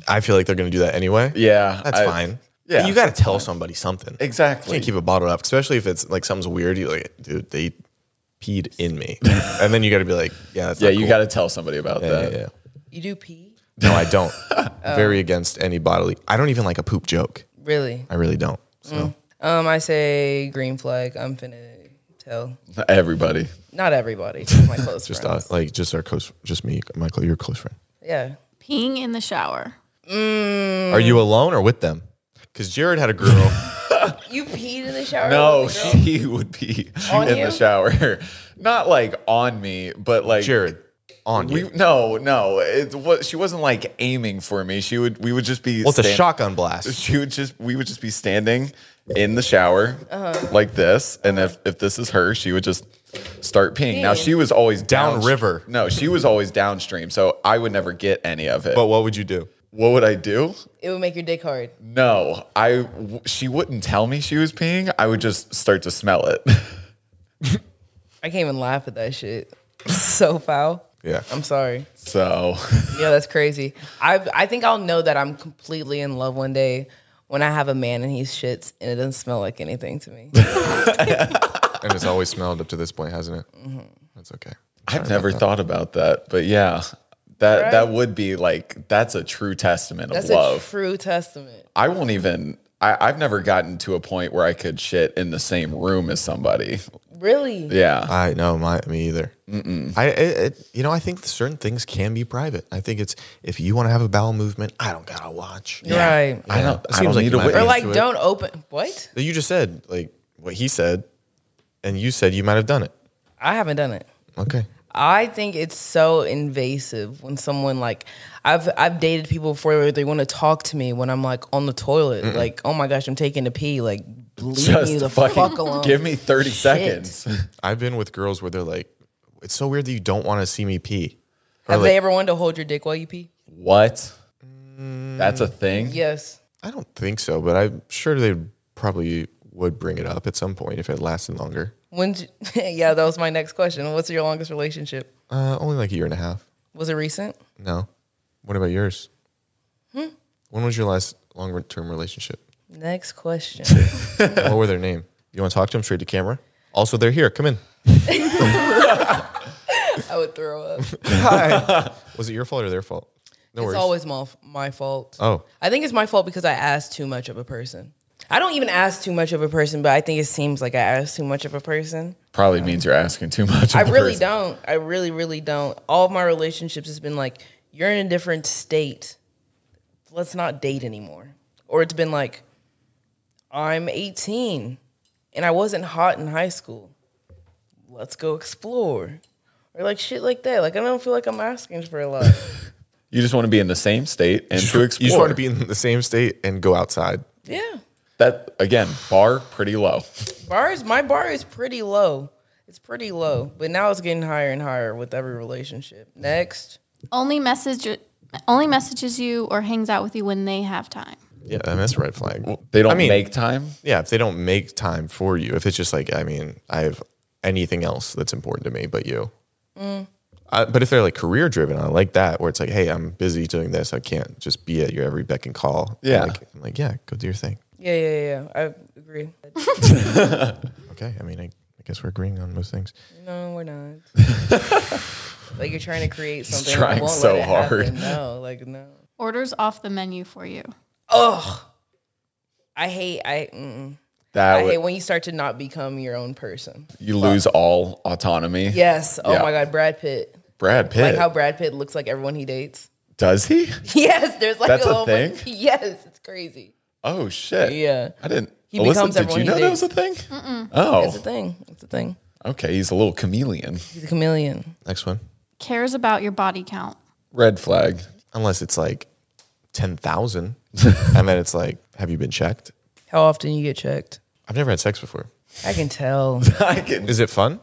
Speaker 1: I feel like they're gonna do that anyway.
Speaker 3: Yeah,
Speaker 1: that's
Speaker 3: I-
Speaker 1: fine.
Speaker 3: yeah,
Speaker 1: Yeah, you got to tell somebody something. You
Speaker 3: Exactly.
Speaker 1: can't keep it bottled up, especially if it's like something's weird. You're like, dude, they peed in me, and then you got to be like, yeah, that's
Speaker 3: yeah,
Speaker 1: not
Speaker 3: you
Speaker 1: cool.
Speaker 3: got to tell somebody about
Speaker 1: Yeah,
Speaker 3: that.
Speaker 1: yeah, yeah.
Speaker 2: You do pee?
Speaker 1: No, I don't. Very against any bodily. I don't even like a poop joke.
Speaker 2: Really?
Speaker 1: I really don't. So
Speaker 2: Um, I say green flag. I'm finna tell.
Speaker 3: Everybody.
Speaker 2: Not everybody, just my close
Speaker 1: just uh,
Speaker 2: friends.
Speaker 1: like just our close, just me, Michael, your close friend.
Speaker 2: yeah.
Speaker 4: Peeing in the shower.
Speaker 1: Are you alone or with them? Because Jared had a girl.
Speaker 2: You peed in the shower?
Speaker 1: Oh,
Speaker 3: No,
Speaker 2: with a girl?
Speaker 3: she would be
Speaker 2: On
Speaker 3: in the
Speaker 2: you?
Speaker 3: shower. Not like on me, but like
Speaker 1: Jared, on
Speaker 3: We,
Speaker 1: you.
Speaker 3: no, no. It was, she wasn't like aiming for me. She would. We would just be.
Speaker 1: Well, it's a
Speaker 3: stand-
Speaker 1: shotgun blast.
Speaker 3: She would just. We would just be standing in the shower
Speaker 2: Uh-huh.
Speaker 3: like this, and if if this is her, she would just start peeing. Now she was always down,
Speaker 1: Downriver.
Speaker 3: No, she was always downstream, so I would never get any of it.
Speaker 1: But
Speaker 3: But
Speaker 1: what would you do?
Speaker 3: what would I do?
Speaker 2: It would make your dick hard.
Speaker 3: No, I. w- She wouldn't tell me she was peeing. I would just start to smell it.
Speaker 2: I can't even laugh at that shit. so foul.
Speaker 1: Yeah.
Speaker 2: I'm sorry.
Speaker 3: So
Speaker 2: Yeah, that's crazy. I I think I'll know that I'm completely in love one day when I have a man and he shits and it doesn't smell like anything to me.
Speaker 1: and it's always smelled up to this point, hasn't it? That's okay.
Speaker 3: I've never thought about that, but yeah. That,
Speaker 2: Right?
Speaker 3: that would be like that's a true testament of
Speaker 2: That's
Speaker 3: love.
Speaker 2: a true testament.
Speaker 3: I won't even. I, I've never gotten to a point where I could shit in the same room as somebody.
Speaker 2: Really?
Speaker 3: Yeah,
Speaker 1: I know my me either. I it, it, you know I think certain things can be private. I think it's if you want to have a bowel movement, I don't gotta watch.
Speaker 2: Right.
Speaker 3: I don't.
Speaker 1: It
Speaker 3: I
Speaker 1: seems
Speaker 3: don't
Speaker 1: like
Speaker 3: need
Speaker 1: you
Speaker 3: a
Speaker 1: might
Speaker 3: witness.
Speaker 2: Or
Speaker 1: into
Speaker 2: like,
Speaker 1: it.
Speaker 2: don't open. What?
Speaker 1: You just said like what he said, and you said you might have done it.
Speaker 2: I haven't done it.
Speaker 1: Okay.
Speaker 2: I think it's so invasive when someone like I've I've dated people before where they want to talk to me when I'm like on the toilet, like oh my gosh, I'm taking a pee, like leave me the
Speaker 3: just
Speaker 2: fuck
Speaker 3: fucking
Speaker 2: alone.
Speaker 3: give me thirty seconds.
Speaker 1: I've been with girls where they're like, it's so weird that you don't want to see me pee. Or
Speaker 2: Have
Speaker 1: like,
Speaker 2: they ever wanted to hold your dick while you pee?
Speaker 3: What? That's a thing.
Speaker 2: Yes.
Speaker 1: I don't think so, but I'm sure they probably would bring it up at some point if it lasted longer.
Speaker 2: When? j- yeah, that was my next question. What's your longest relationship?
Speaker 1: Uh, only like a year and a half.
Speaker 2: Was it recent?
Speaker 1: No. What about yours?
Speaker 2: Hmm?
Speaker 1: When was your last long term relationship?
Speaker 2: Next question.
Speaker 1: what were their name? You want to talk to them straight to camera? Also, they're here. Come in.
Speaker 2: I would throw up. It's
Speaker 1: Was it your fault or their fault? No worries.
Speaker 2: always my, my fault.
Speaker 1: Oh.
Speaker 2: I think it's my fault because I ask too much of a person. I don't even ask too much of a person, but I think it seems like I ask too much of a person.
Speaker 3: Probably means you're asking too much.
Speaker 2: I
Speaker 3: of a
Speaker 2: really
Speaker 3: person.
Speaker 2: don't. I really, really don't. All of my relationships has been like, you're in a different state. Let's not date anymore. Or it's been like, I'm 18 and I wasn't hot in high school. Let's go explore. Or like shit like that. Like I don't feel like I'm asking for a lot.
Speaker 3: You just want to be in the same state and to explore.
Speaker 1: You just want to be in the same state and go outside.
Speaker 2: yeah.
Speaker 3: that again. Bar pretty low.
Speaker 2: Bars, my bar is pretty low. It's pretty low, but now it's getting higher and higher with every relationship. Next.
Speaker 4: Only message only messages you or hangs out with you when they have time.
Speaker 1: Yeah, and that's a red flag.
Speaker 3: They don't
Speaker 1: I mean,
Speaker 3: make time.
Speaker 1: Yeah, if they don't make time for you, if it's just like, I mean, I have anything else that's important to me but you. I, but if they're like career driven, I like that where it's like, hey, I'm busy doing this. I can't just be at your every beck and call.
Speaker 3: Yeah.
Speaker 1: Like, I'm like, yeah, go do your thing.
Speaker 2: Yeah, yeah, yeah. I agree.
Speaker 1: Okay. I mean, I, I guess we're agreeing on most things.
Speaker 2: No, we're not. like you're trying to create something.
Speaker 3: trying
Speaker 2: I won't
Speaker 3: so
Speaker 2: let it
Speaker 3: hard.
Speaker 2: Happen. No, like no.
Speaker 4: Orders off the menu for you.
Speaker 2: Ugh. I hate. I. Mm-mm.
Speaker 3: That
Speaker 2: I
Speaker 3: would-
Speaker 2: hate when you start to not become your own person.
Speaker 3: you lose all autonomy.
Speaker 2: Yes. Oh
Speaker 3: Yeah.
Speaker 2: my God, Brad Pitt.
Speaker 3: Brad Pitt.
Speaker 2: Like how Brad Pitt looks like everyone he dates.
Speaker 3: Does he?
Speaker 2: Yes, there's like
Speaker 3: That's a
Speaker 2: little
Speaker 3: thing?
Speaker 2: bunch- Yes, it's crazy.
Speaker 3: Oh shit.
Speaker 2: Yeah.
Speaker 3: I didn't.
Speaker 2: He
Speaker 3: Alyssa,
Speaker 2: becomes
Speaker 3: did
Speaker 2: everyone
Speaker 3: you
Speaker 2: he
Speaker 3: know that was
Speaker 2: dates.
Speaker 3: a thing?
Speaker 2: It's a
Speaker 3: Oh,
Speaker 2: thing. It's a thing.
Speaker 3: okay. He's a little chameleon.
Speaker 2: He's a chameleon.
Speaker 1: Next one.
Speaker 4: Cares about your body count.
Speaker 3: Red flag.
Speaker 1: Unless it's like 10,000. and then it's like, have you been checked?
Speaker 2: How often you get checked?
Speaker 1: I've never had sex before.
Speaker 2: I can tell.
Speaker 3: I can.
Speaker 1: Is it fun?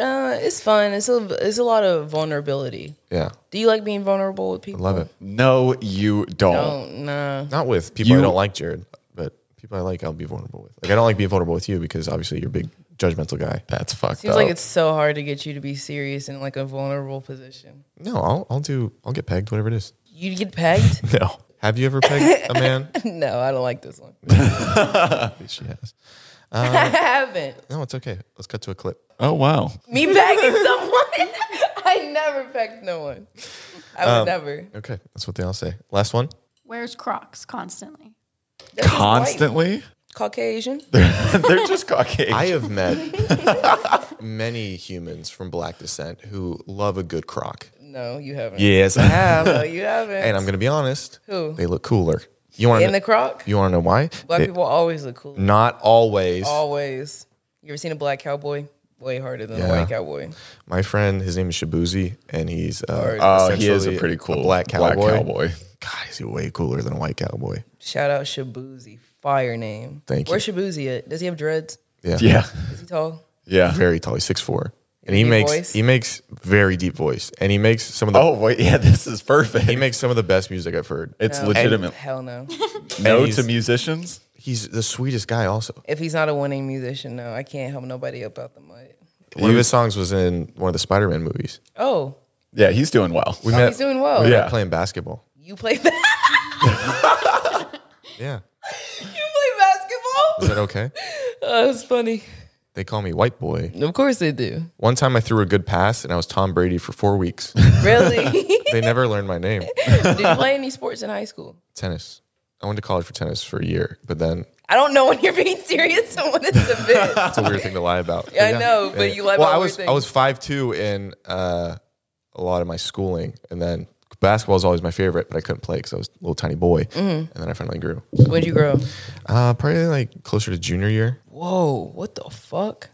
Speaker 2: Uh, it's fun. It's a it's a lot of vulnerability.
Speaker 1: Yeah.
Speaker 2: Do you like being vulnerable with people?
Speaker 1: Love it.
Speaker 3: No, you don't.
Speaker 2: Oh no.
Speaker 1: Not with people I
Speaker 3: You-
Speaker 1: don't like, Jared, but people I like, I'll be vulnerable with. Like, I don't like being vulnerable with you because obviously you're a big judgmental guy.
Speaker 3: That's fucked
Speaker 2: Seems
Speaker 3: up.
Speaker 2: like it's so hard to get you to be serious in like a vulnerable position.
Speaker 1: No, I'll, I'll do, I'll get pegged, whatever it is.
Speaker 2: You get pegged?
Speaker 1: No. Have you ever pegged a man?
Speaker 2: no, I don't like this one.
Speaker 1: she has.
Speaker 2: I haven't.
Speaker 1: No, it's okay. Let's cut to a clip.
Speaker 3: oh wow.
Speaker 2: Me pegging someone? I never pegged no one. I
Speaker 1: Um,
Speaker 2: would never.
Speaker 1: Okay. That's what they all say. Last one.
Speaker 4: Wears Crocs constantly.
Speaker 2: That's just white.
Speaker 3: Constantly.
Speaker 2: Caucasian.
Speaker 3: They're just cocky.
Speaker 1: I have met many humans from black descent who love a good croc.
Speaker 2: No, you haven't. Uh,
Speaker 1: Yes, I have.
Speaker 2: No, you haven't.
Speaker 1: And I'm gonna be honest.
Speaker 2: Who?
Speaker 1: They look cooler. You want
Speaker 2: in
Speaker 1: to?
Speaker 2: the croc?
Speaker 1: you want to know why?
Speaker 2: Black
Speaker 1: They-
Speaker 2: people always look cool.
Speaker 1: Not always.
Speaker 2: Always. You ever seen a black cowboy? Way harder than
Speaker 1: Yeah.
Speaker 2: a white cowboy.
Speaker 1: My friend, his name is Shabuzi, and he's uh,
Speaker 3: Oh, he is a
Speaker 1: essentially
Speaker 3: pretty cool
Speaker 1: black cowboy.
Speaker 3: Black cowboy.
Speaker 1: God, is he way cooler than a white cowboy?
Speaker 2: Shout out Shabuzi. Fire name.
Speaker 1: Thank you.
Speaker 2: Where's Shabuzi at? Does he have dreads?
Speaker 1: Yeah,
Speaker 3: Yeah.
Speaker 2: Is he tall?
Speaker 3: Yeah.
Speaker 1: very tall. He's six four, and he
Speaker 2: Deep
Speaker 1: makes
Speaker 2: voice?
Speaker 1: he makes very deep voice, and he makes some of the
Speaker 3: Oh wait. Yeah. This is
Speaker 1: he
Speaker 3: perfect.
Speaker 1: makes some of the best music I've heard.
Speaker 3: It's legitimate.
Speaker 2: Hell no.
Speaker 3: No
Speaker 1: he's-
Speaker 3: to musicians.
Speaker 1: He's the sweetest guy. Also,
Speaker 2: if he's not a winning musician, no, I can't help nobody up out the mud.
Speaker 1: one of his songs was in one of the Spider Man movies.
Speaker 2: Oh,
Speaker 3: Yeah, he's doing well.
Speaker 1: We met
Speaker 2: he's doing well.
Speaker 1: we met
Speaker 3: Yeah.
Speaker 1: playing basketball.
Speaker 2: You play that?
Speaker 1: Yeah,
Speaker 2: you play basketball?
Speaker 1: is that okay?
Speaker 2: Oh, that's funny.
Speaker 1: they call me white boy.
Speaker 2: Of course they do.
Speaker 1: One time I threw a good pass, and I was Tom Brady for four weeks.
Speaker 2: Really? Did
Speaker 1: they never learned my name.
Speaker 2: you play any sports in high school?
Speaker 1: tennis. I went to college for tennis for a year, but then
Speaker 2: I don't know when you're being serious and when it's a bit.
Speaker 1: it's a weird thing to lie about. But
Speaker 2: Yeah, I know, but you lie
Speaker 1: well,
Speaker 2: about
Speaker 1: I
Speaker 2: weird
Speaker 1: was I
Speaker 2: things.
Speaker 1: was five two in uh, a lot of my schooling, and then basketball was always my favorite, but I couldn't play because I was a little tiny boy,
Speaker 2: Mm-hmm.
Speaker 1: and then I finally grew.
Speaker 2: When'd you grow?
Speaker 1: Uh, probably like closer to junior year.
Speaker 2: Whoa, what the fuck?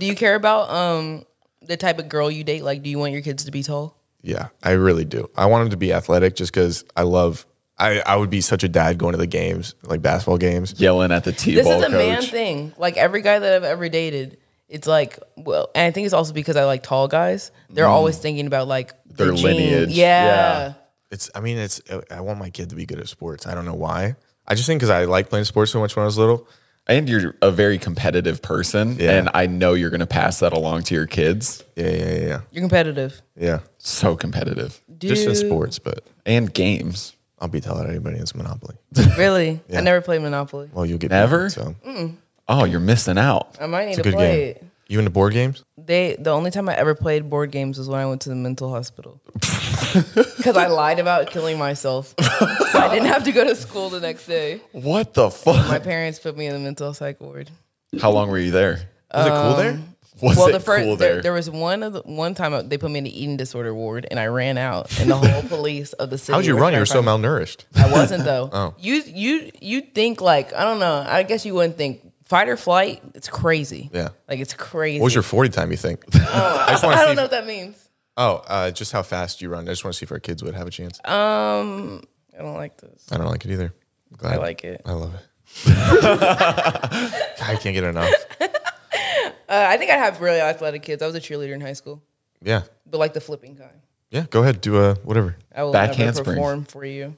Speaker 2: do you care about um the type of girl you date? Like, do you want your kids to be tall?
Speaker 1: Yeah, I really do. I want him to be athletic just because I love. I, I would be such a dad going to the games, like basketball games.
Speaker 3: Yelling at the
Speaker 2: This
Speaker 3: T-ball
Speaker 2: is a man
Speaker 3: coach.
Speaker 2: thing. Like every guy that I've ever dated, it's like well, and I think it's also because I like tall guys. They're always thinking about like the
Speaker 3: Their
Speaker 2: gene.
Speaker 3: lineage. Yeah.
Speaker 2: Yeah.
Speaker 1: It's. I mean, it's. uh, I want my kid to be good at sports. I don't know why. I just think because I like playing sports so much when I was little.
Speaker 3: And you're a very competitive person,
Speaker 1: Yeah.
Speaker 3: and I know you're going to pass that along to your kids.
Speaker 1: Yeah, yeah, yeah, yeah.
Speaker 2: You're competitive.
Speaker 1: yeah.
Speaker 3: So competitive,
Speaker 1: Just in
Speaker 2: Dude.
Speaker 1: sports, but
Speaker 3: and games.
Speaker 1: I'll be telling anybody it's Monopoly.
Speaker 2: Really? I never played Monopoly.
Speaker 1: Well, you'll get
Speaker 3: Never?
Speaker 1: beat, so
Speaker 3: Oh, you're missing out.
Speaker 2: I might need
Speaker 1: a
Speaker 2: Mm, to
Speaker 1: good
Speaker 2: play
Speaker 1: game. You into board games?
Speaker 2: it. They the only time I ever played board games was when I went to the mental hospital. Because I lied about killing myself. so I didn't have to go to school the next day.
Speaker 3: What the fuck?
Speaker 2: My parents put me in the mental psych ward.
Speaker 3: How long were you there?
Speaker 1: Was it cool there?
Speaker 3: Was
Speaker 2: Um, well,
Speaker 3: it
Speaker 2: the first
Speaker 3: cool
Speaker 2: there?
Speaker 3: there?
Speaker 2: there was one of the one time uh, they put me in the eating disorder ward, and I ran out, and the whole police of the city.
Speaker 1: How'd you
Speaker 2: were
Speaker 1: run? You
Speaker 2: trying
Speaker 1: were
Speaker 2: to
Speaker 1: so Oh.
Speaker 2: find me.
Speaker 1: malnourished.
Speaker 2: I wasn't though. You you you think like I don't know. I guess you wouldn't think fight or flight. It's crazy.
Speaker 1: Yeah.
Speaker 2: like it's crazy.
Speaker 1: What was your 40 time, you think? I just want to
Speaker 2: Oh, I
Speaker 1: see.
Speaker 2: don't know what that means.
Speaker 1: Oh, uh, just how fast you run. I just want to see if our kids would have a chance.
Speaker 2: Um, I don't like this.
Speaker 1: I don't like it either. I'm glad.
Speaker 2: I like it.
Speaker 1: I love it. I can't get enough.
Speaker 2: Uh, I think I have really athletic kids. I was a cheerleader in high school,
Speaker 1: Yeah.
Speaker 2: but like the flipping kind.
Speaker 1: Yeah. Go ahead. Do uh, whatever.
Speaker 2: I will
Speaker 3: Back
Speaker 2: never
Speaker 3: handspring.
Speaker 2: perform for you.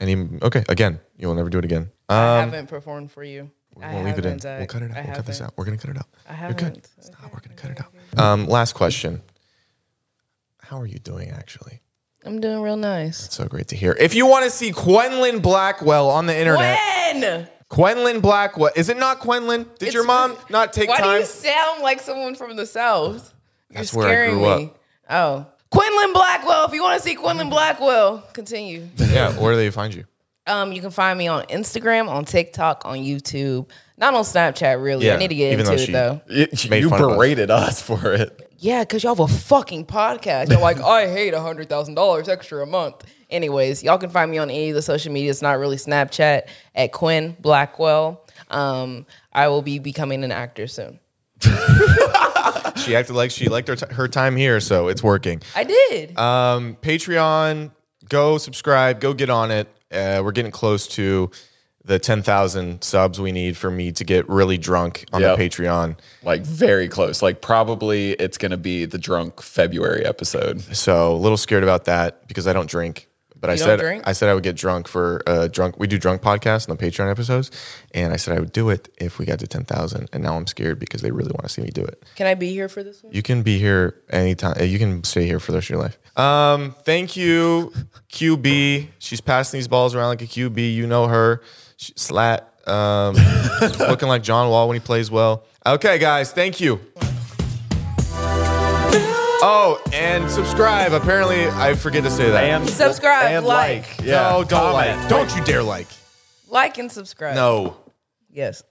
Speaker 1: Any, okay. Again, you'll never do it again. Uh,
Speaker 2: I haven't performed for you. I
Speaker 1: we'll leave it in.
Speaker 2: haven't, Zach.
Speaker 1: We'll cut it out.
Speaker 2: I
Speaker 1: We'll cut this
Speaker 2: haven't.
Speaker 1: out. We're going to cut it out.
Speaker 2: I
Speaker 1: You're good.
Speaker 2: haven't.
Speaker 1: Stop. We're going to cut it out. Um, last question. How are you doing, actually?
Speaker 2: I'm doing real nice.
Speaker 1: So great to hear. If you want to see Quenlin Blackwell on the internet,
Speaker 2: When?
Speaker 1: Quenlin Blackwell. Is it not Quenlin? Did
Speaker 2: It's-
Speaker 1: your mom not take
Speaker 2: Why do
Speaker 1: time?
Speaker 2: you sound like someone from the South?
Speaker 1: That's
Speaker 2: You're
Speaker 1: where I
Speaker 2: scaring
Speaker 1: grew
Speaker 2: me. Oh. Quinlan Blackwell. If you want to see Quinlan Blackwell, continue.
Speaker 1: yeah. Where do they find you?
Speaker 2: Um, you can find me on Instagram, on TikTok, on YouTube. Not on Snapchat, really.
Speaker 1: Yeah,
Speaker 2: I need to get
Speaker 1: even
Speaker 2: into
Speaker 1: though
Speaker 2: it
Speaker 1: she-
Speaker 2: though.
Speaker 3: It-
Speaker 1: Made
Speaker 3: you
Speaker 1: fun of us.
Speaker 3: berated us for it.
Speaker 2: Yeah, because y'all have a fucking podcast. You're like, I hate hundred thousand dollars extra a month. Anyways, y'all can find me on any of the social media. It's not really Snapchat at Quinn Blackwell. Um, I will be becoming an actor soon.
Speaker 1: She acted like she liked her, t- her time here, so it's working.
Speaker 2: I did.
Speaker 1: Um, Patreon, go subscribe, go get on it. Uh, we're getting close to the 10,000 subs we need for me to get really drunk on
Speaker 3: Yep.
Speaker 1: the Patreon.
Speaker 3: Like very close. Like probably it's gonna be the drunk February episode.
Speaker 1: So a little scared about that because I don't drink. But I
Speaker 2: don't
Speaker 1: said
Speaker 2: drink?
Speaker 1: I said I would get drunk for uh, drunk. We do drunk podcasts on the Patreon episodes, and I said I would do it if we got to ten thousand. And now I'm scared because they really want to see me do it.
Speaker 2: can I be here for this one?
Speaker 1: You can be here anytime. uh, You can stay here for the rest of your life. Um, thank you, QB. She's passing these balls around like a QB. You know her. She, slat. Um, looking like John Wall when he plays well. Okay, guys, thank you. Oh, and subscribe. Apparently, I forget to say that.
Speaker 2: Subscribe, like.
Speaker 3: Yeah.
Speaker 1: no, don't
Speaker 3: comment.
Speaker 1: like. Don't you dare like.
Speaker 2: Like and subscribe.
Speaker 1: No.
Speaker 2: Yes.